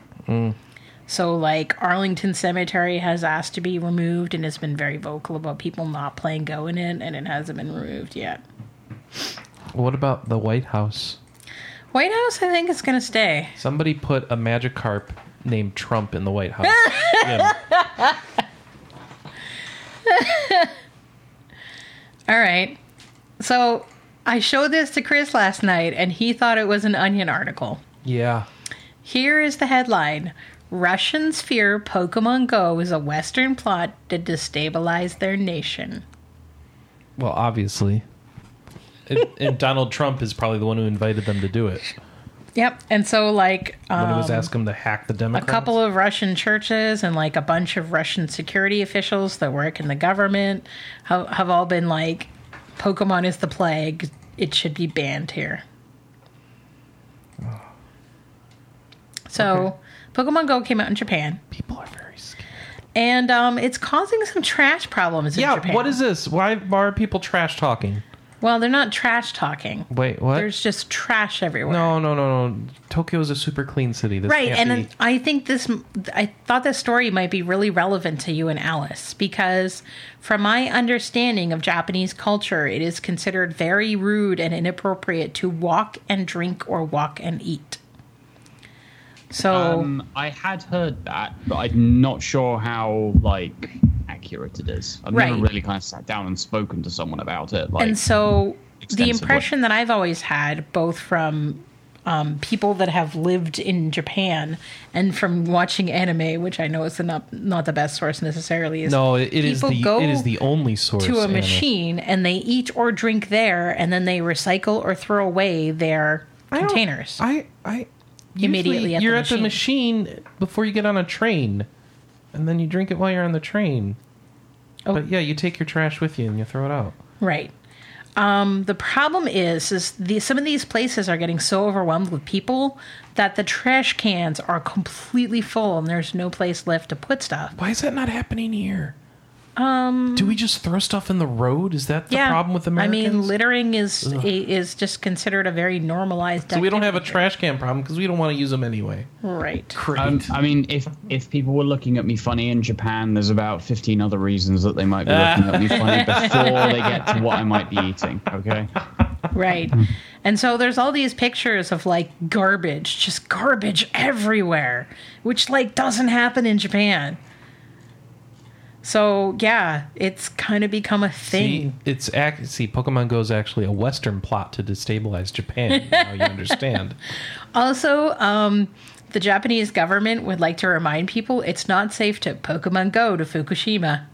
[SPEAKER 2] So like Arlington Cemetery has asked to be removed and has been very vocal about people not playing Go in it, and it hasn't been removed yet.
[SPEAKER 1] What about the White House?
[SPEAKER 2] White House, I think, is going to stay.
[SPEAKER 1] Somebody put a Magikarp named Trump in the White House. Yeah.
[SPEAKER 2] All right. So I showed this to Chris last night, and he thought it was an Onion article.
[SPEAKER 1] yeah.
[SPEAKER 2] Here is the headline Russians fear Pokemon Go is a Western plot to destabilize their nation.
[SPEAKER 1] Well, obviously. and, and Donald Trump is probably the one who invited them to do it.
[SPEAKER 2] Yep. And so, like,
[SPEAKER 1] When it was
[SPEAKER 2] um,
[SPEAKER 1] asked him to hack the
[SPEAKER 2] a
[SPEAKER 1] Democrats.
[SPEAKER 2] couple of Russian churches and like a bunch of Russian security officials that work in the government have, have all been like, Pokemon is the plague. It should be banned here. So, Pokemon Go came out in Japan,
[SPEAKER 1] people are very scared.
[SPEAKER 2] and um, it's causing some trash problems in
[SPEAKER 1] Yeah,
[SPEAKER 2] Japan.
[SPEAKER 1] what is this? Why are people trash talking?
[SPEAKER 2] Well, they're not trash talking.
[SPEAKER 1] Wait, what?
[SPEAKER 2] There's just trash everywhere.
[SPEAKER 1] no, no, no, no. Tokyo's a super clean city. This
[SPEAKER 2] Right,
[SPEAKER 1] can't
[SPEAKER 2] and
[SPEAKER 1] be-
[SPEAKER 2] then I think this. I thought this story might be really relevant to you and Alice because, from my understanding of Japanese culture, it is considered very rude and inappropriate to walk and drink or walk and eat. So
[SPEAKER 4] Um, I had heard that, but I'm not sure how like accurate it is. I've never
[SPEAKER 2] Right.
[SPEAKER 4] really kind of sat down and spoken to someone about it. Like,
[SPEAKER 2] and so the
[SPEAKER 4] extensively.
[SPEAKER 2] impression that I've always had, both from um, people that have lived in Japan and from watching anime, which I know is not not the best source necessarily, is
[SPEAKER 1] no, it, it is
[SPEAKER 2] people
[SPEAKER 1] the
[SPEAKER 2] go
[SPEAKER 1] it is the only source
[SPEAKER 2] to a
[SPEAKER 1] anime.
[SPEAKER 2] machine and they eat or drink there, and then they recycle or throw away their
[SPEAKER 1] I don't-
[SPEAKER 2] containers.
[SPEAKER 1] I I
[SPEAKER 2] Immediately
[SPEAKER 1] usually
[SPEAKER 2] at the
[SPEAKER 1] you're at the machine before you get on a train, and then you drink it while you're on the train.
[SPEAKER 2] Oh.
[SPEAKER 1] But yeah, you take your trash with you and you throw it out.
[SPEAKER 2] Right. Um, the problem is, is the, some of these places are getting so overwhelmed with people that the trash cans are completely full, and there's no place left to put stuff.
[SPEAKER 1] Why is that not happening here? Um, do we just throw stuff in the road? Is that the
[SPEAKER 2] yeah,
[SPEAKER 1] problem with Americans?
[SPEAKER 2] I mean, littering is a, is just considered a very normalized.
[SPEAKER 1] so we don't have a
[SPEAKER 2] activity.
[SPEAKER 1] trash can problem because we don't want to use them anyway.
[SPEAKER 2] Right.
[SPEAKER 1] Great.
[SPEAKER 4] Um, I mean, if if people were looking at me funny in Japan, there's about 15 other reasons that they might be looking at me funny before they get to what I might be eating. Okay.
[SPEAKER 2] Right. And so there's all these pictures of like garbage, just garbage everywhere, which like doesn't happen in Japan. So yeah, it's kind of become a
[SPEAKER 1] see,
[SPEAKER 2] thing.
[SPEAKER 1] it's ac- see, Pokemon Go is actually a Western plot to destabilize Japan. now you understand.
[SPEAKER 2] Also, um, the Japanese government would like to remind people it's not safe to Pokemon Go to Fukushima.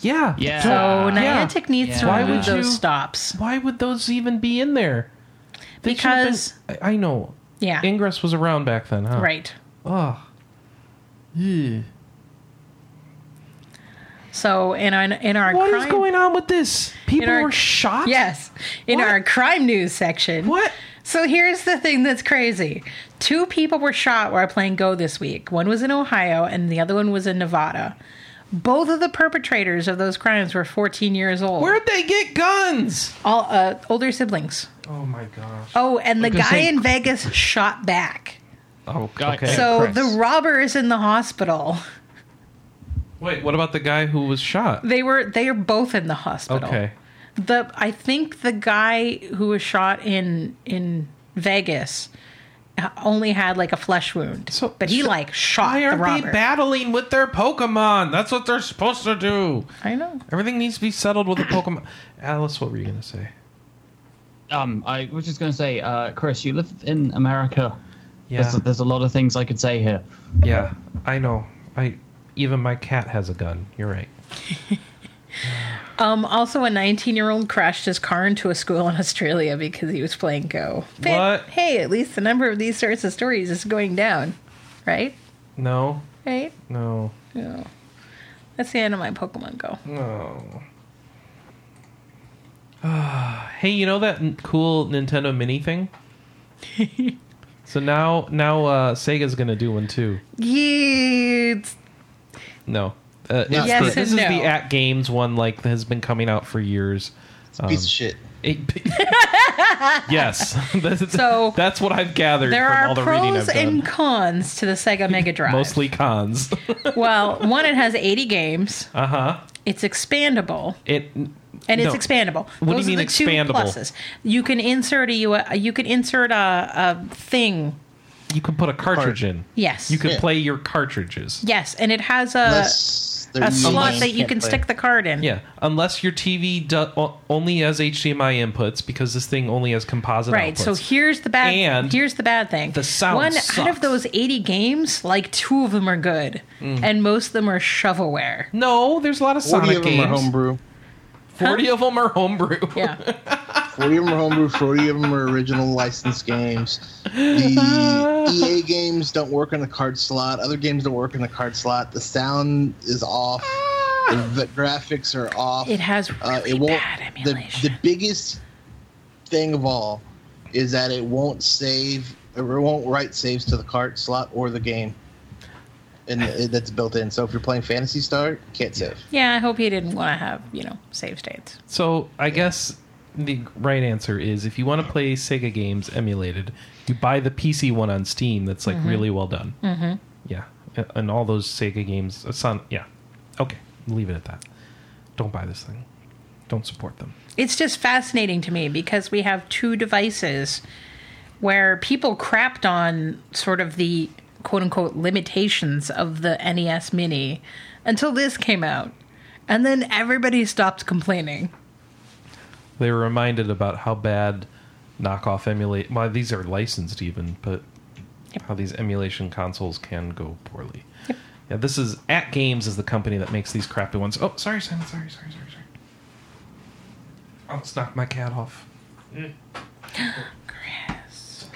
[SPEAKER 1] Yeah.
[SPEAKER 4] Yeah.
[SPEAKER 2] So
[SPEAKER 1] Ah. Yeah.
[SPEAKER 2] Oh, Niantic needs to
[SPEAKER 1] Why
[SPEAKER 2] remove
[SPEAKER 1] would
[SPEAKER 2] those
[SPEAKER 1] you-
[SPEAKER 2] stops.
[SPEAKER 1] Why would those even be in there? They should have
[SPEAKER 2] Because-
[SPEAKER 1] been- I, I know.
[SPEAKER 2] Yeah.
[SPEAKER 1] Ingress was around back then, huh?
[SPEAKER 2] Right.
[SPEAKER 1] Oh.
[SPEAKER 2] So in our in our
[SPEAKER 1] What is
[SPEAKER 2] crime
[SPEAKER 1] going on with this? People
[SPEAKER 2] our-
[SPEAKER 1] were shot.
[SPEAKER 2] yes in
[SPEAKER 1] What?
[SPEAKER 2] our crime news section.
[SPEAKER 1] What?
[SPEAKER 2] So here's the thing that's crazy. Two people were shot while playing Go this week. One was in Ohio and the other one was in Nevada. Both of the perpetrators of those crimes were 14 years old.
[SPEAKER 1] Where'd they get guns?
[SPEAKER 2] All uh, older siblings.
[SPEAKER 1] Oh my gosh.
[SPEAKER 2] Oh, and the
[SPEAKER 4] gonna
[SPEAKER 2] guy
[SPEAKER 4] say-
[SPEAKER 2] in Vegas shot back.
[SPEAKER 1] Oh,
[SPEAKER 4] Guy-
[SPEAKER 1] okay.
[SPEAKER 2] so
[SPEAKER 4] Chris.
[SPEAKER 2] the robber is in the hospital.
[SPEAKER 1] Wait, what about the guy who was shot?
[SPEAKER 2] They were they are both in the hospital.
[SPEAKER 1] Okay.
[SPEAKER 2] The I think the guy who was shot in in Vegas uh, only had like a flesh wound,
[SPEAKER 1] So-
[SPEAKER 2] but he
[SPEAKER 1] so
[SPEAKER 2] like shot
[SPEAKER 1] Why
[SPEAKER 2] the
[SPEAKER 1] are
[SPEAKER 2] robber.
[SPEAKER 1] they battling with their Pokemon? That's what they're supposed to do.
[SPEAKER 2] I know.
[SPEAKER 1] Everything needs to be settled with a Pokemon. Alice, what were you gonna say?
[SPEAKER 4] Um, I was just gonna say, uh, Chris, you live in America.
[SPEAKER 1] Yeah.
[SPEAKER 4] There's, there's a lot of things I could say here.
[SPEAKER 1] Yeah, I know. I even my cat has a gun. You're right.
[SPEAKER 2] Um, also, a 19 year old crashed his car into a school in Australia because he was playing Go.
[SPEAKER 1] What?
[SPEAKER 2] hey, at least the number of these sorts of stories is going down, right?
[SPEAKER 1] No,
[SPEAKER 2] Right?
[SPEAKER 1] no,
[SPEAKER 2] Yeah. That's the end of my Pokemon Go.
[SPEAKER 1] no. hey, you know that n- cool Nintendo Mini thing? so now, now uh, Sega's gonna do one too.
[SPEAKER 2] Yeet.
[SPEAKER 1] No, uh,
[SPEAKER 5] Yes
[SPEAKER 1] it's the-
[SPEAKER 2] and
[SPEAKER 1] this is the
[SPEAKER 2] no.
[SPEAKER 1] at games one like that has been coming out for years. Um,
[SPEAKER 5] Piece of shit.
[SPEAKER 1] It- yes, that's,
[SPEAKER 2] So,
[SPEAKER 1] that's what I've gathered
[SPEAKER 2] There
[SPEAKER 1] from all
[SPEAKER 2] are
[SPEAKER 1] the reading I've
[SPEAKER 2] pros
[SPEAKER 1] done.
[SPEAKER 2] and cons to the Sega Mega Drive.
[SPEAKER 1] Mostly cons.
[SPEAKER 2] Well, one, it has 80 games.
[SPEAKER 1] uh huh.
[SPEAKER 2] It's expandable.
[SPEAKER 1] It
[SPEAKER 2] and
[SPEAKER 1] no.
[SPEAKER 2] it's expandable.
[SPEAKER 1] What do you
[SPEAKER 2] Those
[SPEAKER 1] mean
[SPEAKER 2] are the two
[SPEAKER 1] expandable?
[SPEAKER 2] pluses. You can insert a U- you can insert a, a thing.
[SPEAKER 1] You can put a cartridge in.
[SPEAKER 2] Yes.
[SPEAKER 1] You can
[SPEAKER 5] Yeah.
[SPEAKER 1] play your cartridges.
[SPEAKER 2] Yes, and it has a
[SPEAKER 5] Unless
[SPEAKER 2] Uh, a
[SPEAKER 5] there's
[SPEAKER 2] slot
[SPEAKER 5] online
[SPEAKER 2] that you can
[SPEAKER 5] play.
[SPEAKER 2] stick the card in.
[SPEAKER 1] Yeah, unless your TV do- o- only has HDMI inputs because this thing only has composite
[SPEAKER 2] Right.
[SPEAKER 1] outputs.
[SPEAKER 2] So here's the bad
[SPEAKER 1] And
[SPEAKER 2] here's the bad thing.
[SPEAKER 1] the sound
[SPEAKER 2] One out
[SPEAKER 1] sucks.
[SPEAKER 2] of those 80 games, like two of them are good,
[SPEAKER 1] Mm.
[SPEAKER 2] and most of them are shovelware.
[SPEAKER 1] no, there's a lot of
[SPEAKER 5] Forty
[SPEAKER 1] Sonic
[SPEAKER 5] of them are
[SPEAKER 1] games.
[SPEAKER 5] homebrew.
[SPEAKER 1] Forty of them are homebrew.
[SPEAKER 2] Yeah.
[SPEAKER 5] Forty of them are homebrew. Forty of them are original licensed games. The EA games don't work in the card slot. Other games don't work in the card slot. The sound is off. The graphics are off.
[SPEAKER 2] Ah. It has
[SPEAKER 5] Uh,
[SPEAKER 2] really
[SPEAKER 5] it won't.
[SPEAKER 2] bad
[SPEAKER 5] The,
[SPEAKER 2] emulation.
[SPEAKER 5] the biggest thing of all is that it won't save. It won't write saves to the cart slot or the game. and it- that's built in. So if you're playing Fantasy Star, you
[SPEAKER 2] Hmm?
[SPEAKER 5] can't save.
[SPEAKER 2] Yeah, I hope he didn't want to have, you know, save states.
[SPEAKER 1] So I guess the right answer is if you want to play Sega games emulated, you buy the PC one on Steam that's like really well done. Mm-hmm. Yeah, A- and all those Sega games. uh, Son, yeah, okay, leave it at that. Don't buy this thing. Don't support them.
[SPEAKER 2] It's just fascinating to me because we have two devices where people crapped on sort of the quote unquote limitations of the NES Mini until this came out. And then everybody stopped complaining.
[SPEAKER 1] They were reminded about how bad knockoff emulate. Well, these are licensed even, but how these emulation consoles can go poorly. Yeah, this is At Games is the company that makes these crappy ones. Oh, sorry, Simon. Sorry, sorry, sorry, sorry. Oh, it's knocked my cat off. It's okay. It's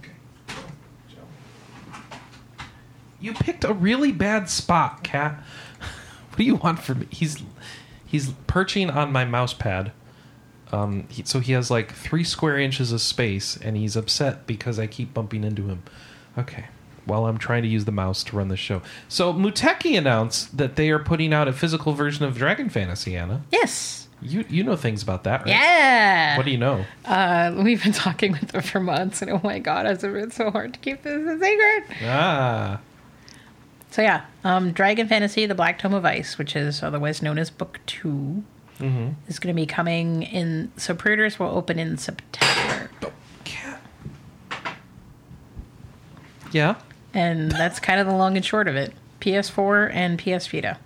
[SPEAKER 1] okay. Joe. You picked a really bad spot, cat. What do you want from me? He's he's perching on my mouse pad. Um, he, so he has like three square inches of space, and he's upset because I keep bumping into him. Okay. While I'm trying to use the mouse to run the show. So Muteki announced that they are putting out a physical version of Dragon Fantasy, Anna.
[SPEAKER 2] Yes.
[SPEAKER 1] You you know things about that, right?
[SPEAKER 2] Yeah.
[SPEAKER 1] What do you know?
[SPEAKER 2] uh, we've been talking with them for months, and oh my god, has it been so hard to keep this a secret?
[SPEAKER 1] Ah.
[SPEAKER 2] So yeah, um, Dragon Fantasy: The Black Tome of Ice, which is otherwise known as Book 2 is going to be coming in. So pre-orders will open in September,
[SPEAKER 1] Cat. Yeah.
[SPEAKER 2] and that's kind of the long and short of it. PS4 and PS Vita.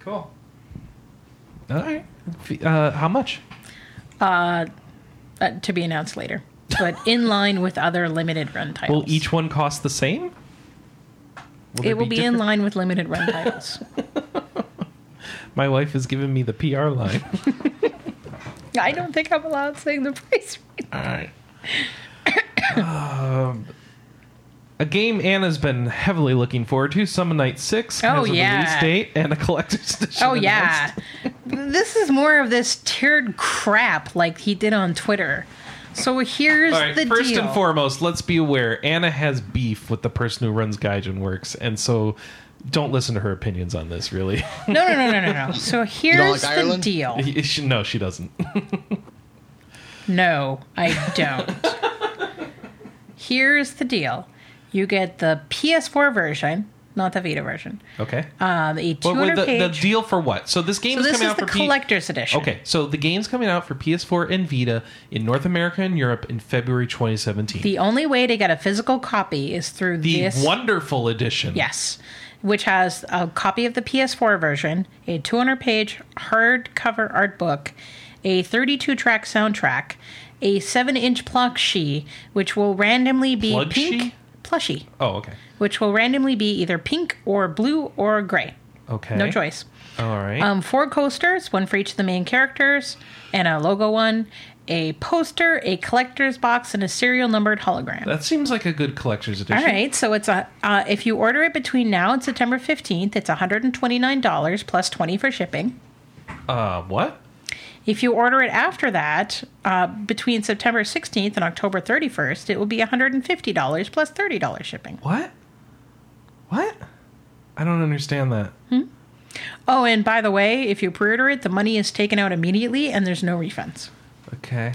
[SPEAKER 1] Cool. All right. F- Uh, how much?
[SPEAKER 2] Uh, to be announced later, but in line with other limited run titles.
[SPEAKER 1] Will each one cost the same?
[SPEAKER 2] it,
[SPEAKER 1] there
[SPEAKER 2] will be, in
[SPEAKER 1] different-
[SPEAKER 2] line with limited run titles.
[SPEAKER 1] My wife has given me the PR line.
[SPEAKER 2] I don't think I'm allowed saying the price.
[SPEAKER 1] All right. um, a game Anna's been heavily looking forward to, Summon Night Six,
[SPEAKER 2] Oh,
[SPEAKER 1] has a
[SPEAKER 2] yeah.
[SPEAKER 1] release date and a collector's edition.
[SPEAKER 2] Oh yeah,
[SPEAKER 1] announced.
[SPEAKER 2] this is more of this tiered crap like he did on Twitter. So here's
[SPEAKER 1] All right.
[SPEAKER 2] the
[SPEAKER 1] First
[SPEAKER 2] deal.
[SPEAKER 1] and foremost, let's be aware Anna has beef with the person who runs Gaijin Works, and so don't listen to her opinions on this. Really,
[SPEAKER 2] No, no, no, no, no, no. So here's the
[SPEAKER 5] Ireland?
[SPEAKER 2] deal.
[SPEAKER 1] She- no, she doesn't.
[SPEAKER 2] No, I don't. here's the deal. You get the PS4 version, not the Vita version.
[SPEAKER 1] Okay.
[SPEAKER 2] Um, a
[SPEAKER 1] But wait,
[SPEAKER 2] 200
[SPEAKER 1] the, the
[SPEAKER 2] page.
[SPEAKER 1] deal for what? So this game
[SPEAKER 2] so
[SPEAKER 1] is
[SPEAKER 2] this
[SPEAKER 1] coming
[SPEAKER 2] is
[SPEAKER 1] out
[SPEAKER 2] the
[SPEAKER 1] for P-
[SPEAKER 2] collector's edition.
[SPEAKER 1] Okay, so the game's coming out for PS4 and Vita in North America and Europe in February 2017.
[SPEAKER 2] The only way to get a physical copy is through
[SPEAKER 1] The
[SPEAKER 2] this
[SPEAKER 1] wonderful edition.
[SPEAKER 2] Yes, which has a copy of the PS4 version, a 200 page hardcover art book, a 32 track soundtrack, a 7 inch plushie, which will randomly be
[SPEAKER 1] Plushie?
[SPEAKER 2] pink. Plushie,
[SPEAKER 1] Oh, okay.
[SPEAKER 2] which will randomly be either pink or blue or gray.
[SPEAKER 1] Okay.
[SPEAKER 2] No choice.
[SPEAKER 1] All right.
[SPEAKER 2] Um, four coasters, one for each of the main characters, and a logo one, a poster, a collector's box, and a serial numbered hologram.
[SPEAKER 1] that seems like a good collector's edition.
[SPEAKER 2] All right, so it's a uh, if you order it between now and September fifteenth, it's one hundred and twenty nine dollars plus twenty for shipping.
[SPEAKER 1] Uh, what?
[SPEAKER 2] If you order it after that, uh, between September sixteenth and October thirty first, it will be one hundred and fifty dollars plus thirty dollars shipping.
[SPEAKER 1] What? What? I don't understand that.
[SPEAKER 2] Oh, and by the way, if you pre-order it, the money is taken out immediately, and there's no refunds.
[SPEAKER 1] Okay.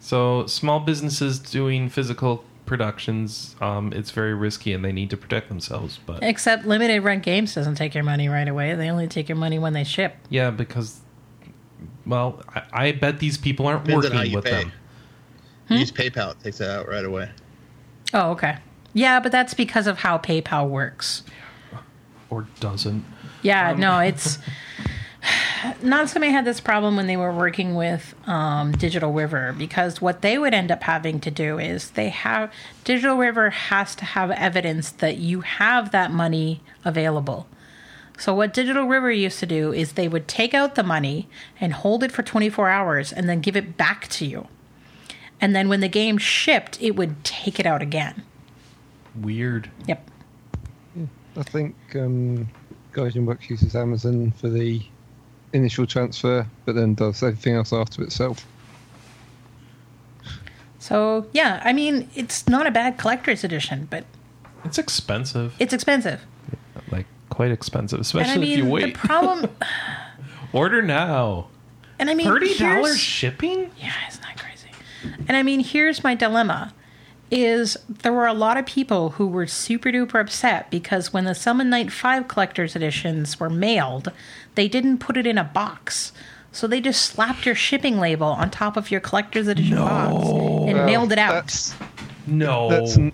[SPEAKER 1] So small businesses doing physical productions, um, it's very risky and they need to protect themselves. But
[SPEAKER 2] Except limited run games doesn't take your money right away; they only take your money when they ship.
[SPEAKER 1] yeah, because well, I, I bet these people aren't
[SPEAKER 5] Depends on how
[SPEAKER 1] working
[SPEAKER 5] you
[SPEAKER 1] with
[SPEAKER 5] pay.
[SPEAKER 1] them.
[SPEAKER 5] You Use PayPal, it takes that out right away.
[SPEAKER 2] Oh, okay. Yeah, but that's because of how PayPal works.
[SPEAKER 1] Or doesn't.
[SPEAKER 2] Yeah, no, it's Natsume had this problem when they were working with um, Digital River because what they would end up having to do is they have Digital River has to have evidence that you have that money available. So what Digital River used to do is they would take out the money and hold it for 24 hours and then give it back to you. And then when the game shipped, it would take it out again.
[SPEAKER 1] Weird.
[SPEAKER 2] Yep.
[SPEAKER 6] I think um, Guardian Works uses Amazon for the initial transfer, but then does everything else after itself.
[SPEAKER 2] So yeah, I mean it's not a bad collector's edition, but
[SPEAKER 1] It's expensive.
[SPEAKER 2] It's expensive.
[SPEAKER 1] Like quite expensive,
[SPEAKER 2] And
[SPEAKER 1] especially
[SPEAKER 2] I mean,
[SPEAKER 1] if you
[SPEAKER 2] the
[SPEAKER 1] wait.
[SPEAKER 2] problem.
[SPEAKER 1] Order now.
[SPEAKER 2] And I mean,
[SPEAKER 1] Thirty dollars
[SPEAKER 2] here's-
[SPEAKER 1] shipping.
[SPEAKER 2] Yeah, it's not crazy. And I mean, here's my dilemma is there were a lot of people who were super duper upset because when the Summon Night 5 collector's editions were mailed, they didn't put it in a box. So they just slapped your shipping label on top of your collector's edition box and mailed it out.
[SPEAKER 6] That's
[SPEAKER 1] No,
[SPEAKER 6] that's n-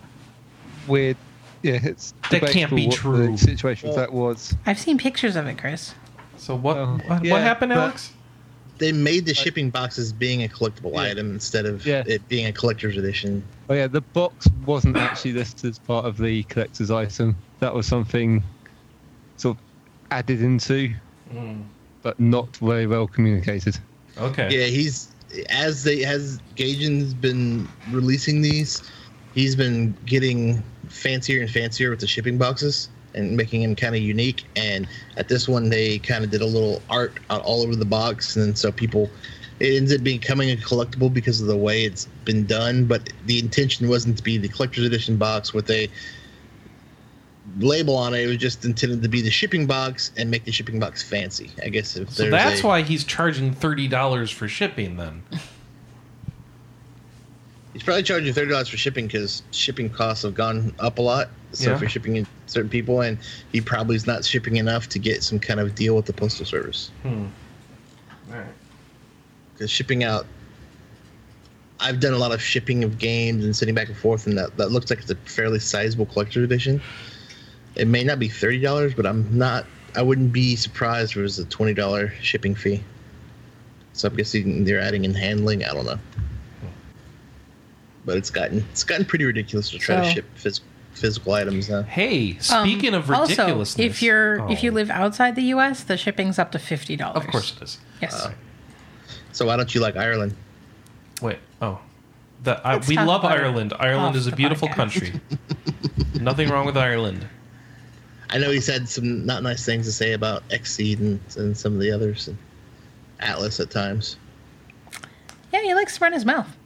[SPEAKER 6] weird. Yeah, it's
[SPEAKER 1] Oh. That can't be
[SPEAKER 6] debatable what
[SPEAKER 1] true.
[SPEAKER 6] The situation that was.
[SPEAKER 2] I've seen pictures of it, Chris.
[SPEAKER 1] So what?
[SPEAKER 6] Oh,
[SPEAKER 1] what,
[SPEAKER 6] yeah,
[SPEAKER 1] what happened,
[SPEAKER 6] but-
[SPEAKER 1] Alex?
[SPEAKER 5] They made the shipping boxes being a collectible
[SPEAKER 6] Yeah.
[SPEAKER 5] item instead of
[SPEAKER 6] Yeah.
[SPEAKER 5] it being a collector's edition.
[SPEAKER 6] Oh yeah, the box wasn't actually listed as part of the collector's item. That was something sort of added into, but not very well communicated.
[SPEAKER 1] Okay.
[SPEAKER 5] Yeah, he's as they as Gaijin's been releasing these, he's been getting fancier and fancier with the shipping boxes and making them kind of unique. And at this one, they kind of did a little art on all over the box, and so people. It ends up becoming a collectible because of the way it's been done, but the intention wasn't to be the collector's edition box with a label on it. It was just intended to be the shipping box and make the shipping box fancy. I guess if
[SPEAKER 1] So
[SPEAKER 5] there's
[SPEAKER 1] that's
[SPEAKER 5] a-
[SPEAKER 1] why he's charging thirty dollars for shipping. Then
[SPEAKER 5] He's probably charging thirty dollars for shipping because shipping costs have gone up a lot. So
[SPEAKER 1] Yeah.
[SPEAKER 5] if you're shipping in certain people, and he probably is not shipping enough to get some kind of deal with the postal service because shipping out. I've done a lot of shipping of games and sending back and forth, and that, that looks like it's a fairly sizable collector's edition. It may not be thirty dollars, but I'm not. I wouldn't be surprised if it was a twenty dollar shipping fee. So I'm guessing they're adding in handling. I don't know, but it's gotten it's gotten pretty ridiculous to try to
[SPEAKER 2] So-
[SPEAKER 5] ship phys- physical items now.
[SPEAKER 1] Hey,
[SPEAKER 2] Um,
[SPEAKER 1] speaking of ridiculousness,
[SPEAKER 2] also, if you're if you
[SPEAKER 1] Oh,
[SPEAKER 2] live outside the U.S., the shipping's up to fifty dollars.
[SPEAKER 1] of course Uh. it is.
[SPEAKER 2] yes.
[SPEAKER 5] So why don't you like Ireland?
[SPEAKER 1] Wait, oh, the, I,
[SPEAKER 2] Let's
[SPEAKER 1] we
[SPEAKER 2] talk
[SPEAKER 1] love
[SPEAKER 2] about it
[SPEAKER 1] Ireland. Ireland
[SPEAKER 2] off
[SPEAKER 1] is a
[SPEAKER 2] the
[SPEAKER 1] beautiful
[SPEAKER 2] podcast.
[SPEAKER 1] country. Nothing wrong with Ireland.
[SPEAKER 5] I know he's had some not nice things to say about Exceed and, and some of the others, and Atlas at times.
[SPEAKER 2] yeah, he likes to run his mouth.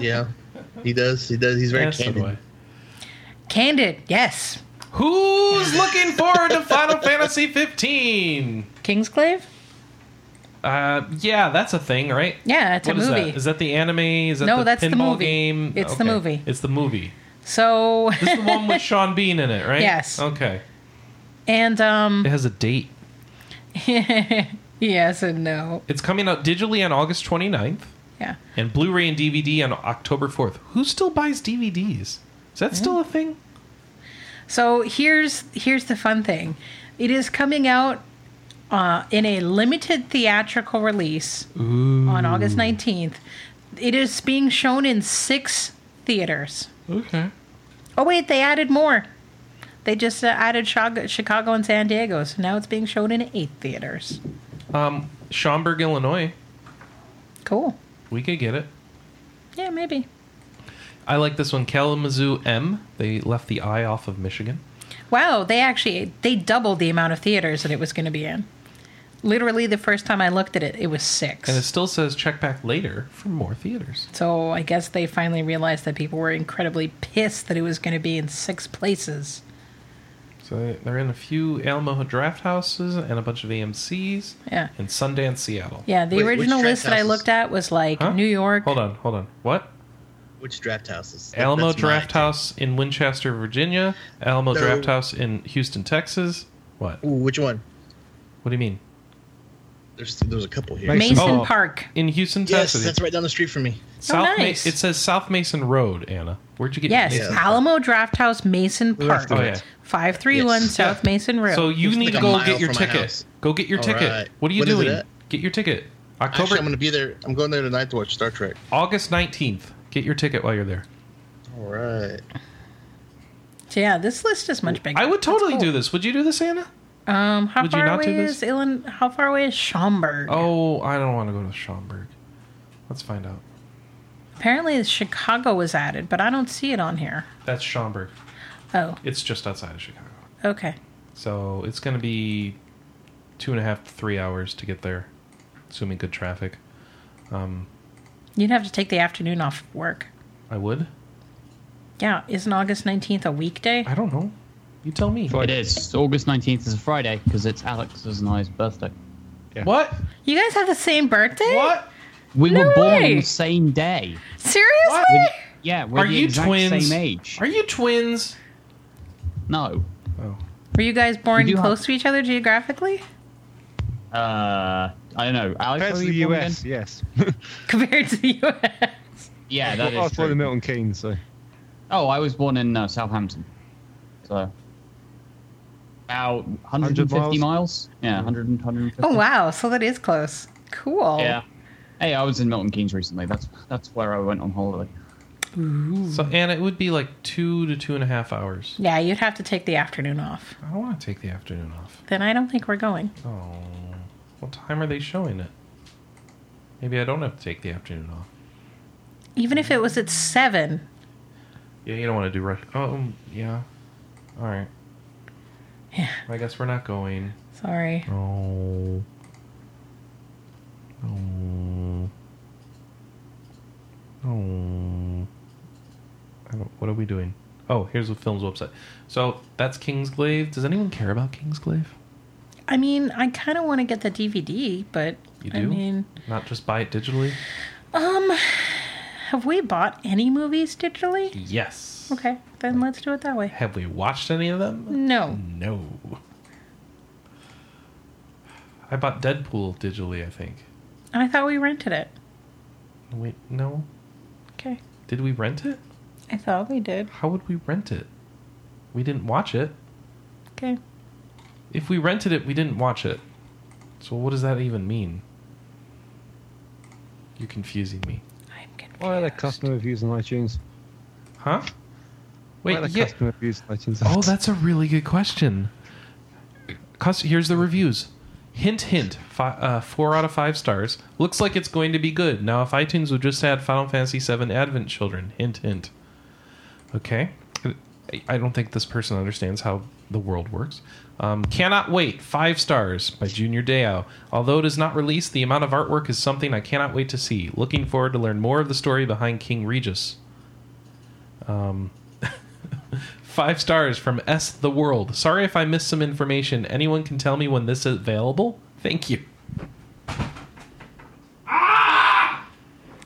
[SPEAKER 5] Yeah, he does. He does. He's very
[SPEAKER 1] Yes, so do
[SPEAKER 5] candid.
[SPEAKER 1] I.
[SPEAKER 2] Candid, yes.
[SPEAKER 1] Who's looking forward to Final Fantasy 15?
[SPEAKER 2] Kingsglaive.
[SPEAKER 1] Uh, yeah, that's a thing, right?
[SPEAKER 2] Yeah, it's
[SPEAKER 1] What
[SPEAKER 2] a
[SPEAKER 1] is
[SPEAKER 2] movie.
[SPEAKER 1] that? Is that the anime? Is that
[SPEAKER 2] No,
[SPEAKER 1] the
[SPEAKER 2] that's the
[SPEAKER 1] pinball
[SPEAKER 2] movie.
[SPEAKER 1] game?
[SPEAKER 2] It's the movie.
[SPEAKER 1] It's the movie.
[SPEAKER 2] So
[SPEAKER 1] This is the one with Sean Bean in it, right?
[SPEAKER 2] Yes.
[SPEAKER 1] Okay.
[SPEAKER 2] and um
[SPEAKER 1] It has a date.
[SPEAKER 2] yes and no.
[SPEAKER 1] It's coming out digitally on August 29th
[SPEAKER 2] Yeah.
[SPEAKER 1] and Blu-ray and DVD on October 4th. Who still buys DVDs? Is that still a thing?
[SPEAKER 2] So here's here's the fun thing. It is coming out uh, in a limited theatrical release on August 19th. It is being shown in 6 theaters.
[SPEAKER 1] Okay.
[SPEAKER 2] Oh wait, they added more. They just uh, added Chicago, Chicago and San Diego, so now it's being shown in 8 theaters.
[SPEAKER 1] Um, Schaumburg, Illinois.
[SPEAKER 2] Cool.
[SPEAKER 1] We could get it.
[SPEAKER 2] Yeah, maybe.
[SPEAKER 1] I like this one, Kalamazoo M. They left the I off of Michigan.
[SPEAKER 2] Wow, they actually they doubled the amount of theaters that it was going to be in. Literally, the first time I looked at it, it was six.
[SPEAKER 1] And it still says check back later for more theaters.
[SPEAKER 2] so I guess they finally realized that people were incredibly pissed that it was going to be in six places.
[SPEAKER 1] So they're in a few Alamo draft houses and a bunch of AMC's
[SPEAKER 2] Yeah,
[SPEAKER 1] and Sundance, Seattle.
[SPEAKER 2] yeah. The
[SPEAKER 5] Wait, which
[SPEAKER 2] original
[SPEAKER 5] draft
[SPEAKER 2] list that I
[SPEAKER 5] houses?
[SPEAKER 2] looked at was like
[SPEAKER 1] Huh?
[SPEAKER 2] New York.
[SPEAKER 1] Hold on, hold on. What?
[SPEAKER 5] Which draft houses? That-
[SPEAKER 1] Alamo
[SPEAKER 5] that's
[SPEAKER 1] Draft
[SPEAKER 5] mine.
[SPEAKER 1] House in Winchester, Virginia. Alamo
[SPEAKER 5] No.
[SPEAKER 1] Draft House in Houston, Texas. What?
[SPEAKER 5] Ooh, which one?
[SPEAKER 1] What do you mean?
[SPEAKER 5] There's there's a couple here.
[SPEAKER 6] Mason-
[SPEAKER 2] Mason
[SPEAKER 1] Oh.
[SPEAKER 2] Park.
[SPEAKER 1] In Houston,
[SPEAKER 5] Yes,
[SPEAKER 1] Texas.
[SPEAKER 5] that's right down the street from me.
[SPEAKER 1] South Ma-
[SPEAKER 2] Oh, nice.
[SPEAKER 1] it says South Mason Road, Anna. Where'd you get
[SPEAKER 2] Yes,
[SPEAKER 1] Mason?
[SPEAKER 5] Yeah.
[SPEAKER 2] Alamo Draft House, Mason Park,
[SPEAKER 1] Oh, yeah.
[SPEAKER 2] five three one
[SPEAKER 5] Yes.
[SPEAKER 2] South Mason Road.
[SPEAKER 1] So you
[SPEAKER 5] It's
[SPEAKER 1] need
[SPEAKER 5] like
[SPEAKER 1] to
[SPEAKER 5] a
[SPEAKER 1] go
[SPEAKER 5] mile
[SPEAKER 1] get your
[SPEAKER 5] from my
[SPEAKER 1] ticket.
[SPEAKER 5] house.
[SPEAKER 1] Go get your
[SPEAKER 5] All
[SPEAKER 1] ticket.
[SPEAKER 5] right.
[SPEAKER 1] What are you
[SPEAKER 5] When is it
[SPEAKER 1] doing?
[SPEAKER 5] at?
[SPEAKER 1] get your ticket. October
[SPEAKER 5] Actually, I'm going to be there. I'm going there tonight to watch Star Trek.
[SPEAKER 1] August 19th. Get your ticket while you're there.
[SPEAKER 5] All right.
[SPEAKER 2] So, yeah, this list is much bigger.
[SPEAKER 1] I would
[SPEAKER 2] That's
[SPEAKER 1] totally
[SPEAKER 2] cool.
[SPEAKER 1] do this. Would you do this, Anna?
[SPEAKER 2] Um, how
[SPEAKER 1] Would you
[SPEAKER 2] far
[SPEAKER 1] not do
[SPEAKER 2] away
[SPEAKER 1] this?
[SPEAKER 2] is Ilan? How far away is Schaumburg?
[SPEAKER 1] Oh, I don't want to go to Schaumburg. Let's find out.
[SPEAKER 2] Apparently, Chicago was added, but I don't see it on here.
[SPEAKER 1] That's Schaumburg.
[SPEAKER 2] Oh,
[SPEAKER 1] It's just outside of Chicago.
[SPEAKER 2] okay.
[SPEAKER 1] So it's going to be two and a half to three hours to get there, assuming good traffic. Um,
[SPEAKER 2] You'd have to take the afternoon off work.
[SPEAKER 1] I would.
[SPEAKER 2] Yeah, isn't August 19th a weekday?
[SPEAKER 1] I don't know. You tell me.
[SPEAKER 6] Fine.
[SPEAKER 4] It is. August 19th is a Friday because it's Alex's and I's birthday.
[SPEAKER 1] What?
[SPEAKER 2] You guys have the same birthday?
[SPEAKER 1] What?
[SPEAKER 4] We
[SPEAKER 2] No
[SPEAKER 4] were born
[SPEAKER 2] way.
[SPEAKER 4] on the same day.
[SPEAKER 2] Seriously?
[SPEAKER 1] What?
[SPEAKER 4] Yeah, we're
[SPEAKER 1] Are
[SPEAKER 4] the
[SPEAKER 1] you
[SPEAKER 4] exact
[SPEAKER 1] twins?
[SPEAKER 4] same age.
[SPEAKER 1] Are you twins?
[SPEAKER 4] No.
[SPEAKER 1] Oh.
[SPEAKER 2] Were you guys born
[SPEAKER 4] We do
[SPEAKER 2] close
[SPEAKER 4] have-
[SPEAKER 2] to each other geographically?
[SPEAKER 4] Uh, I don't know. Alex,
[SPEAKER 6] Compared
[SPEAKER 4] were
[SPEAKER 6] to the
[SPEAKER 4] you born
[SPEAKER 6] US,
[SPEAKER 4] again?
[SPEAKER 6] yes.
[SPEAKER 2] Compared to the US?
[SPEAKER 4] Yeah, that
[SPEAKER 6] I
[SPEAKER 4] is
[SPEAKER 6] was born in
[SPEAKER 4] true.
[SPEAKER 6] Milton Keynes, so
[SPEAKER 4] Oh, I was born in uh, Southampton. So about 150
[SPEAKER 6] miles?
[SPEAKER 4] miles? Yeah, Oh, 100 and 150.
[SPEAKER 2] Oh, wow. So that is close. Cool.
[SPEAKER 4] Yeah. Hey, I was in Milton Keynes recently. That's that's where I went on holiday.
[SPEAKER 1] So, and it would be like two to two and a half hours.
[SPEAKER 2] Yeah, you'd have to take the afternoon off.
[SPEAKER 1] I don't want to take the afternoon off.
[SPEAKER 2] Then I don't think we're going.
[SPEAKER 1] Oh. What time are they showing it? Maybe I don't have to take the afternoon off.
[SPEAKER 2] Even if it was at 7.
[SPEAKER 1] Yeah, you don't want to do rush. Oh, um, yeah. All right.
[SPEAKER 2] Yeah.
[SPEAKER 1] I guess we're not going.
[SPEAKER 2] Sorry.
[SPEAKER 1] Oh. Oh. Oh. I don't, what are we doing? Oh, here's the film's website. So that's Kingsglaive. Does anyone care about Kingsglaive?
[SPEAKER 2] I mean, I kind of want to get the DVD, but
[SPEAKER 1] You
[SPEAKER 2] I
[SPEAKER 1] do?
[SPEAKER 2] mean,
[SPEAKER 1] Not just buy it digitally?
[SPEAKER 2] um, have we bought any movies digitally?
[SPEAKER 1] Yes.
[SPEAKER 2] Okay, then let's do it that way.
[SPEAKER 1] Have we watched any of them?
[SPEAKER 2] No.
[SPEAKER 1] No. I bought Deadpool digitally, I think.
[SPEAKER 2] I thought we rented it.
[SPEAKER 1] Wait, no.
[SPEAKER 2] Okay.
[SPEAKER 1] Did we rent it?
[SPEAKER 2] I thought we did.
[SPEAKER 1] How would we rent it? We didn't watch it.
[SPEAKER 2] Okay.
[SPEAKER 1] If we rented it, we didn't watch it. So what does that even mean? You're confusing me.
[SPEAKER 2] I'm confused.
[SPEAKER 6] why are there customer reviews on iTunes?
[SPEAKER 1] Huh? Wait,
[SPEAKER 6] Wait, why are there
[SPEAKER 1] yeah.
[SPEAKER 6] customer reviews on iTunes?
[SPEAKER 1] Oh, that's a really good question. Cus- here's the reviews. Hint, hint. Fi- uh, four out of five stars. Looks like it's going to be good. Now, if iTunes would just add Final Fantasy VII Advent Children. Hint, hint. Okay. I- I don't think this person understands how the world works. Um, cannot wait. Five stars by Junior Deo. Although it is not released, the amount of artwork is something I cannot wait to see. Looking forward to learn more of the story behind King Regis. Five stars from S the World. Sorry if I missed some information. Anyone can tell me when this is available? Thank you.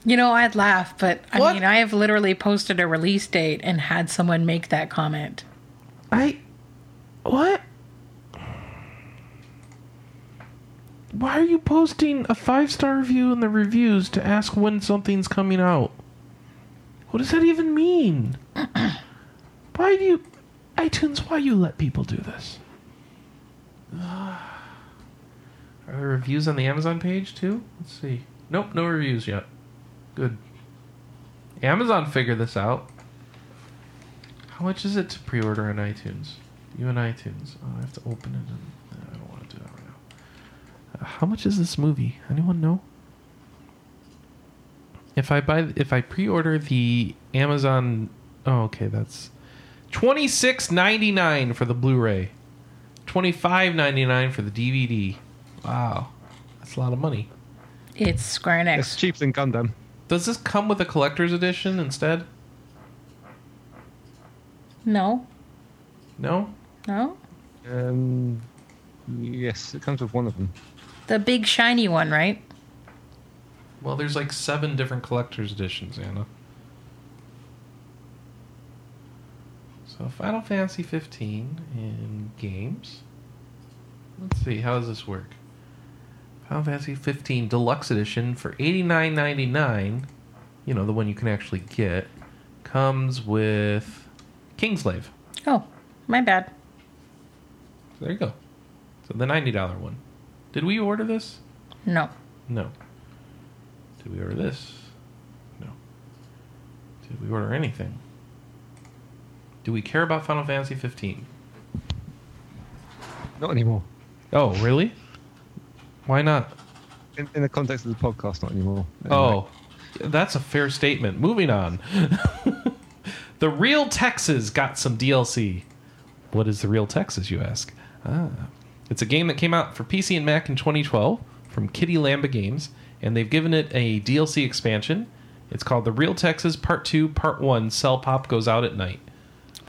[SPEAKER 2] You know, I'd laugh, but I
[SPEAKER 1] What?
[SPEAKER 2] mean, I have literally posted a release date and had someone make that comment.
[SPEAKER 1] I what? Why are you posting a five star review in the reviews to ask when something's coming out? What does that even mean? why do you iTunes, why you let people do this? Are there reviews on the Amazon page too? Let's see. Nope, no reviews yet. Good. Amazon figure this out. How much is it to pre-order on iTunes? You and iTunes. Oh, I have to open it. And, uh, I don't want to do that right now. Uh, how much is this movie? Anyone know? If I buy, if I pre-order the Amazon, oh, okay, that's twenty six ninety nine for the Blu-ray, twenty five ninety nine for the DVD. Wow, that's a lot of money.
[SPEAKER 2] It's Square
[SPEAKER 6] It's
[SPEAKER 2] Enix.
[SPEAKER 6] cheaper than Gundam.
[SPEAKER 1] Does this come with a collector's edition instead?
[SPEAKER 2] No?
[SPEAKER 1] No.
[SPEAKER 2] No?
[SPEAKER 6] Um, yes, it comes with one of them.
[SPEAKER 2] The big shiny one, right?
[SPEAKER 1] Well, there's like seven different collector's editions, Anna. So Final Fantasy 15 in games. Let's see, how does this work? Final Fantasy 15 Deluxe Edition for $89.99, you know, the one you can actually get, comes with Kingslave.
[SPEAKER 2] Oh, my bad.
[SPEAKER 1] So there you go. So the $90 one. Did we order this?
[SPEAKER 2] No.
[SPEAKER 1] No. Did we order this? No. Did we order anything? Do we care about Final Fantasy 15?
[SPEAKER 6] Not anymore.
[SPEAKER 1] Oh, really? Why not?
[SPEAKER 6] In, in the context of the podcast, not anymore.
[SPEAKER 1] Oh, that's a fair statement. Moving on. the Real Texas got some DLC. What is The Real Texas, you ask? Ah, it's a game that came out for PC and Mac in 2012 from Kitty Lamba Games, and they've given it a DLC expansion It's called The Real Texas Part 2, Part 1 Cell Pop Goes Out at Night.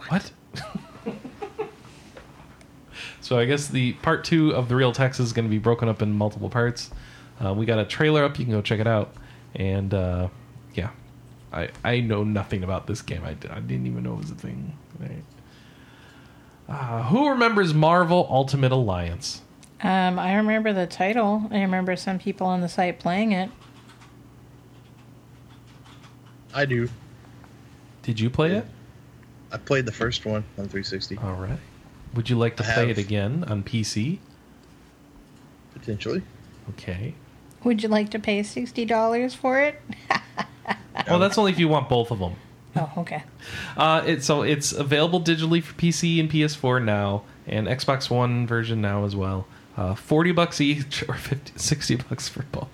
[SPEAKER 1] What? so I guess the Part 2 of The Real Texas is going to be broken up in multiple parts. Uh, we got a trailer up. You can go check it out. And uh, yeah, I, I know nothing about this game. I, d- I didn't even know it was a thing. Right. Uh, who remembers Marvel Ultimate Alliance?
[SPEAKER 2] Um, I remember the title. I remember some people on the site playing it.
[SPEAKER 5] I do.
[SPEAKER 1] Did you play it?
[SPEAKER 5] I played the first one on 360
[SPEAKER 1] All right. Would you like to
[SPEAKER 5] I
[SPEAKER 1] play it
[SPEAKER 5] have.
[SPEAKER 1] again on PC?
[SPEAKER 5] potentially.
[SPEAKER 1] Okay.
[SPEAKER 2] Would you like to pay sixty dollars for it?
[SPEAKER 1] Well, that's only if you want both of them.
[SPEAKER 2] Oh, okay.
[SPEAKER 1] Uh, it, so it's available digitally for PC and PS4 now, and Xbox One version now as well. Uh, Forty bucks each, or 50, 60 bucks for both.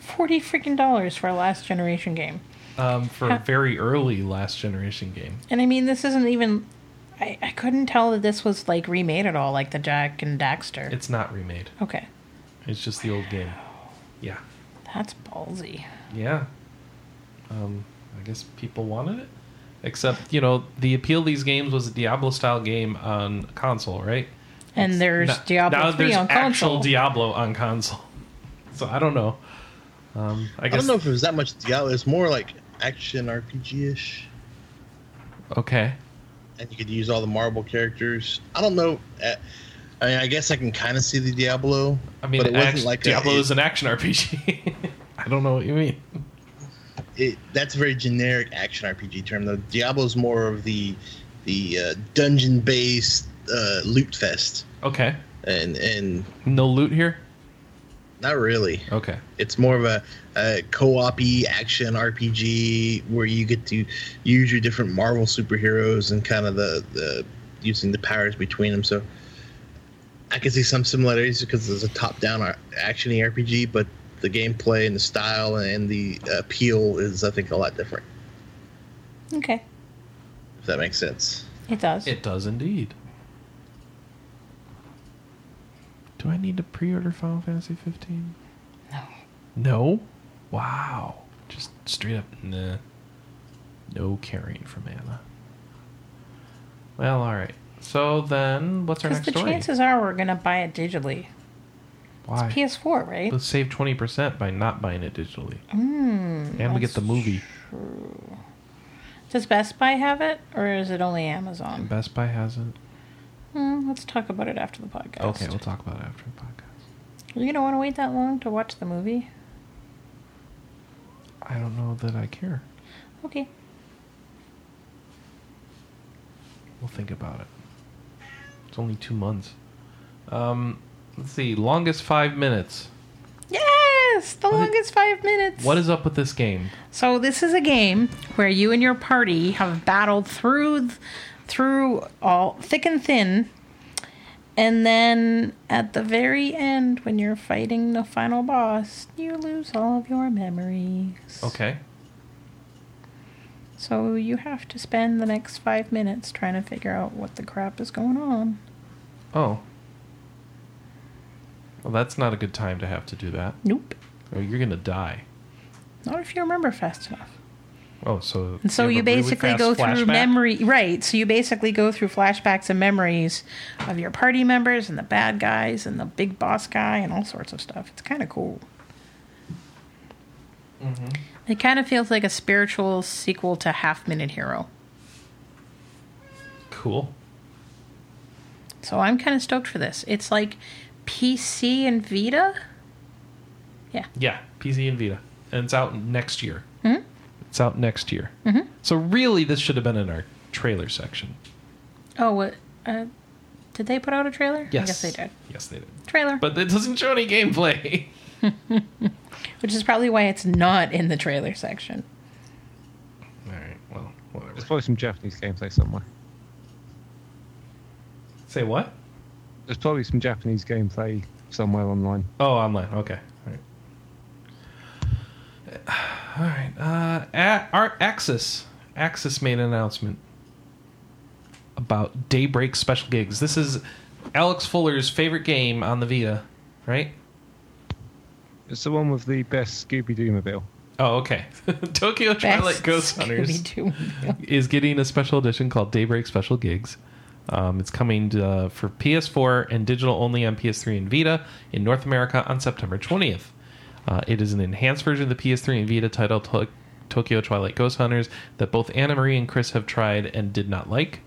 [SPEAKER 2] Forty freaking dollars for a last generation game.
[SPEAKER 1] Um, for a very early last generation game.
[SPEAKER 2] And I mean, this isn't even. I, I couldn't tell that this was like remade at all, like the Jack and Daxter.
[SPEAKER 1] It's not remade.
[SPEAKER 2] okay,
[SPEAKER 1] It's just the old game. Yeah.
[SPEAKER 2] that's ballsy.
[SPEAKER 1] Yeah. Um, I guess people wanted it. Except, you know, the appeal of these games was a Diablo style game on console, right?
[SPEAKER 2] And there's
[SPEAKER 1] Now-
[SPEAKER 2] Diablo
[SPEAKER 1] now
[SPEAKER 2] 3
[SPEAKER 1] there's
[SPEAKER 2] on
[SPEAKER 1] actual
[SPEAKER 2] console.
[SPEAKER 1] Diablo on console. So I don't know. Um, I
[SPEAKER 5] I
[SPEAKER 1] guess.
[SPEAKER 5] don't know if it was that much Diablo. It's more like action RPG ish,
[SPEAKER 1] Okay.
[SPEAKER 5] and you could use all the Marvel characters. I don't know. uh, I, mean, I guess I can kind of see the Diablo.
[SPEAKER 1] I mean,
[SPEAKER 5] but it wasn't
[SPEAKER 1] act-
[SPEAKER 5] like
[SPEAKER 1] Diablo
[SPEAKER 5] a,
[SPEAKER 1] is an action RPG. I don't know what you mean.
[SPEAKER 5] it, that's a very generic action RPG term. Though Diablo's more of the the uh, dungeon based uh, loot fest,
[SPEAKER 1] Okay.
[SPEAKER 5] and and
[SPEAKER 1] No loot here?
[SPEAKER 5] not really.
[SPEAKER 1] Okay.
[SPEAKER 5] It's more of a, a co-op-y action RPG where you get to use your different Marvel superheroes and kind of the, the using the powers between them. So I can see some similarities because it's a top-down ar- action RPG, but the gameplay and the style and the appeal is, I think, a lot different.
[SPEAKER 2] Okay,
[SPEAKER 5] If that makes sense.
[SPEAKER 2] it does.
[SPEAKER 1] It does indeed. Do I need to pre-order Final Fantasy 15? No. No? Wow. Just straight up nah. No carrying from Anna. Well, all right. So then, what's our next
[SPEAKER 2] Because the
[SPEAKER 1] story?
[SPEAKER 2] chances are we're gonna buy it digitally.
[SPEAKER 1] Why?
[SPEAKER 2] PS4, right?
[SPEAKER 1] Let's save 20% by not buying it digitally.
[SPEAKER 2] Hmm,
[SPEAKER 1] and we get the movie.
[SPEAKER 2] Does Best Buy have it, or is it only Amazon?
[SPEAKER 1] Best Buy hasn't.
[SPEAKER 2] Hmm, let's talk about it after the podcast.
[SPEAKER 1] Okay, we'll talk about it after the podcast.
[SPEAKER 2] Are you gonna want to wait that long to watch the movie?
[SPEAKER 1] I don't know that I care.
[SPEAKER 2] Okay.
[SPEAKER 1] We'll think about it. It's only two months. Um, let's see. Longest five minutes.
[SPEAKER 2] Yes, the
[SPEAKER 1] What is-
[SPEAKER 2] longest five minutes.
[SPEAKER 1] What is up with this game?
[SPEAKER 2] So this is a game where you and your party have battled through th- through all thick and thin and then at the very end when you're fighting the final boss, you lose all of your memories.
[SPEAKER 1] Okay.
[SPEAKER 2] So you have to spend the next 5 minutes trying to figure out what the crap is going on.
[SPEAKER 1] Oh. Well, that's not a good time to have to do that.
[SPEAKER 2] Nope.
[SPEAKER 1] Or you're gonna die.
[SPEAKER 2] Not if you remember fast enough.
[SPEAKER 1] Oh, so.
[SPEAKER 2] And so
[SPEAKER 1] have
[SPEAKER 2] you,
[SPEAKER 1] a really
[SPEAKER 2] basically
[SPEAKER 1] fast
[SPEAKER 2] go through
[SPEAKER 1] flashback?
[SPEAKER 2] memory, right? So you basically go through flashbacks and memories of your party members and the bad guys and the big boss guy and all sorts of stuff. It's kind of cool.
[SPEAKER 1] Mm-hmm.
[SPEAKER 2] It kind of feels like a spiritual sequel to Half Minute Hero.
[SPEAKER 1] Cool.
[SPEAKER 2] So I'm kind of stoked for this. It's like PC and Vita.
[SPEAKER 1] Yeah, PC and Vita, and it's out next year.
[SPEAKER 2] Hmm?
[SPEAKER 1] It's out next year.
[SPEAKER 2] Mm-hmm.
[SPEAKER 1] So really, this should have been in our trailer section.
[SPEAKER 2] Oh, what? Uh, did they put out a trailer?
[SPEAKER 1] Yes.
[SPEAKER 2] I guess they did.
[SPEAKER 1] Yes, they did.
[SPEAKER 2] Trailer,
[SPEAKER 1] But it doesn't show any gameplay.
[SPEAKER 2] which is probably why it's not in the trailer section.
[SPEAKER 1] All right. Well,
[SPEAKER 6] There's
[SPEAKER 1] whatever.
[SPEAKER 6] probably some Japanese gameplay somewhere.
[SPEAKER 1] Say what?
[SPEAKER 6] There's probably some Japanese gameplay somewhere online.
[SPEAKER 1] Oh, online. Okay. All right. All right. Uh, A- our Axis. Axis made an announcement about Daybreak special gigs. This is Alex Fuller's favorite game on the Vita, right?
[SPEAKER 6] It's the one with the best Scooby Doo mobile.
[SPEAKER 1] Oh, okay. Tokyo Twilight Ghost Hunters
[SPEAKER 2] Scooby-Doo.
[SPEAKER 1] is getting a special edition called Daybreak Special Gigs. Um, it's coming uh, for PS4 and digital only on PS3 and Vita in North America on September 20th. Uh, it is an enhanced version of the PS3 and Vita title to- Tokyo Twilight Ghost Hunters that both Anna Marie and Chris have tried and did not like.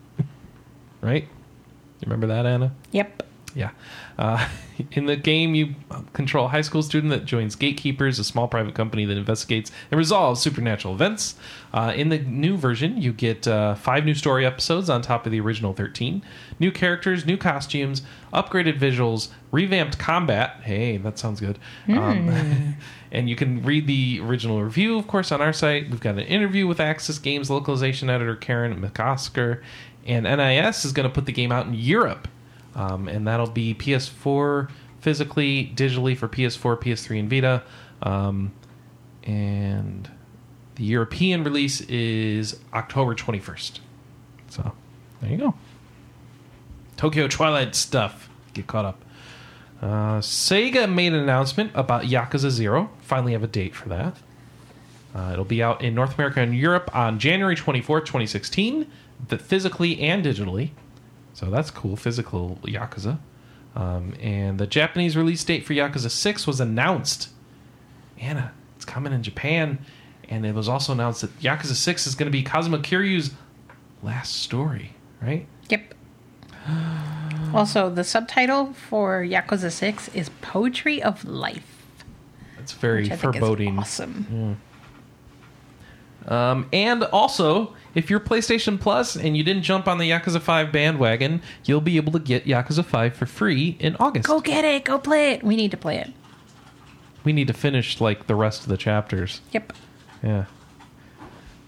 [SPEAKER 1] right? You remember that, Anna?
[SPEAKER 2] Yep.
[SPEAKER 1] Yeah. Uh, in the game, you control a high school student that joins Gatekeepers, a small private company that investigates and resolves supernatural events. Uh, in the new version, you get uh, five new story episodes on top of the original 13, new characters, new costumes, upgraded visuals, revamped combat. Hey, that sounds good. Um, and you can read the original review, of course, on our site. We've got an interview with Axis Games localization editor Karen McOsker. And NIS is going to put the game out in Europe um, and that'll be PS4 physically, digitally for PS4, PS3, and Vita. Um, and the European release is October 21st. So there you go. Tokyo Twilight stuff. Get caught up. Uh, Sega made an announcement about Yakuza Zero. Finally, have a date for that. Uh, it'll be out in North America and Europe on January 24th, 2016, th- physically and digitally. So that's cool, physical Yakuza. Um, and the Japanese release date for Yakuza 6 was announced. Anna, it's coming in Japan. And it was also announced that Yakuza 6 is going to be Kazuma Kiryu's last story, right?
[SPEAKER 2] Yep. Also, the subtitle for Yakuza 6 is Poetry of Life.
[SPEAKER 1] That's very
[SPEAKER 2] Which I think
[SPEAKER 1] foreboding.
[SPEAKER 2] is awesome.
[SPEAKER 1] Um, and also, if you're PlayStation Plus and you didn't jump on the Yakuza 5 bandwagon, you'll be able to get Yakuza 5 for free in August.
[SPEAKER 2] Go get it. Go play it. We need to play it.
[SPEAKER 1] We need to finish like the rest of the chapters.
[SPEAKER 2] Yep.
[SPEAKER 1] Yeah.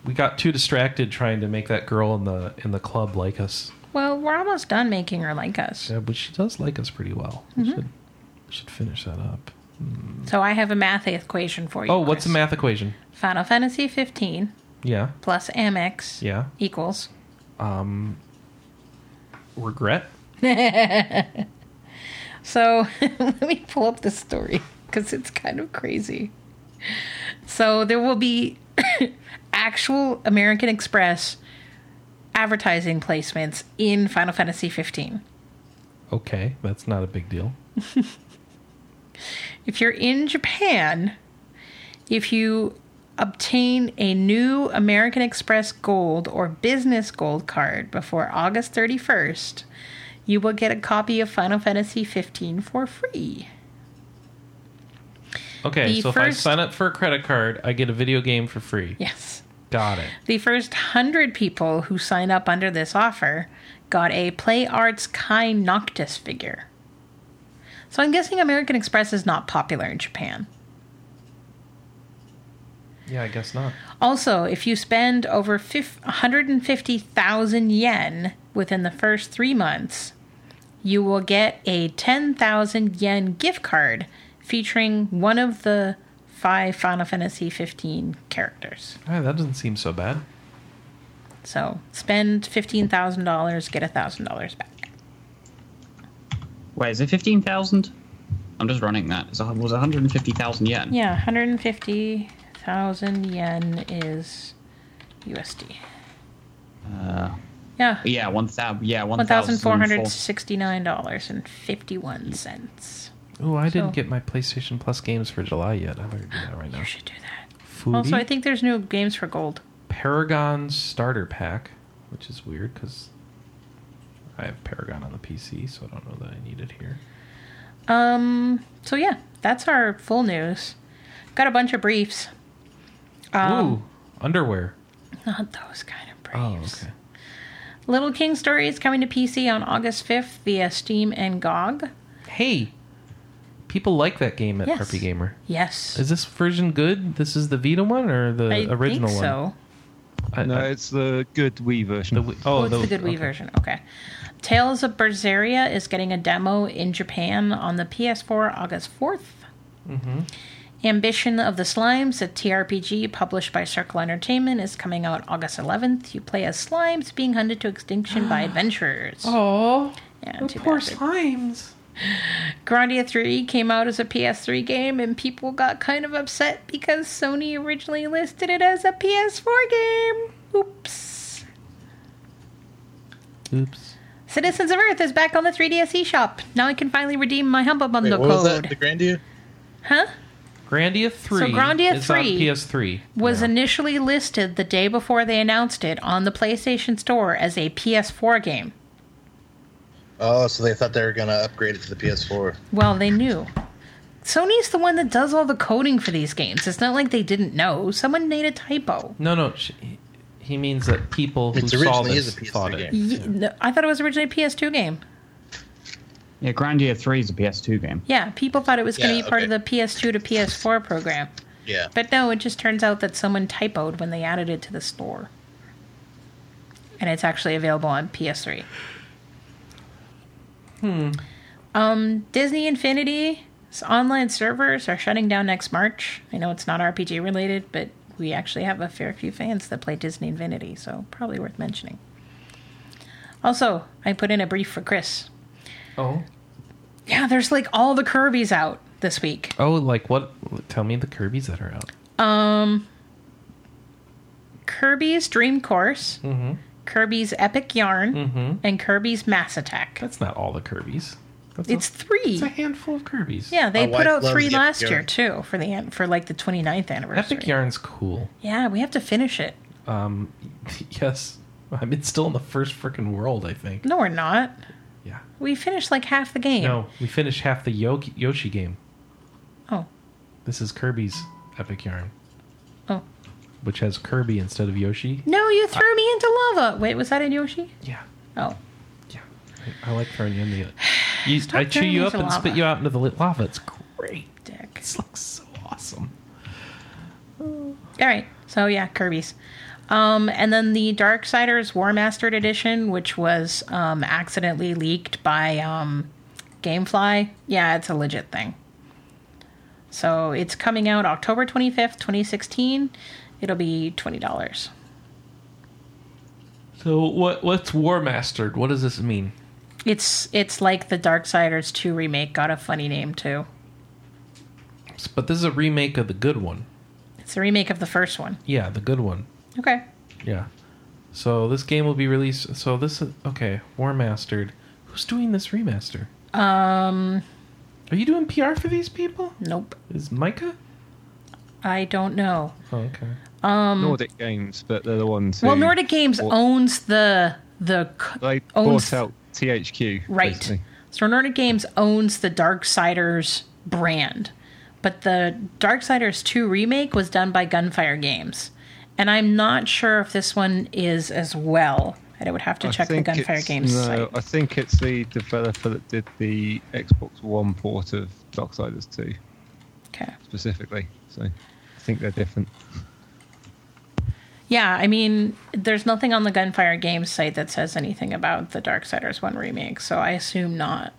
[SPEAKER 1] We got too distracted trying to make that girl in the in the club like us.
[SPEAKER 2] Well, we're almost done making her like us.
[SPEAKER 1] Yeah, but she does like us pretty well. We
[SPEAKER 2] Mm-hmm.
[SPEAKER 1] should we should finish that up.
[SPEAKER 2] So I have a math equation for you.
[SPEAKER 1] Oh, what's the
[SPEAKER 2] Chris.
[SPEAKER 1] math equation?
[SPEAKER 2] Final Fantasy 15
[SPEAKER 1] Yeah.
[SPEAKER 2] plus MX
[SPEAKER 1] Yeah.
[SPEAKER 2] equals
[SPEAKER 1] Regret?
[SPEAKER 2] So let me pull up this story because it's kind of crazy. So there will be actual American Express advertising placements in Final Fantasy 15.
[SPEAKER 1] Okay, that's not a big deal.
[SPEAKER 2] If you're in Japan, if you obtain a new American Express Gold or Business Gold card before August 31st, you will get a copy of Final Fantasy 15 for free.
[SPEAKER 1] Okay,
[SPEAKER 2] The
[SPEAKER 1] so if I
[SPEAKER 2] first-
[SPEAKER 1] sign up for a credit card, I get a video game for free.
[SPEAKER 2] Yes.
[SPEAKER 1] Got it.
[SPEAKER 2] The first hundred people who sign up under this offer got a Play Arts Kai Noctis figure. So I'm guessing American Express is not popular in Japan.
[SPEAKER 1] Yeah, I guess not.
[SPEAKER 2] Also, if you spend over fif- 150,000 yen within the first three months, you will get a 10,000 yen gift card featuring one of the five Final Fantasy 15 characters.
[SPEAKER 1] Ah, that doesn't seem so bad.
[SPEAKER 2] So spend $15,000, get $1,000 back.
[SPEAKER 4] Wait, is it fifteen thousand? I'm just running that. It's a, it was one hundred and fifty thousand yen.
[SPEAKER 2] Yeah, 150,000 yen is USD.
[SPEAKER 4] Uh,
[SPEAKER 2] Yeah.
[SPEAKER 4] yeah, one thousand. Yeah, one thousand four hundred.
[SPEAKER 2] $1,469.51.
[SPEAKER 1] Oh, I
[SPEAKER 2] So-
[SPEAKER 1] didn't get my PlayStation Plus games for July yet. I better do that right now.
[SPEAKER 2] You should do that.
[SPEAKER 1] Foodie,
[SPEAKER 2] Also, I think there's new games for gold.
[SPEAKER 1] Paragon Starter Pack, which is weird because I have Paragon on the PC, so I don't know that I need it here.
[SPEAKER 2] Um, so yeah, that's our full news. Got a bunch of briefs. Um,
[SPEAKER 1] Ooh, underwear.
[SPEAKER 2] not those kind of
[SPEAKER 1] Oh,
[SPEAKER 2] briefs.
[SPEAKER 1] okay.
[SPEAKER 2] Little King Story is coming to PC on August 5th via Steam and GOG.
[SPEAKER 1] Hey, people like that game at
[SPEAKER 2] Yes.
[SPEAKER 1] RP Gamer.
[SPEAKER 2] Yes.
[SPEAKER 1] Is this version good? This is the Vita one or the
[SPEAKER 2] I
[SPEAKER 1] original
[SPEAKER 2] think so.
[SPEAKER 1] one? I-
[SPEAKER 6] No,
[SPEAKER 1] I-
[SPEAKER 6] it's the good Wii version.
[SPEAKER 1] Uh, the Wii- oh,
[SPEAKER 2] Oh, it's the good Wii
[SPEAKER 1] okay.
[SPEAKER 2] version. Okay. Tales of Berseria is getting a demo in Japan on the PS4 August 4th.
[SPEAKER 1] Mm-hmm.
[SPEAKER 2] Ambition of the Slimes, a TRPG published by Circle Entertainment, is coming out August 11th. You play as slimes being hunted to extinction by adventurers.
[SPEAKER 1] Oh,
[SPEAKER 2] yeah,
[SPEAKER 1] the
[SPEAKER 2] too
[SPEAKER 1] poor
[SPEAKER 2] bad.
[SPEAKER 1] slimes.
[SPEAKER 2] Grandia 3 came out as a PS3 game, and people got kind of upset because Sony originally listed it as a PS4 game. Oops.
[SPEAKER 1] Oops.
[SPEAKER 2] Citizens of Earth is back on the 3DS E shop. Now I can finally redeem my Humble
[SPEAKER 5] Wait,
[SPEAKER 2] Bundle
[SPEAKER 5] what was
[SPEAKER 2] code.
[SPEAKER 5] that? The Grandia?
[SPEAKER 2] Huh?
[SPEAKER 1] Grandia 3
[SPEAKER 2] Grandia
[SPEAKER 1] is on
[SPEAKER 2] 3
[SPEAKER 1] PS3.
[SPEAKER 2] Was
[SPEAKER 1] now.
[SPEAKER 2] initially listed the day before they announced it on the PlayStation Store as a PS4 game.
[SPEAKER 5] Oh, so they thought they were going to upgrade it to the PS4.
[SPEAKER 2] Well, they knew. Sony's the one that does all the coding for these games. It's not like they didn't know. Someone made a typo.
[SPEAKER 1] No, no. sh- he- He means that people who
[SPEAKER 5] It's
[SPEAKER 1] saw
[SPEAKER 5] originally
[SPEAKER 1] this
[SPEAKER 5] is a PS3
[SPEAKER 1] thought
[SPEAKER 5] game.
[SPEAKER 1] it.
[SPEAKER 2] Ye- no, I thought it was originally a PS2 game.
[SPEAKER 4] Yeah, Grandia 3 is a PS2 game.
[SPEAKER 2] Yeah, people thought it was going to
[SPEAKER 5] Yeah,
[SPEAKER 2] be part of
[SPEAKER 5] okay.
[SPEAKER 2] the PS2 to PS4 program.
[SPEAKER 5] Yeah.
[SPEAKER 2] But no, it just turns out that someone typoed when they added it to the store. And it's actually available on PS3. Hmm. Um, Disney Infinity's online servers are shutting down next March. I know it's not RPG related, but we actually have a fair few fans that play Disney Infinity, so probably worth mentioning. Also, I put in a brief for Chris.
[SPEAKER 1] Oh.
[SPEAKER 2] Yeah, there's like all the Kirby's out this week.
[SPEAKER 1] Oh, like what? Tell me the Kirby's that are out.
[SPEAKER 2] Kirby's Dream Course,
[SPEAKER 5] Mm-hmm.
[SPEAKER 2] Kirby's Epic Yarn, and Kirby's Mass Attack.
[SPEAKER 1] That's not all the Kirby's. That's
[SPEAKER 2] it's
[SPEAKER 1] a,
[SPEAKER 2] three.
[SPEAKER 1] it's a handful of Kirby's.
[SPEAKER 2] yeah, they
[SPEAKER 5] My
[SPEAKER 2] put
[SPEAKER 5] wife
[SPEAKER 2] out
[SPEAKER 5] loves
[SPEAKER 2] three
[SPEAKER 5] Epic
[SPEAKER 2] last
[SPEAKER 5] Yarn.
[SPEAKER 2] year too for the an- for like the 29th anniversary.
[SPEAKER 1] Epic Yarn's cool.
[SPEAKER 2] Yeah, we have to finish it.
[SPEAKER 1] Um, yes. I mean, it's still in the first freaking world, I think.
[SPEAKER 2] No, we're not.
[SPEAKER 1] Yeah.
[SPEAKER 2] We finished like half the game.
[SPEAKER 1] No, we finished half the Yo- Yoshi game.
[SPEAKER 2] Oh,
[SPEAKER 1] This is Kirby's Epic Yarn,
[SPEAKER 2] oh.
[SPEAKER 1] which has Kirby instead of Yoshi.
[SPEAKER 2] No, you threw me into lava. Wait, was that in Yoshi?
[SPEAKER 1] Yeah.
[SPEAKER 2] Oh,
[SPEAKER 1] Yeah. I, I like throwing you in the. You,
[SPEAKER 2] Stop
[SPEAKER 1] I chew
[SPEAKER 2] throwing
[SPEAKER 1] you
[SPEAKER 2] me
[SPEAKER 1] up
[SPEAKER 2] into
[SPEAKER 1] and spit
[SPEAKER 2] lava.
[SPEAKER 1] you out into the lit lava. It's great.
[SPEAKER 2] dick.
[SPEAKER 1] This looks so awesome.
[SPEAKER 2] All right. So yeah, Kirby's. Um, and then the Darksiders War Mastered Edition, which was um, accidentally leaked by um, GameFly. Yeah, it's a legit thing. So it's coming out October 25th, 2016. It'll be $20.
[SPEAKER 1] So what? What's War Mastered? What does this mean?
[SPEAKER 2] It's it's like the Darksiders 2 remake got a funny name too.
[SPEAKER 1] But this is a remake of the good one.
[SPEAKER 2] It's a remake of the first one.
[SPEAKER 1] Yeah, the good one.
[SPEAKER 2] Okay.
[SPEAKER 1] Yeah. So this game will be released. So this is okay. War Mastered. Who's doing this remaster?
[SPEAKER 2] Um
[SPEAKER 1] Are you doing PR for these people?
[SPEAKER 2] nope.
[SPEAKER 1] Is Micah?
[SPEAKER 2] I don't know.
[SPEAKER 1] Oh, okay.
[SPEAKER 6] Nordic Games, but they're the ones. Who,
[SPEAKER 2] Well, Nordic Games
[SPEAKER 6] Or-
[SPEAKER 2] owns the the c-
[SPEAKER 6] They
[SPEAKER 2] owns-
[SPEAKER 6] bought out THQ.
[SPEAKER 2] Right.
[SPEAKER 6] basically.
[SPEAKER 2] So Nordic Games owns the Darksiders brand, but the Darksiders 2 remake was done by Gunfire Games. And I'm not sure if this one is as well. And I would have to
[SPEAKER 6] I
[SPEAKER 2] check the
[SPEAKER 6] think
[SPEAKER 2] Gunfire
[SPEAKER 6] it's-
[SPEAKER 2] Games
[SPEAKER 6] No,
[SPEAKER 2] site.
[SPEAKER 6] I think it's the developer that did the Xbox One port of Darksiders 2
[SPEAKER 2] Okay.
[SPEAKER 6] specifically. So I think they're different.
[SPEAKER 2] Yeah, I mean, there's nothing on the Gunfire Games site that says anything about the Darksiders 1 remake, so I assume not.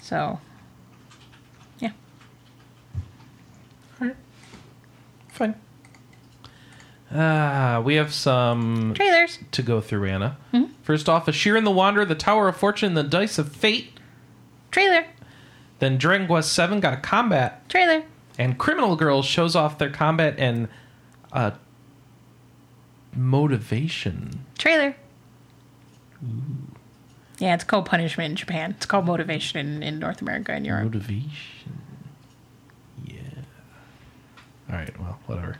[SPEAKER 2] So, yeah.
[SPEAKER 1] Fine. Ah, we have some
[SPEAKER 2] Trailers.
[SPEAKER 1] to go through, Anna. First off, Ashir and the Wanderer, the Tower of Fortune, the Dice of Fate.
[SPEAKER 2] Trailer.
[SPEAKER 1] Then Dragon Quest Seven got a combat,
[SPEAKER 2] Trailer.
[SPEAKER 1] and Criminal Girls shows off their combat and uh, motivation.
[SPEAKER 2] Trailer.
[SPEAKER 1] Mm-hmm.
[SPEAKER 2] Yeah, it's called punishment in Japan. It's called motivation in, in North America and Europe.
[SPEAKER 1] Motivation. Yeah. All right. Well, whatever.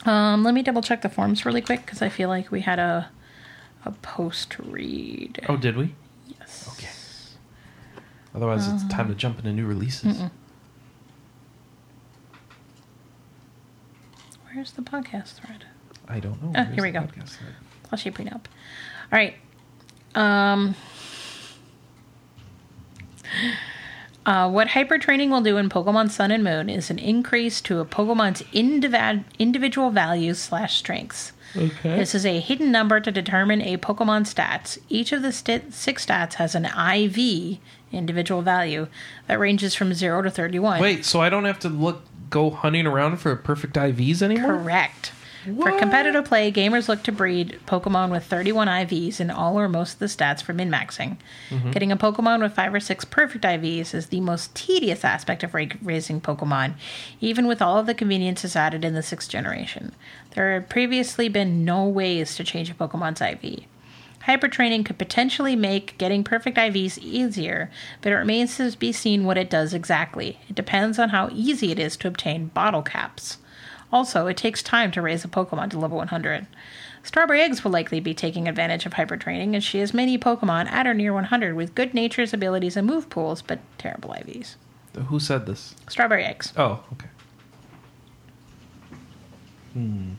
[SPEAKER 1] Mm-hmm.
[SPEAKER 2] Um, let me double check the forms really quick because I feel like we had a a post to read.
[SPEAKER 1] Oh, did we?
[SPEAKER 2] yes.
[SPEAKER 1] Okay. Otherwise,
[SPEAKER 2] Uh-huh.
[SPEAKER 1] it's time to jump into new releases.
[SPEAKER 2] Where's the podcast thread?
[SPEAKER 1] I don't know.
[SPEAKER 2] Ah,
[SPEAKER 1] Where's
[SPEAKER 2] here we
[SPEAKER 1] the
[SPEAKER 2] go.
[SPEAKER 1] podcast at?
[SPEAKER 2] Plushy prenup. All right. Um, uh, what hyper training will do in Pokemon Sun and Moon is an increase to a Pokemon's indivad- individual values slash strengths. Okay. This is a hidden number to determine a Pokemon stats. Each of the sti six stats has an IV individual value that ranges from zero to thirty-one.
[SPEAKER 1] Wait, so I don't have to look go hunting around for perfect IVs anymore?
[SPEAKER 2] Correct. For competitive play, gamers look to breed Pokemon with 31 IVs in all or most of the stats for min maxing. Getting a Pokemon with five or six perfect IVs is the most tedious aspect of ra- raising Pokemon, even with all of the conveniences added in the sixth generation. There had previously been no ways to change a Pokemon's IV. Hypertraining could potentially make getting perfect IVs easier, but it remains to be seen what it does exactly. It depends on how easy it is to obtain bottle caps. Also, it takes time to raise a Pokemon to level 100. Strawberry Eggs will likely be taking advantage of hypertraining, as she has many Pokemon at or near 100 with good natures, abilities, and move pools, but terrible IVs.
[SPEAKER 1] Who said this?
[SPEAKER 2] Strawberry Eggs.
[SPEAKER 1] Oh, okay. Hmm.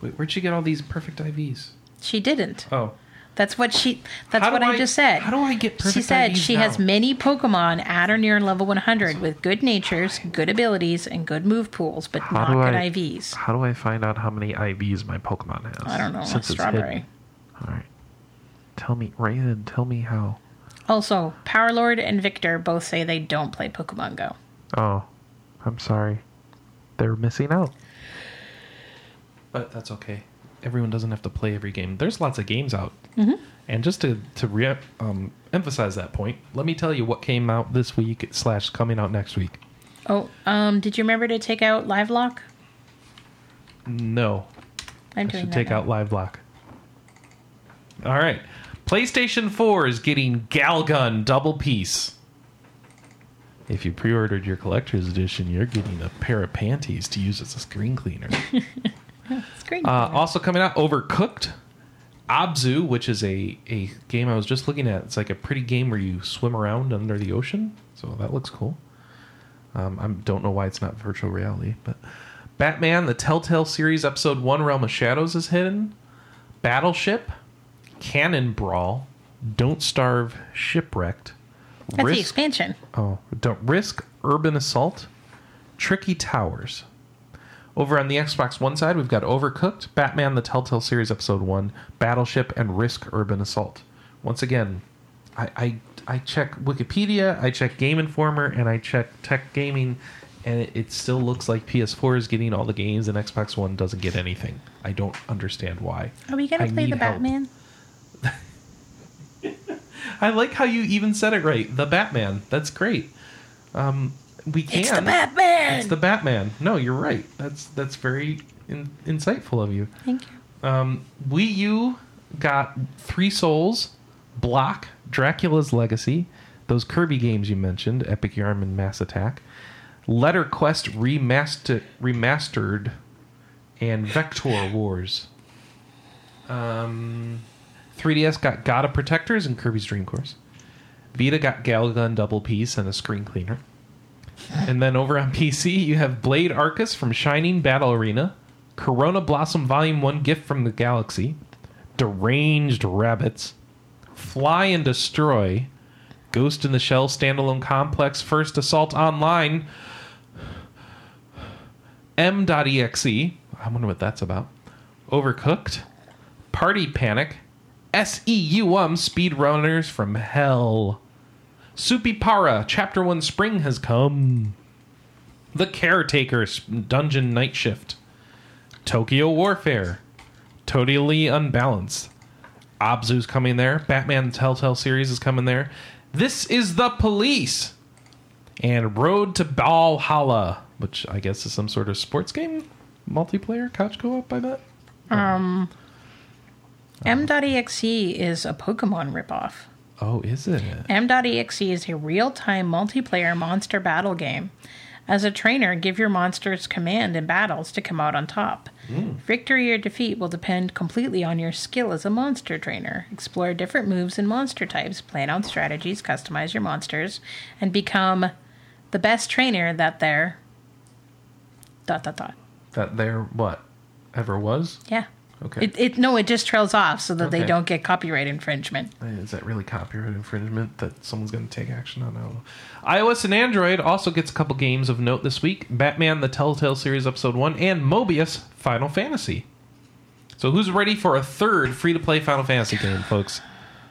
[SPEAKER 1] Wait, where'd she get all these perfect IVs?
[SPEAKER 2] She didn't.
[SPEAKER 1] Oh.
[SPEAKER 2] That's what she. That's
[SPEAKER 1] How do
[SPEAKER 2] what I, just said.
[SPEAKER 1] How do I get perfect
[SPEAKER 2] She said
[SPEAKER 1] IVs
[SPEAKER 2] she
[SPEAKER 1] now?
[SPEAKER 2] has many Pokemon at or near level 100 with good natures, good abilities, and good move pools, but
[SPEAKER 1] How
[SPEAKER 2] not
[SPEAKER 1] do
[SPEAKER 2] good
[SPEAKER 1] I-
[SPEAKER 2] IVs.
[SPEAKER 1] How do I find out how many IVs my Pokemon has?
[SPEAKER 2] I don't know.
[SPEAKER 1] Since it's
[SPEAKER 2] strawberry.
[SPEAKER 1] hidden. All right. Tell me, Raiden, tell me how.
[SPEAKER 2] Also, Power Lord and Victor both say they don't play Pokemon Go.
[SPEAKER 7] Oh, I'm sorry. They're missing out.
[SPEAKER 1] But that's okay. Everyone doesn't have to play every game. There's lots of games out.
[SPEAKER 2] Mm-hmm.
[SPEAKER 1] And just to to re- um, emphasize that point, let me tell you what came out this week slash coming out next week.
[SPEAKER 2] Oh, um, did you remember to take out LiveLock?
[SPEAKER 1] No,
[SPEAKER 2] I'm
[SPEAKER 1] I
[SPEAKER 2] doing
[SPEAKER 1] should
[SPEAKER 2] that.
[SPEAKER 1] take
[SPEAKER 2] now.
[SPEAKER 1] out Live Block. All right, PlayStation Four is getting Galgun double piece. If you pre-ordered your collector's edition, you're getting a pair of panties to use as a screen cleaner.
[SPEAKER 2] It's great.
[SPEAKER 1] Uh, also coming out, Overcooked, Abzu, which is a, a game I was just looking at. It's like a pretty game where you swim around under the ocean. So that looks cool. Um, I don't know why it's not virtual reality, but Batman, the Telltale series, episode one, Realm of Shadows is hidden. Battleship, Cannon Brawl, Don't Starve, Shipwrecked.
[SPEAKER 2] That's the expansion.
[SPEAKER 1] Oh, don't risk urban assault, tricky towers. Over on the Xbox One side, we've got Overcooked, Batman: The Telltale Series Episode One, Battleship, and Risk Urban Assault. Once again, I I, I check Wikipedia, I check Game Informer, and I check Tech Gaming, and it, it still looks like PS4 is getting all the games and Xbox One doesn't get anything. I don't understand why.
[SPEAKER 2] Are we gonna
[SPEAKER 1] I
[SPEAKER 2] play
[SPEAKER 1] need
[SPEAKER 2] the
[SPEAKER 1] help.
[SPEAKER 2] Batman?
[SPEAKER 1] I like how you even said it right. The Batman. That's great. Um, we can.
[SPEAKER 2] It's the Batman.
[SPEAKER 1] It's the Batman. No, you're right. That's that's very in, insightful of you.
[SPEAKER 2] Thank you.
[SPEAKER 1] Um, Wii U got Three Souls, Block, Dracula's Legacy, those Kirby games you mentioned, Epic Yarn and Mass Attack, Letter Quest remaster, remastered, and Vector Wars. Um, 3DS got God of Protectors and Kirby's Dream Course. Vita got Galgun Double Piece and a screen cleaner. And then over on PC, you have Blade Arcus from Shining Battle Arena, Corona Blossom Volume 1 Gift from the Galaxy, Deranged Rabbits, Fly and Destroy, Ghost in the Shell Standalone Complex, First Assault Online, M.exe. I wonder what that's about. Overcooked, Party Panic, SEUM Speedrunners from Hell. Supipara, Chapter 1 Spring has come. The Caretaker, S- Dungeon Night Shift. Tokyo Warfare. Totally Unbalanced. Abzu's coming there. Batman the Telltale series is coming there. This is the Police. And Road to Valhalla, which I guess is some sort of sports game? Multiplayer? Couch co op, I bet?
[SPEAKER 2] M.exe E is a Pokemon ripoff.
[SPEAKER 1] Oh, is it?
[SPEAKER 2] M.exe E is a real time multiplayer monster battle game. As a trainer, give your monsters command in battles to come out on top. Victory or defeat will depend completely on your skill as a monster trainer. Explore different moves and monster types, plan out strategies, customize your monsters, and become the best trainer that there. Dot dot dot.
[SPEAKER 1] That there, what? Ever was?
[SPEAKER 2] Yeah.
[SPEAKER 1] Okay.
[SPEAKER 2] It, it no, it just trails off so that they
[SPEAKER 1] Okay.
[SPEAKER 2] don't get copyright infringement.
[SPEAKER 1] Is that really copyright infringement that someone's going to take action on? I don't know. iOS and Android also gets a couple games of note this week: Batman: The Telltale Series Episode One and Mobius: Final Fantasy. So, who's ready for a third free-to-play Final Fantasy game, folks?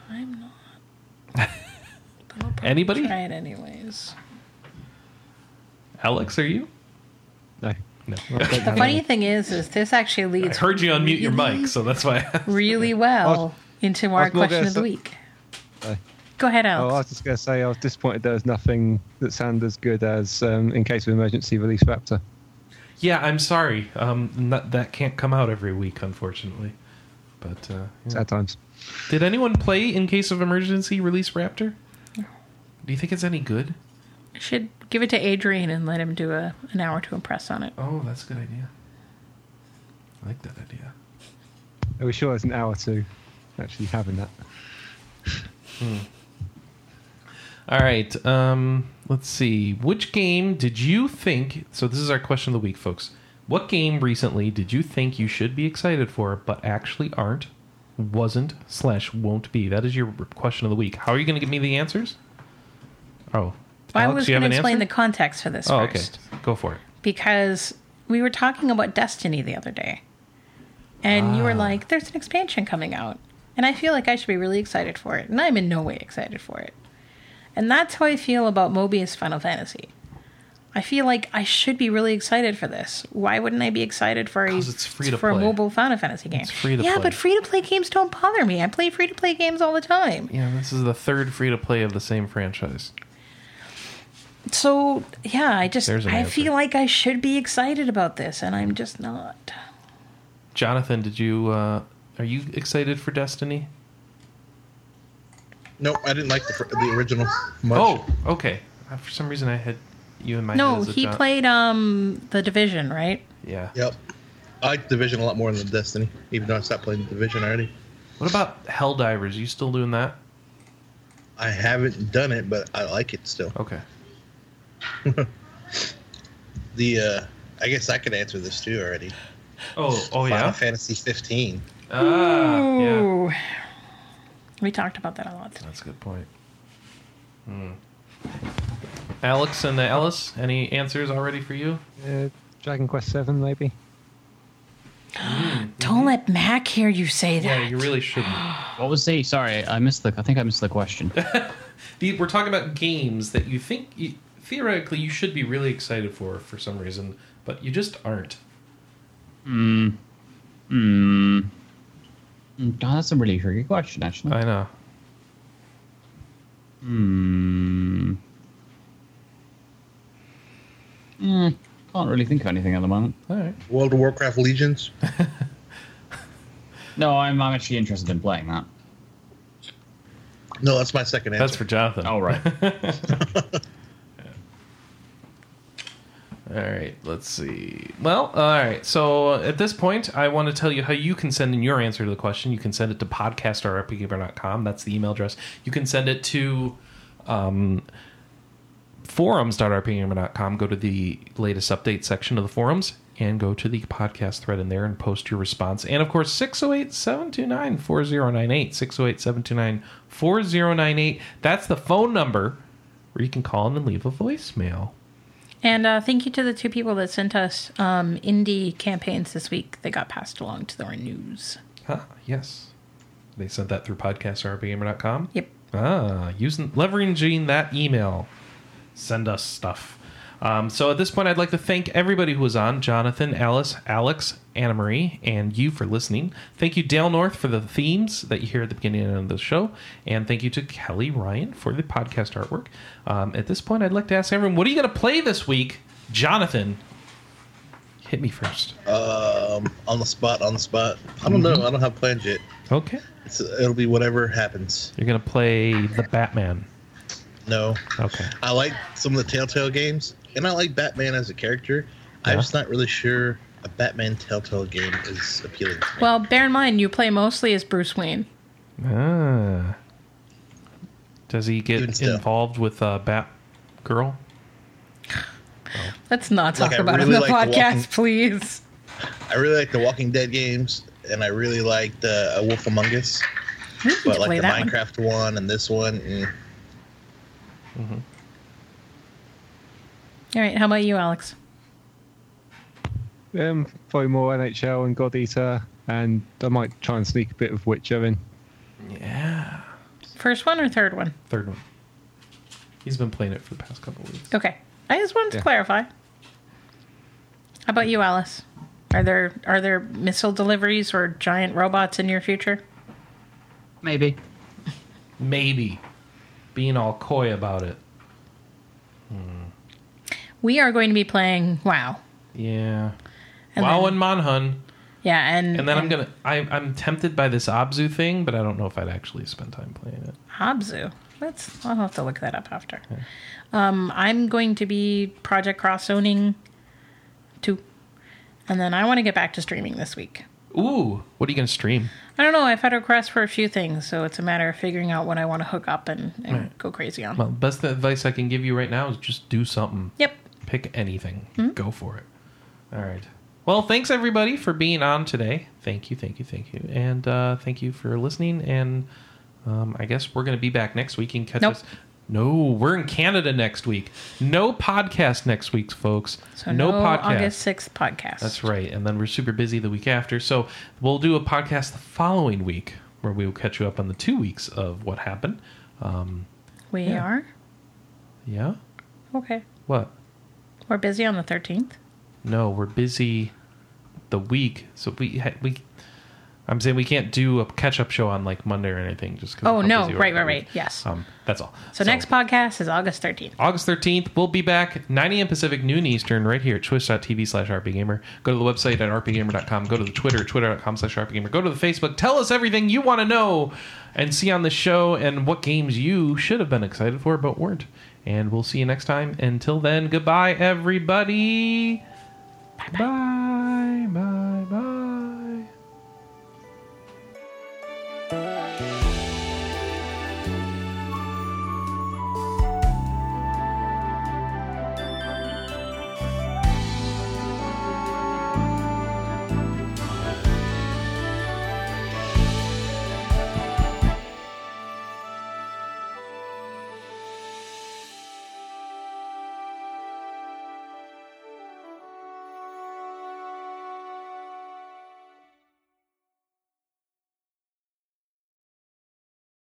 [SPEAKER 2] I'm not.
[SPEAKER 1] Anybody?
[SPEAKER 2] Try it anyways.
[SPEAKER 1] Alex, are you?
[SPEAKER 6] No.
[SPEAKER 1] No.
[SPEAKER 2] The funny thing is, is this actually
[SPEAKER 1] I
[SPEAKER 2] leads
[SPEAKER 1] heard you unmute your mic, so that's why. I asked.
[SPEAKER 2] really well
[SPEAKER 6] I was-
[SPEAKER 2] into
[SPEAKER 6] I
[SPEAKER 2] our
[SPEAKER 6] was more
[SPEAKER 2] question of the
[SPEAKER 6] gonna
[SPEAKER 2] week.
[SPEAKER 6] Sorry.
[SPEAKER 2] Go ahead,
[SPEAKER 6] Oh, I was
[SPEAKER 2] Alex.
[SPEAKER 6] just going to say I was disappointed there was nothing that sounded as good as um, in case of emergency release Raptor.
[SPEAKER 1] yeah, I'm sorry. Um, not, that can't come out every week, unfortunately. But uh, yeah.
[SPEAKER 6] Sad times.
[SPEAKER 1] did anyone play in case of emergency release Raptor? Do you think it's any good?
[SPEAKER 2] I should give it to Adrian and let him do a, an hour to impress on it.
[SPEAKER 1] Oh, that's a good idea. I like that idea.
[SPEAKER 6] Are we sure it's an hour to actually having that?
[SPEAKER 1] All right. Um, let's see. Which game did you think? So this is our question of the week, folks. What game recently did you think you should be excited for, but actually aren't, wasn't slash won't be? That is your question of the week. How are you going to give me the answers? Oh,
[SPEAKER 2] Well, I
[SPEAKER 1] Alex,
[SPEAKER 2] was
[SPEAKER 1] you
[SPEAKER 2] going
[SPEAKER 1] have
[SPEAKER 2] to
[SPEAKER 1] an
[SPEAKER 2] explain
[SPEAKER 1] answer.
[SPEAKER 2] the context for this
[SPEAKER 1] oh, okay.
[SPEAKER 2] first
[SPEAKER 1] Go for it.
[SPEAKER 2] because we were talking about Destiny the other day, and
[SPEAKER 1] Ah.
[SPEAKER 2] you were like, "There's an expansion coming out," and I feel like I should be really excited for it, and I'm in no way excited for it. And that's how I feel about Mobius Final Fantasy. I feel like I should be really excited for this. Why wouldn't I be excited for a
[SPEAKER 1] 'Cause it's free to
[SPEAKER 2] for a
[SPEAKER 1] play.
[SPEAKER 2] mobile Final Fantasy game?
[SPEAKER 1] It's free to
[SPEAKER 2] yeah,
[SPEAKER 1] play.
[SPEAKER 2] but free to play games don't bother me. I play free to play games all the time.
[SPEAKER 1] Yeah, this is the third free to play of the same franchise.
[SPEAKER 2] So yeah, I just
[SPEAKER 1] There's an
[SPEAKER 2] I
[SPEAKER 1] answer.
[SPEAKER 2] feel like I should be excited about this, and I'm just not.
[SPEAKER 1] Jonathan, did you? Uh, are you excited for Destiny?
[SPEAKER 5] Nope, I didn't like the, fir- the original much.
[SPEAKER 1] Oh, okay. Uh, For some reason, I had you in my head.
[SPEAKER 2] No,
[SPEAKER 1] as a
[SPEAKER 2] he
[SPEAKER 1] Jon-
[SPEAKER 2] played um the division, right?
[SPEAKER 1] Yeah.
[SPEAKER 5] Yep. I like Division a lot more than Destiny, even though I stopped playing Division already.
[SPEAKER 1] What about Helldivers? You still doing that?
[SPEAKER 5] I haven't done it, but I like it still.
[SPEAKER 1] Okay.
[SPEAKER 5] The uh I guess I could answer this too already.
[SPEAKER 1] Oh, oh
[SPEAKER 5] Final
[SPEAKER 1] yeah.
[SPEAKER 5] Fantasy 15.
[SPEAKER 1] Ah, yeah.
[SPEAKER 2] Ooh. We talked about that a lot.
[SPEAKER 5] Mm-hmm.
[SPEAKER 2] today.
[SPEAKER 1] That's a good point. Hmm. Alex and uh, Ellis, any answers already for you?
[SPEAKER 6] Uh, Dragon Quest Seven, maybe.
[SPEAKER 2] Don't let Mac hear you say that.
[SPEAKER 1] Yeah, you really shouldn't.
[SPEAKER 4] What was the? Sorry, I missed the. I think I missed the question.
[SPEAKER 1] The- We're talking about games that you think you, theoretically you should be really excited for for some reason, but you just aren't.
[SPEAKER 4] Hmm. Mm, God, that's a really tricky question, actually.
[SPEAKER 1] I know.
[SPEAKER 4] Hmm. Mm, can't really think of anything at the moment.
[SPEAKER 1] All right.
[SPEAKER 5] World of Warcraft Legions.
[SPEAKER 4] No, I'm, I'm actually interested in playing that.
[SPEAKER 5] No, that's my second answer.
[SPEAKER 1] That's for Jonathan.
[SPEAKER 4] All Oh, right.
[SPEAKER 1] All right, let's see. Well, all right. So at this point, I want to tell you how you can send in your answer to the question. You can send it to podcastrpgamer.com. That's the email address. You can send it to um, forums.rpgamer.com. Go to the latest update section of the forums and go to the podcast thread in there and post your response. And of course, 608 729 4098. 608 729 4098. That's the phone number where you can call in and leave a voicemail.
[SPEAKER 2] And uh, thank you to the two people that sent us um, indie campaigns this week. They got passed along to the news.
[SPEAKER 1] Ah, yes. They sent that through podcastrpgamer.com.
[SPEAKER 2] Yep.
[SPEAKER 1] Ah, using leveraging that email. Send us stuff. Um, so at this point, I'd like to thank everybody who was on Jonathan, Alice, Alex, Anna Marie, and you for listening. Thank you, Dale North, for the themes that you hear at the beginning and end of the show. And thank you to Kelly Ryan for the podcast artwork. Um, at this point, I'd like to ask everyone what are you going to play this week? Jonathan, hit me first.
[SPEAKER 5] um on the spot, on the spot. I don't
[SPEAKER 1] Mm-hmm.
[SPEAKER 5] know. I don't have plans yet.
[SPEAKER 1] Okay.
[SPEAKER 5] It's, it'll be whatever happens.
[SPEAKER 1] You're going to play the Batman.
[SPEAKER 5] No.
[SPEAKER 1] Okay.
[SPEAKER 5] I like some of the Telltale games, and I like Batman as a character. I'm just not really sure a Batman Telltale game is appealing to me.
[SPEAKER 2] Well, bear in mind, you play mostly as Bruce Wayne.
[SPEAKER 1] Ah. Does he
[SPEAKER 5] Even
[SPEAKER 1] get
[SPEAKER 5] still.
[SPEAKER 1] involved with uh, Bat Girl?
[SPEAKER 2] Let's not talk
[SPEAKER 5] Like, I
[SPEAKER 2] about
[SPEAKER 5] really
[SPEAKER 2] it on the
[SPEAKER 5] like
[SPEAKER 2] podcast,
[SPEAKER 5] walking-
[SPEAKER 2] please.
[SPEAKER 5] I really like the Walking Dead games, and I really liked uh, A Wolf Among Us,
[SPEAKER 2] We need to
[SPEAKER 5] but like
[SPEAKER 2] play
[SPEAKER 5] the
[SPEAKER 2] that one.
[SPEAKER 5] Minecraft one. and this one. mm.
[SPEAKER 2] All right, how about you, Alex?
[SPEAKER 6] Um, probably more NHL and God Eater, and I might try and sneak a bit of Witcher in.
[SPEAKER 1] Yeah.
[SPEAKER 2] First one or third one?
[SPEAKER 1] Third one. He's been playing it for the past couple of weeks.
[SPEAKER 2] Okay. I just wanted
[SPEAKER 6] Yeah.
[SPEAKER 2] to clarify. How about you, Alice? Are there are there missile deliveries or giant robots in your future?
[SPEAKER 4] Maybe.
[SPEAKER 1] Maybe. Being all coy about it.
[SPEAKER 2] We are going to be playing WoW.
[SPEAKER 1] Yeah.
[SPEAKER 2] And
[SPEAKER 1] wow
[SPEAKER 2] then-
[SPEAKER 1] and Monhun.
[SPEAKER 2] Yeah, and
[SPEAKER 1] And then I'm gonna I I'm tempted by this Abzu thing, but I don't know if I'd actually spend time playing it.
[SPEAKER 2] Abzu. That's I'll have to look that up after. Um, I'm going to be Project Cross owning two, and then I want to get back to streaming this week.
[SPEAKER 1] Ooh, what are you gonna stream?
[SPEAKER 2] I don't know. I've had requests for a few things, so it's a matter of figuring out what I want to hook up and, and go crazy on.
[SPEAKER 1] Well, best advice I can give you right now is just do something.
[SPEAKER 2] Yep.
[SPEAKER 1] Pick anything.
[SPEAKER 2] Hmm?
[SPEAKER 1] Go for it. All right. Well, thanks everybody for being on today. Thank you, thank you, thank you, and uh, thank you for listening. And um, I guess we're gonna be back next week and catch
[SPEAKER 2] Nope.
[SPEAKER 1] us. No, we're in Canada next week. No podcast next week, folks.
[SPEAKER 2] So no, August 6th podcast.
[SPEAKER 1] That's right. And then we're super busy the week after. So we'll do a podcast the following week where we will catch you up on the two weeks of what happened. Um,
[SPEAKER 2] We
[SPEAKER 1] Yeah.
[SPEAKER 2] are?
[SPEAKER 1] yeah?
[SPEAKER 2] Okay.
[SPEAKER 1] What?
[SPEAKER 2] We're busy on the 13th.
[SPEAKER 1] No, we're busy the week. So we, ha- we, I'm saying we can't do a catch up show on like Monday or anything just 'cause of
[SPEAKER 2] Oh,
[SPEAKER 1] how
[SPEAKER 2] no.
[SPEAKER 1] busy we are
[SPEAKER 2] Right,
[SPEAKER 1] that
[SPEAKER 2] right,
[SPEAKER 1] week.
[SPEAKER 2] right. Yes.
[SPEAKER 1] Um, that's all.
[SPEAKER 2] so, next podcast is August 13th.
[SPEAKER 1] August 13th, we'll be back 9 a.m. Pacific, noon Eastern, right here at twitch.tv slash rpgamer. Go to the website at rpgamer.com. Go to the Twitter, twitter.com slash rpgamer. Go to the Facebook. Tell us everything you want to know and see on the show and what games you should have been excited for but weren't. And we'll see you next time. Until then, goodbye, everybody. Bye-bye. Bye. Bye.